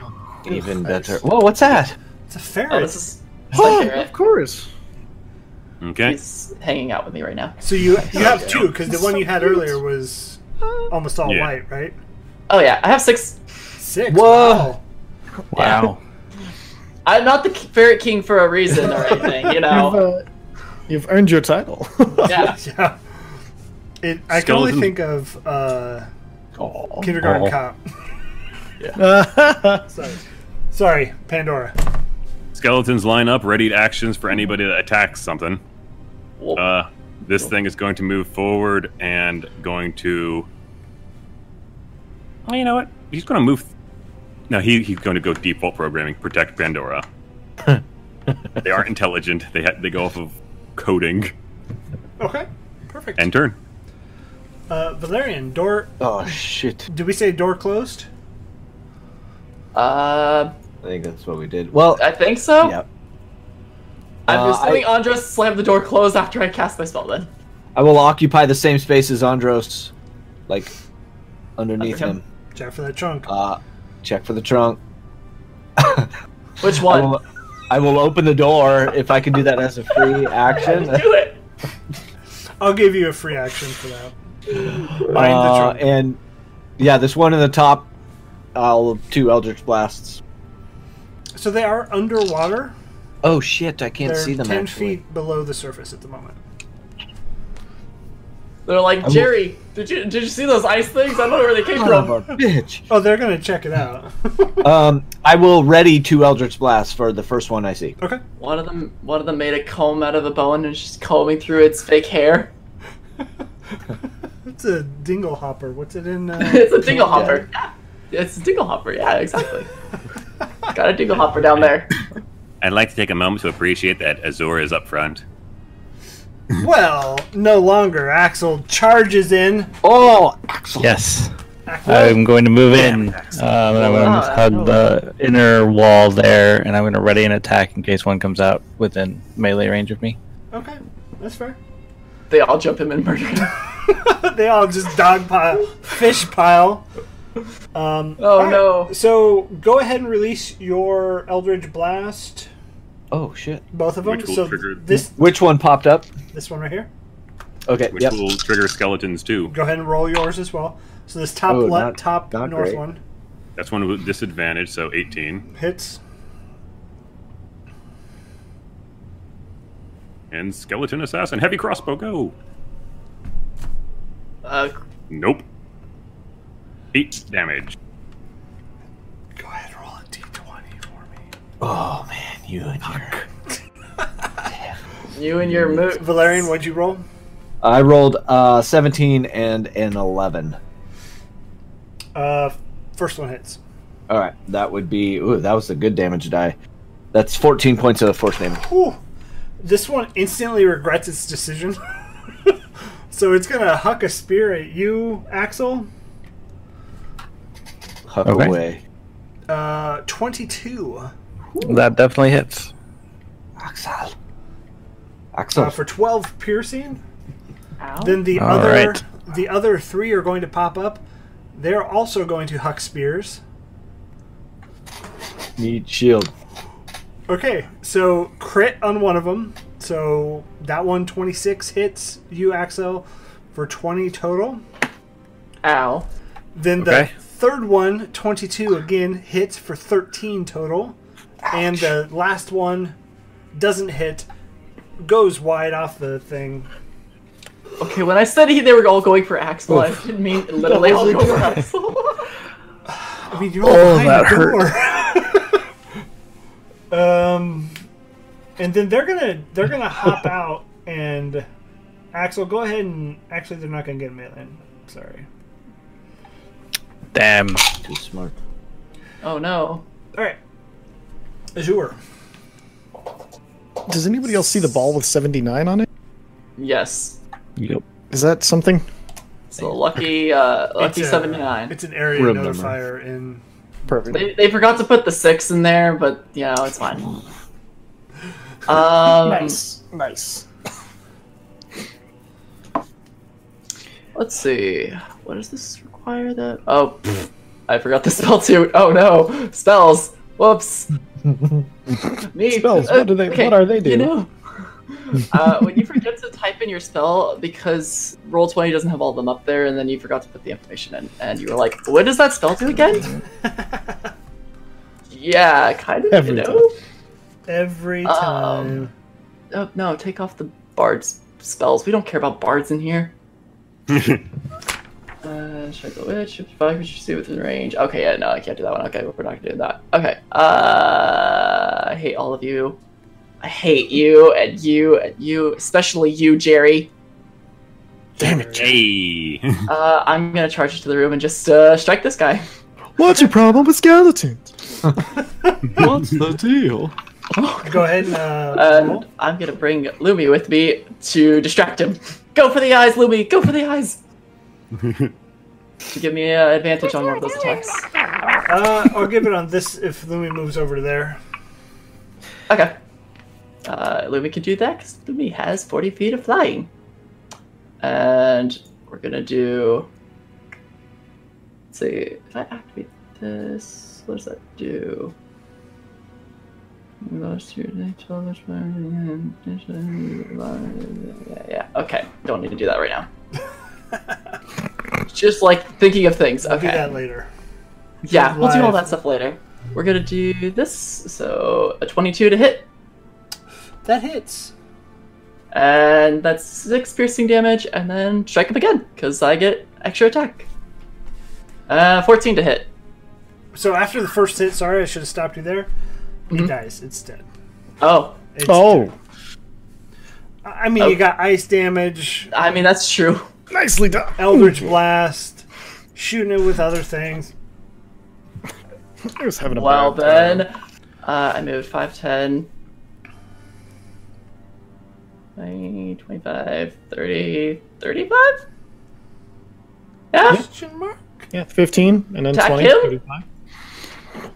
C: Even better. Whoa, what's that?
A: It's a ferret.
F: Oh, this is. it's my
D: oh,
F: favorite.
D: of course.
E: Okay.
F: He's hanging out with me right now.
A: so you, you have two, because the one you had earlier was almost all
E: Yeah.
A: white, right?
F: Oh yeah, I have six.
A: Six. Whoa!
G: Wow.
F: I'm not the k- ferret king for a reason or anything, you
D: You've,
F: know.
D: uh, you've earned your title.
F: Yeah.
A: Yeah. It, I can only
E: Skeleton.
A: think of uh,
D: Aw.
A: Kindergarten
C: Oh.
A: Cop.
D: Uh,
A: Sorry. Sorry, Pandora.
E: Skeletons line up, ready to actions for anybody that attacks something.
F: Well,
E: Uh, this thing is going to move forward and going to. Oh, you know what? He's going to move. No, he, he's going to go default programming, protect Pandora. they aren't intelligent. They ha- they go off of coding.
A: Okay, perfect.
E: End turn.
A: Uh, Valerian, door.
C: Oh shit!
A: Did we say door closed?
F: uh,
C: I think that's what we did. Well,
F: I think so.
C: Yep.
F: I'm
C: Uh,
F: assuming Andres slammed the door closed after I cast my spell. Then.
C: I will occupy the same space as Andros, like underneath
F: Under him.
C: him.
A: Check for that trunk.
C: Uh, check for the trunk.
F: Which
C: I
F: one?
C: will, I will open the door if I can do that as a free action.
F: Do it.
A: I'll give you a free action for that. Mind the
C: Uh,
A: trunk.
C: and yeah, this one in the top. I'll two Eldritch blasts.
A: So they are underwater.
C: Oh shit! I can't
A: They're
C: see them.
A: ten
C: actually.
A: feet below the surface at the moment.
F: They're like, Jerry, did you did you see those ice things? I don't know where they came
C: Son of
F: from.
C: a bitch.
A: Oh, they're gonna check it out.
C: Um, I will ready two Eldritch blasts for the first one I see.
A: okay.
F: One of them one of them made a comb out of a bone and she's combing through its fake hair.
A: It's a dingle hopper. What's it in? Uh...
F: it's a dingle hopper. Yeah. It's a dingle hopper, yeah, exactly. Got a dingle hopper down there.
H: I'd like to take a moment to appreciate that Azor is up front.
A: well, no longer. Axel charges in.
C: Oh, excellent.
G: Yes.
A: Axel.
G: I'm going to move in. Um, and
C: Oh,
G: I'm going
F: Wow,
G: to hug the inner wall there, and I'm going to ready an attack in case one comes out within melee range of me.
A: Okay, that's fair.
F: They all jump him and murder him.
A: they all just dog pile, fish pile. Um,
F: Oh
A: alright,
F: no.
A: So go ahead and release your Eldridge Blast,
C: Oh shit!
A: both of them.
E: Which will
A: so
E: trigger-
A: this
C: Which one popped up?
A: this one right here.
C: Okay.
E: which
C: Yep.
E: will trigger skeletons too.
A: Go ahead and roll yours as well. So this top
C: Oh,
A: left,
C: not-
A: top
C: not
A: north
C: great.
A: one
E: That's one with disadvantage, so 18
A: hits.
E: and skeleton assassin heavy crossbow go.
F: Uh,
E: Nope. Eight damage.
A: Go ahead, and roll a d20 for me.
C: Oh man, you and your.
F: you and your move.
A: Valerian, what'd you roll?
C: I rolled uh, 17 and an 11.
A: Uh, first one hits.
C: All right, that would be. Ooh, that was a good damage die. That's 14 points of force damage.
A: Whew. This one instantly regrets its decision. so it's gonna huck a spear at you, Axel.
C: Huck
G: Okay.
C: away.
A: Uh, 22
G: That definitely hits.
C: Axel.
A: uh,
C: Axel.
A: for 12 piercing.
F: Ow.
A: Then the
G: All
A: other
G: right.
A: the other three are going to pop up. They're also going to huck spears.
C: Need shield.
A: Okay, so crit on one of them. So that one 26 hits you, Axel, for 20 total.
F: Ow.
A: Then
G: Okay.
A: the third one, 22 again, hits for 13 total. And the last one doesn't hit, goes wide off the thing.
F: Okay, when I said he, they were all going for Axel, I didn't mean literally all go for Axel.
A: I mean, you're all
G: Oh,
A: behind
G: that
A: the door. um, and then they're gonna they're gonna hop out and Axel, go ahead and actually they're not gonna get melee. Sorry.
G: Damn.
C: Too smart.
F: oh no.
A: All right, Azure.
D: Does anybody else see the ball with 79 on it?
F: Yes.
G: Yep.
D: Is that something?
F: So lucky, uh, lucky
A: a-
F: seventy nine.
A: It's an area
C: Room number.
A: notifier in.
D: Perfect.
F: They, they forgot to put the six in there, but you know it's fine. Um,
D: Nice. Nice.
F: Let's see. What does this require? That oh, pfft, I forgot the spell too. Oh no, spells. Whoops. Me.
D: Spells, what do they- what are they
F: You
D: do?
F: know. uh, when you forget to type in your spell because roll twenty doesn't have all of them up there, and then you forgot to put the information in, and you were like, "What does that spell do again?" yeah, kind of.
D: Every
F: you know?
D: time.
A: Every
F: Um,
A: time.
F: Oh, no, take off the bard's spells. We don't care about bards in here. uh, strike the witch. If I could see within range. Okay, yeah, no, I can't do that one. Okay, we're not gonna do that. Okay. Uh, I hate all of you. I hate you and you and you, especially you, Jerry.
D: Damn it.
H: Hey!
F: Uh, I'm gonna charge into the room and just uh, strike this guy.
D: What's your problem with skeletons?
G: What's the deal?
D: Oh,
A: Go ahead and. Uh, roll.
F: And I'm gonna bring Lumi with me to distract him. Go for the eyes, Lumi! Go for the eyes! Give me an advantage on one of those attacks.
A: Uh, I'll give it on this if Lumi moves over to there.
F: Okay. Uh, Lumi can do that because Lumi has 40 feet of flying. And we're gonna do. Let's see, if I activate this, what does that do? Lost your day, told us where we were. Yeah, okay. Don't need to do that right now. Just like thinking of things.
A: We'll do
F: Okay.
A: that later.
F: Yeah, we'll do all
A: live.
F: that stuff later. We're gonna do this. So a 22 to hit,
A: That hits.
F: and that's six piercing damage, and then strike him again because I get extra attack. Uh, 14 to hit.
A: So after the first hit, sorry, I should have stopped you there. He
F: Mm-hmm.
A: dies. It's dead.
F: Oh,
A: It's
D: Oh,
A: dead. I I mean, you got ice damage,
F: I mean that's true.
D: nicely done.
A: eldritch blast, shooting it with other things.
D: I was having a
F: Well
D: bad time.
F: then, uh, I moved 5, 10, 20, 25, 30, 35? Yeah,
A: Question mark?
D: Yeah, 15 and then
F: Attack
D: 20.
F: him?
D: 35.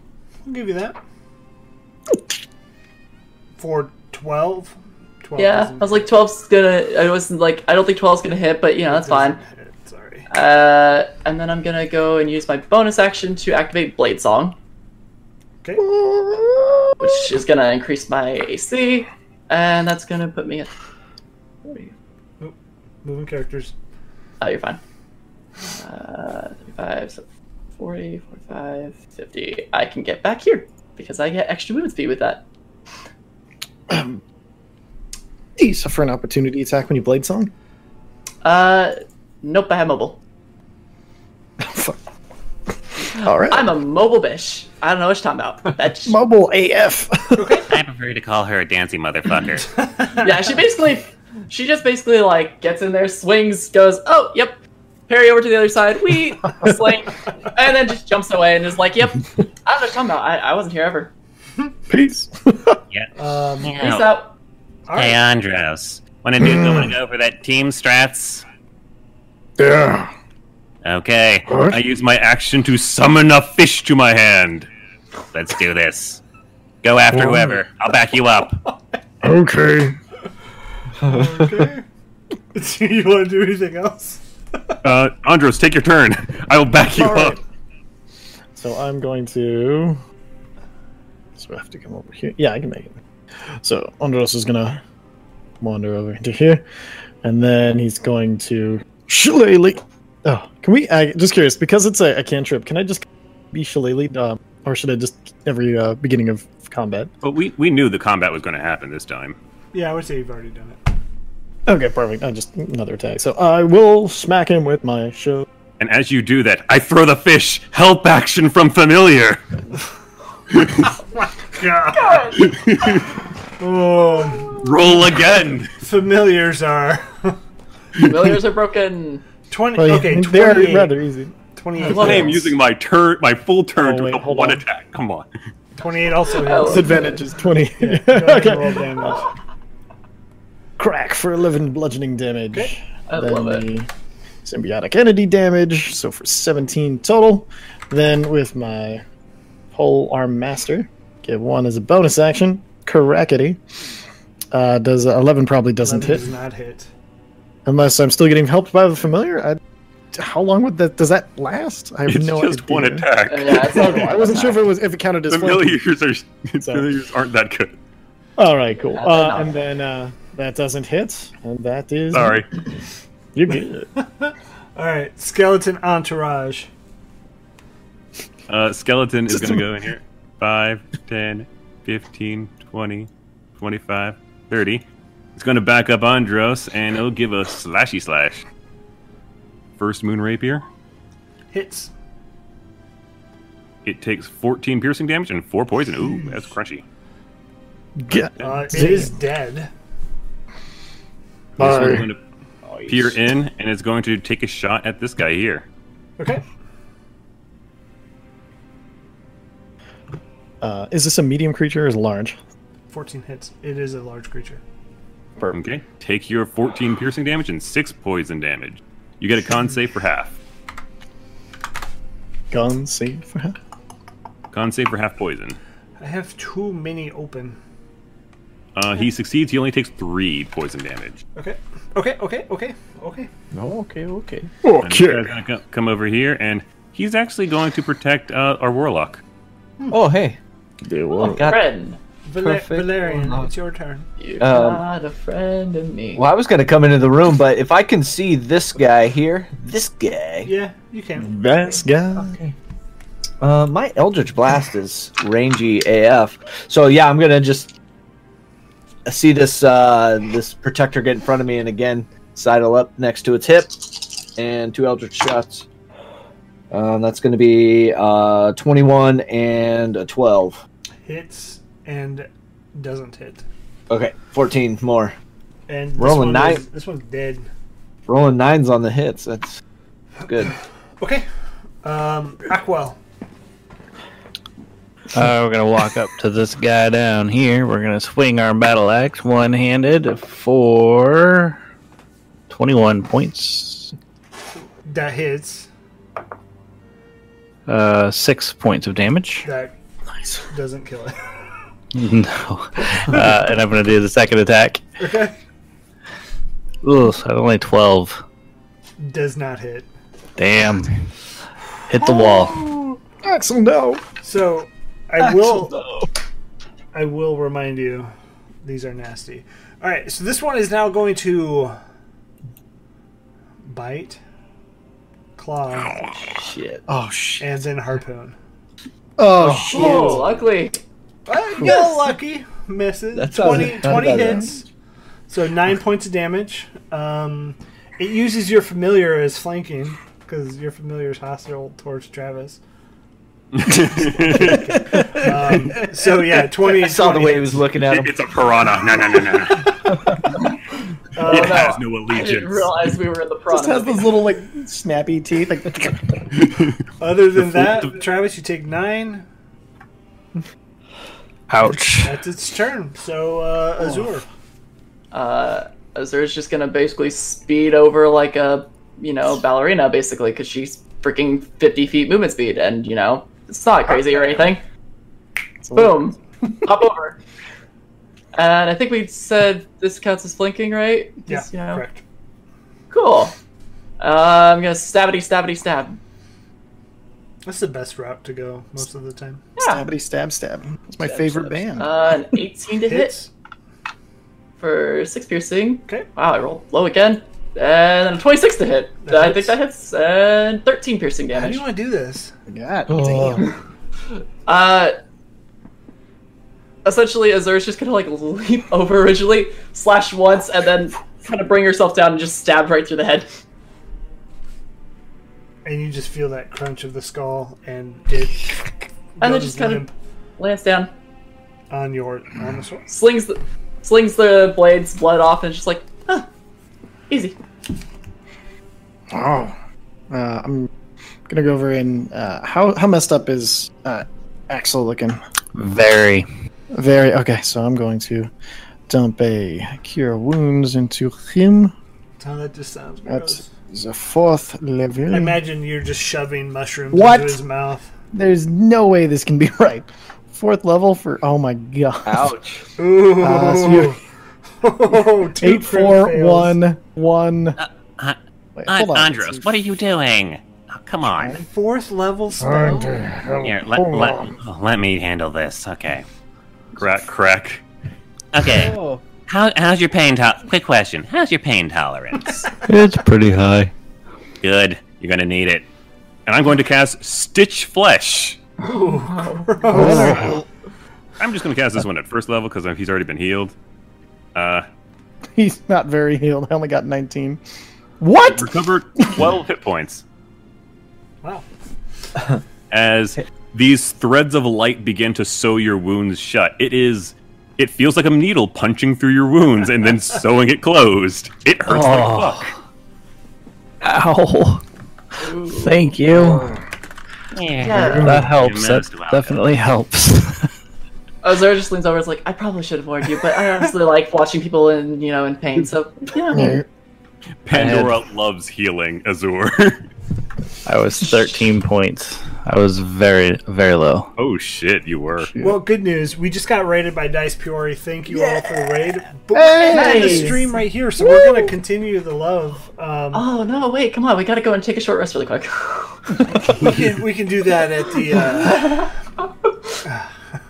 A: I'll give you that. For 12? 12
F: yeah. I
A: doesn't-
F: was like 12's gonna, I wasn't like, I don't think 12's gonna hit, but you know, that's fine.
A: doesn't hit, Sorry.
F: Uh, and then I'm gonna go and use my bonus action to activate Blade Song,
A: Okay.
F: which is gonna increase my AC, and that's gonna put me at.
A: Moving characters.
F: Oh, you're fine. Uh, 35, so 40, 45, 50. I can get back here because I get extra movement speed with that.
D: Do you suffer an opportunity attack when you blade song?
F: Uh, nope, I have mobile.
D: Fuck. All right.
F: I'm a mobile bish. I don't know what you're talking about. That's
D: mobile AF.
H: I prefer to call her a dancing motherfucker.
F: yeah, she basically, she just basically like gets in there, swings, goes, oh, yep, parry over to the other side, we sling, and then just jumps away and is like, yep, I don't know what you're talking about. I, I wasn't here ever.
D: Peace.
H: yeah.
A: Um,
H: Yeah.
F: Peace out.
A: all
H: Hey,
A: right.
H: Andros. Want to do? Want
D: Hmm.
H: to go for that team strats?
I: Yeah.
H: Okay.
I: What?
E: I use my action to summon a fish to my hand.
H: Let's do this. Go after whoever. I'll back you up.
I: Okay.
A: Okay. do you want to do anything else?
E: Uh, Andros, take your turn. I will back you
D: All right.
E: up.
D: So I'm going to. So I have to come over here. Yeah, I can make it. So Andros is gonna wander over into here, and then he's going to shillelagh. Oh, can we? I just curious because it's a, a cantrip. Can I just be shillelagh, um, or should I just every uh, beginning of combat?
E: But we, we knew the combat was going to happen this time.
A: Yeah, I would say you've already done it.
D: Okay, perfect. I just another attack. So I will smack him with my show.
E: And as you do that, I throw the fish. Help action from familiar.
A: Oh,
E: Roll again.
A: familiars are.
F: Familiars are broken.
A: 20.
D: Well,
A: okay,
D: they're
A: 28.
D: rather easy.
A: 28.
E: I am
A: fails.
E: using my turn, my full turn
D: Oh,
E: to
D: wait,
E: help
D: hold
E: one
D: on.
E: attack. Come on.
A: 28 also
F: Oh.
A: hits.
D: Disadvantage is twenty.
A: Go ahead and
D: Okay.
A: roll damage.
D: crack for 11 bludgeoning damage.
F: I love it.
D: the Symbiotic entity damage, so for 17 total. Then with my pole arm master, give one as a bonus action. Crackety. Uh, does uh, 11 probably doesn't
A: Does
D: hit
A: not hit.
D: unless I'm still getting helped by the familiar. I, how long would that does that last? I have
E: It's
D: no
E: just
D: idea.
E: one attack.
D: Oh,
F: I mean, yeah, it's not
D: Okay, I wasn't sure if it was if it counted as flanking.
E: Familiars are familiars aren't that good.
D: All right, cool.
F: they're
D: Uh,
F: not.
D: and then uh, that doesn't hit, and that is
E: Sorry.
D: You're good.
A: Alright, skeleton entourage.
E: Uh, skeleton is going to go in here. 5, 10, 15, 20, 25, 30. It's going to back up Andros, and it'll give a slashy slash. First moon rapier.
A: Hits.
E: It takes 14 piercing damage and 4 poison. Ooh, that's crunchy.
D: Get-
A: Uh, it is dead.
E: This one's
I: Bye.
E: going to peer in, and it's going to take a shot at this guy here.
A: Okay.
D: Uh, is this a medium creature or is it large?
A: 14 hits. It is a large creature.
E: Okay. Take your 14 piercing damage and 6 poison damage. You get a con save for half.
D: Gun save for half.
E: Con save for half poison.
A: I have too many open.
E: Uh, he succeeds. He only takes 3 poison damage.
A: Okay. Okay, okay, okay, okay.
C: okay, okay.
E: And this guy's gonna co- come over here, and he's actually going to protect uh, our warlock.
C: Oh, hey.
F: Friend.
A: Valer-
C: perfect or
A: Valerian,
C: not.
A: it's your turn.
F: You're
C: Um,
F: not a friend of me.
C: Well, I was gonna come into the room, but if I can see this guy here, this guy,
A: Yeah, you can.
G: Best guy.
C: uh, my Eldritch Blast is rangy AF. So yeah, I'm gonna just see this uh, this protector get in front of me, and again sidle up next to its hip, and two Eldritch shots. Um, that's gonna be uh, 21 and a 12.
A: Hits and doesn't hit.
C: Okay, 14 more.
A: And this
C: Roll a
A: one
C: nine.
A: is- this one's dead.
C: Rolling nines on the hits. That's good.
A: Okay. Um, Aquel.
G: Uh, we're gonna walk up to this guy down here. We're gonna swing our battle axe one-handed for twenty-one points.
A: That hits.
G: Uh, six points of damage.
A: That doesn't kill it.
G: No, uh, and I'm gonna do the second attack.
A: Okay.
G: Ugh, that's only twelve.
A: Does not hit.
G: Damn. Hit the wall.
D: Axel, no.
A: So I will I will remind you these are nasty. Alright, so this one is now going to bite, claw,
C: Shit.
D: Oh shit.
A: and then harpoon.
D: Oh, shit.
F: oh, luckily.
A: Uh, you got lucky. Misses.
C: That's how-
A: 20,
C: how
A: 20
C: about that?
A: hits. So 9 points of damage. Um, it uses your familiar as flanking because your familiar is hostile towards Travis. Um, so yeah, 20.
C: I saw the
A: 20
C: way he was looking at him.
E: it's a piranha. No, no, no, no.
A: Uh,
E: it has
F: I
E: no
F: didn't
E: allegiance.
F: realize we were in the
D: Just has
F: product.
D: those little like snappy teeth. Like
A: Other than
E: The
A: that,
E: full-
A: Travis, you take 9.
G: Ouch.
A: That's its turn. So uh, Azur.
F: uh, Azura's just gonna basically speed over like a you know ballerina, basically, because she's freaking fifty feet movement speed, and you know it's not crazy or anything. Boom, hop over. And I think we said this counts as flanking, right?
A: Yeah,
F: 'Cause, you know-
A: correct.
F: Cool. Uh, I'm gonna stabity stabity stab.
A: That's the best route to go most of the time.
F: Yeah.
D: stabbity stab stab. It's my favorite band.
F: Uh, an 18 to hit
A: Hits.
F: for six piercing.
A: Okay.
F: Wow, I rolled low again. And a 26 to hit.
A: That
F: I
A: hits.
F: think that hits. And 13 piercing
A: How do
F: damage.
A: you want to do this?
D: God
C: Oh.
D: damn.
F: Uh, essentially, Azura's just gonna like leap over originally, slash once, and then kind of bring herself down and just stab right through the head.
A: And you just feel that crunch of the skull, and it
F: And then
A: goes
F: just kind of
A: limp
F: lands down,
A: on your on the sword.
F: slings the, slings the blade's blood off, and just like, huh, easy.
D: Oh. Uh, I'm gonna go over and uh, how how messed up is uh, Axel looking?
G: Very.
D: Very okay. So I'm going to dump a cure wounds into him.
A: So that just sounds gross.
D: That's the fourth level.
A: I imagine you're just shoving mushrooms
D: What?
A: into his mouth.
D: There's no way this can be right. Fourth level for oh my god.
C: Ouch.
A: Ooh,
D: Uh, so you-
A: Two crit
D: Eight, four,
A: fails.
D: one, one.
H: uh,
D: Wait,
H: An-
D: hold on.
H: Andros, what are you doing? Oh, come on.
A: Fourth level
I: Time
A: spell.
I: to help.
H: Here, let,
I: Hold
H: let,
I: on.
H: let me handle this. Okay.
E: crack, crack.
H: Okay.
C: Oh.
H: How, how's your pain tolerance? Quick question. How's your pain tolerance?
G: It's pretty high.
H: Good. You're going to need it.
E: And I'm going to cast Stitch Flesh. I'm just going to cast this one at first level because he's already been healed. Uh,
D: He's not very healed. I only got 19. What?
E: recovered 12 hit points.
A: Wow.
E: as these threads of light begin to sew your wounds shut. It is. It feels like a needle punching through your wounds and then sewing it closed. It hurts like fuck.
G: Ow. Thank you. That helps. That
H: most welcome.
G: definitely helps.
F: Azura just leans over, and is like, I probably should have warned you, but I honestly like watching people in you know in pain, so yeah.
E: Pandora loves healing, Azur.
G: I was 13 points. I was very, very low.
E: oh shit, you were.
A: Well, good news. We just got raided by Dice Peori. Thank you all for the raid. But we're not in the
F: Nice.
A: stream right here, so we're going to continue the love. Um,
F: Oh no, wait, come on, we gotta go and take a short rest really quick.
A: we, can, we can do that at the.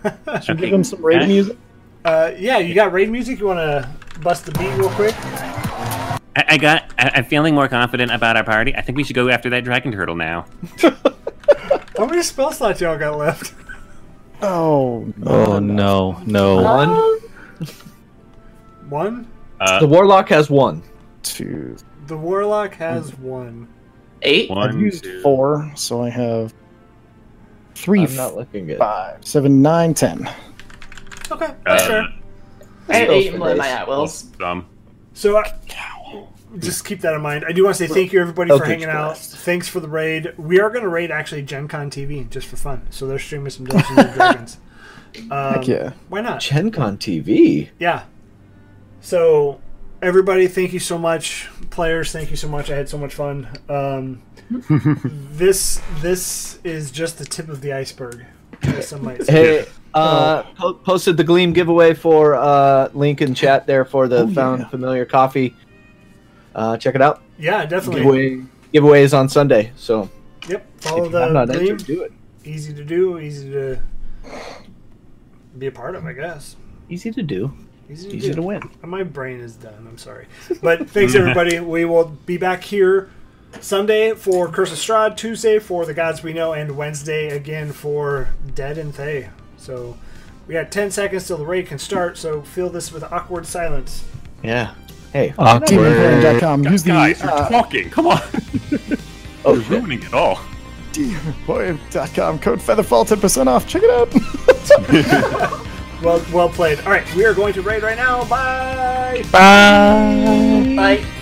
A: Uh,
D: Give him some raid music.
A: Uh, yeah, you got raid music. You want to bust the beat real quick?
H: I, I got. I, I'm feeling more confident about our party. I think we should go after that dragon turtle now.
A: How many spell slots y'all got left?
D: Oh,
G: Oh no, no.
F: Um,
C: One.
A: One.
H: Uh,
C: The warlock has one.
D: two.
A: The warlock has
C: Mm-hmm.
A: one.
F: Eight.
D: I've
E: One,
D: used
E: two.
D: four, so I have three,
C: I'm not looking good.
D: five, seven, nine, ten.
A: Okay, that's
E: Uh,
A: fair.
F: I had
C: Those
F: eight in
C: were
F: one of my
C: nice.
F: at wills.
E: Um,
A: So, uh, just keep that in mind. I do want to say thank you everybody for
C: Eldritch
A: hanging out.
C: Blast.
A: Thanks for the raid. We are going to raid actually Gen Con TV just for fun. So they're streaming some Dungeons and Dragons. Um,
D: Heck yeah.
A: Why not?
C: Gen Con TV.
A: Yeah. So, everybody, thank you so much. Players, thank you so much. I had so much fun. Um, this this is just the tip of the iceberg. as Some might say.
C: Hey, uh,
A: Oh.
C: po- posted the Gleam giveaway for uh, link in chat there for
A: Oh,
C: the Found Familiar Coffee. Uh, check it out.
A: Oh, Yeah, definitely.
C: Giveaway giveaway is on Sunday, so
A: Yep.
C: if
A: Follow
C: you have
A: the
C: not
A: gleam.
C: entered, do it.
A: Easy to do. Easy to be a part of. I guess.
C: Easy to do,
A: Easy to,
C: easy
A: do.
C: to win.
A: My brain is done. I'm sorry. But thanks, everybody. We will be back here Sunday for Curse of Strahd, Tuesday for The Gods We Know, and Wednesday again for Dead and Thay. So we got 10 seconds till the raid can start, so fill this with awkward silence.
C: Yeah. Hey.
G: Awkward.
D: DemonPoint.com. Use the
E: guys, you're
D: uh,
E: talking. Come on,
C: Oh,
E: you're
C: shit.
E: ruining it all.
D: DemonPoint.com code Featherfall 10% off. Check it out.
A: Well, well played. All right, we are going to raid right now. Bye.
G: Bye.
F: Bye.